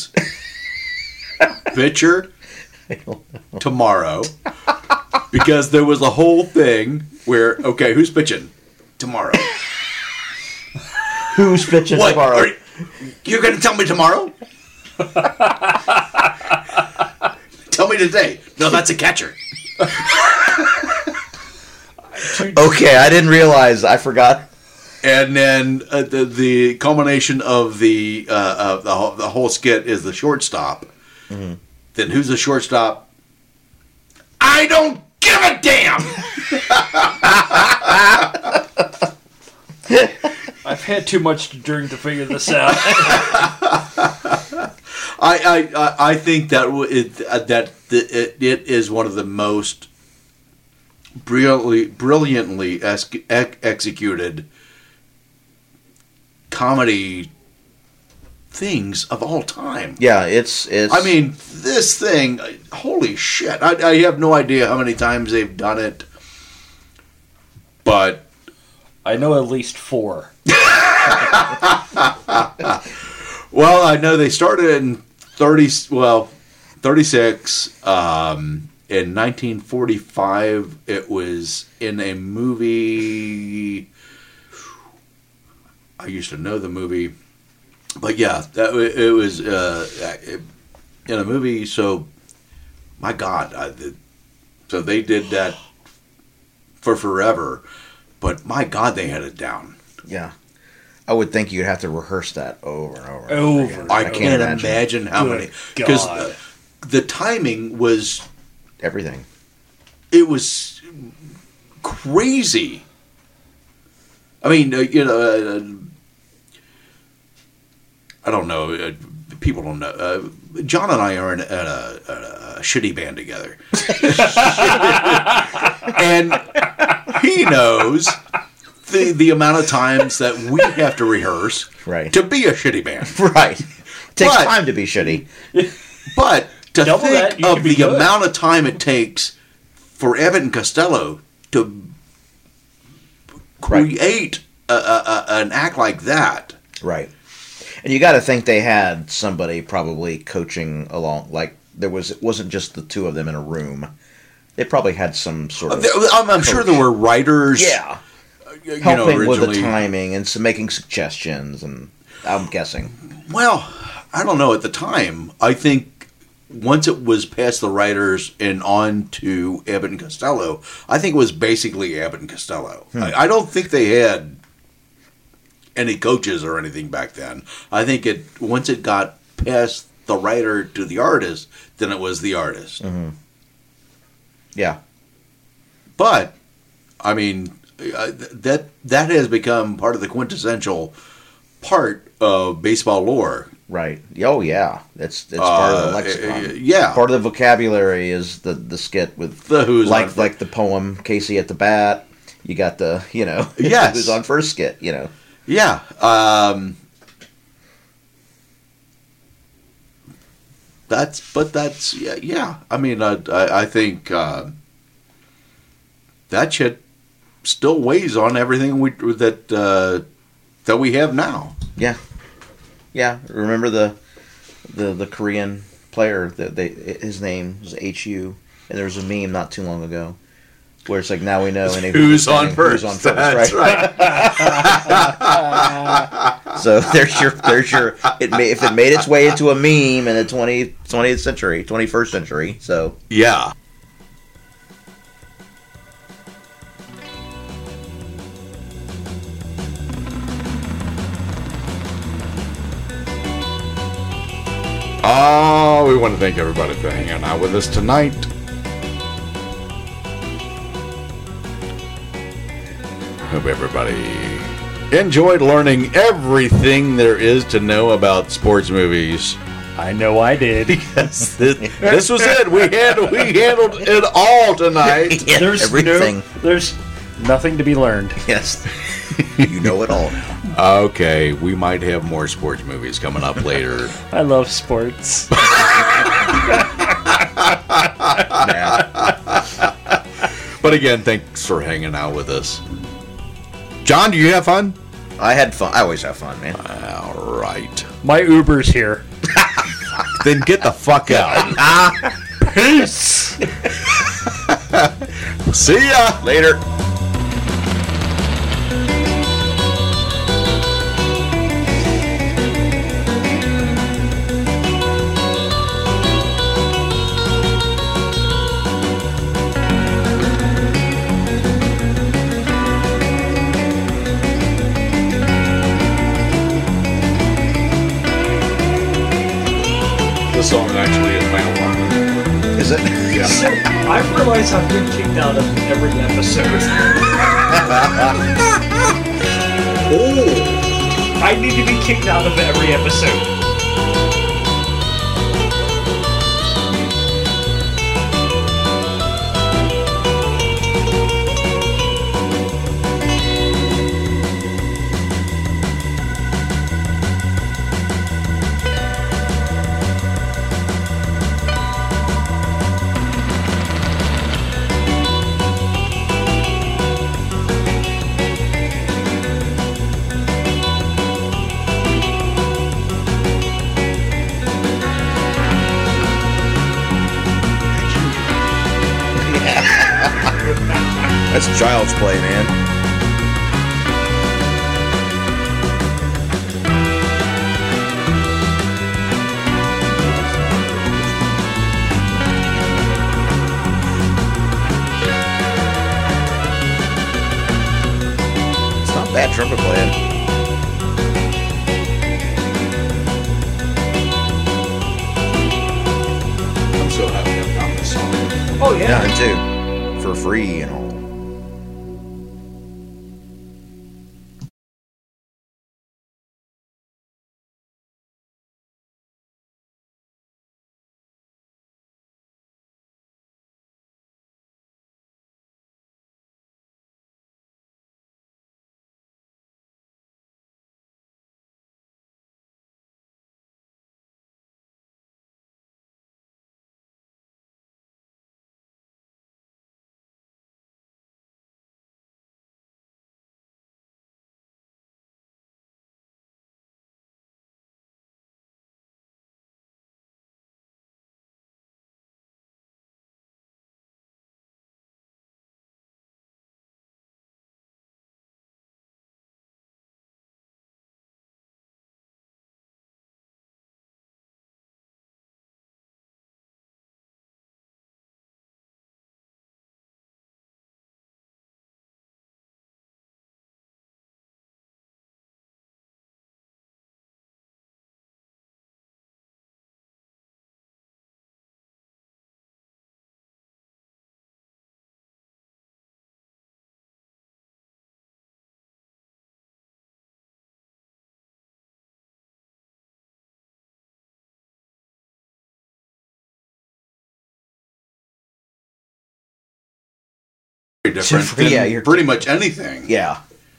Pitcher. Tomorrow. because there was a whole thing where okay, who's pitching tomorrow? Who's pitching What? tomorrow? Are you, you're going to tell me tomorrow? tell me today. No, that's a catcher. Okay, I didn't realize. I forgot. And then uh, the, the culmination of the uh, uh, the, whole, the whole skit is the shortstop. Then who's the shortstop? I don't give a damn. I've had too much to drink to figure this out. I I, I, I think that w- it, uh, that the, it, it is one of the most brilliantly brilliantly es- ec- executed comedy things of all time. Yeah, it's it's. I mean, this thing, holy shit! I, I have no idea how many times they've done it, but I know at least four. Well, I know they started in thirty. Well, thirty six. Um, in nineteen forty five, it was in a movie. I used to know the movie, but yeah, that wa- it was uh, in a movie. So, my God, I, the- so they did that for forever. But my God, they had it down. yeah, I would think you'd have to rehearse that over and over. and Over. again. I, can't imagine, how Good many because God. the timing was everything. it was crazy. I mean, uh, you know, uh, I don't know. Uh, people don't know. Uh, John and I are in, in a, in a shitty band together, and he knows the the amount of times that we have to rehearse Right. to be a shitty band. Right. It takes But- time to be shitty. But to Double think that, you of could be the good. amount of time it takes for Evan Costello to Right. create a, a, a, an act like that. Right. And you got to think they had somebody probably coaching along. Like there was, it wasn't just the two of them in a room. They probably had some Uh, sort of I'm, I'm sure there were writers. yeah, you know, helping with the originally. timing and some making suggestions. And I'm guessing Well, I don't know. At the time, I think once it was past the writers and on to Abbott and Costello, I think it was basically Abbott and Costello. I, I don't think they had any coaches or anything back then. I think it once it got past the writer to the artist, then it was the artist. yeah, But I mean, I- th- that that has become part of the quintessential part of baseball lore. right. Oh yeah, that's that's part of the Uh, lexicon. uh, yeah. part of the vocabulary is the the skit with The Who's like on- like the poem Casey at the bat. You got the you know Yes. who's on first skit. You know Yeah. Um, that's but that's yeah. yeah. I mean, I I, I think uh, that shit still weighs on everything we that uh, that we have now. yeah yeah. Remember the the the Korean player that they his name was H U and there was a meme not too long ago where it's like now we know and it- who's on first, That's right? So there's your there's your it may, if it made its way into a meme in the 20, 20th century 21st century so Yeah. Oh, we want to thank everybody for hanging out with us tonight. Hope everybody enjoyed learning everything there is to know about sports movies I know I did. yes, this, this was it. We had we handled it all tonight. yeah, There's everything No, there's nothing to be learned. yes you know it all Okay, we might have more sports movies coming up later. I love sports. now But again, thanks for hanging out with us. John, do you have fun? I had fun I always have fun man All right. My Uber's here. Then get the fuck out. Peace. See ya. later. This song actually is my alarm. Is it? I realize I've been kicked out of every episode. Oh, I need to be kicked out of every episode. That's child's play, man. It's not bad trumpet playing. I'm so happy I found this song. Oh, Yeah, too. For free and all. very different Yeah, than you're- pretty much anything. Yeah.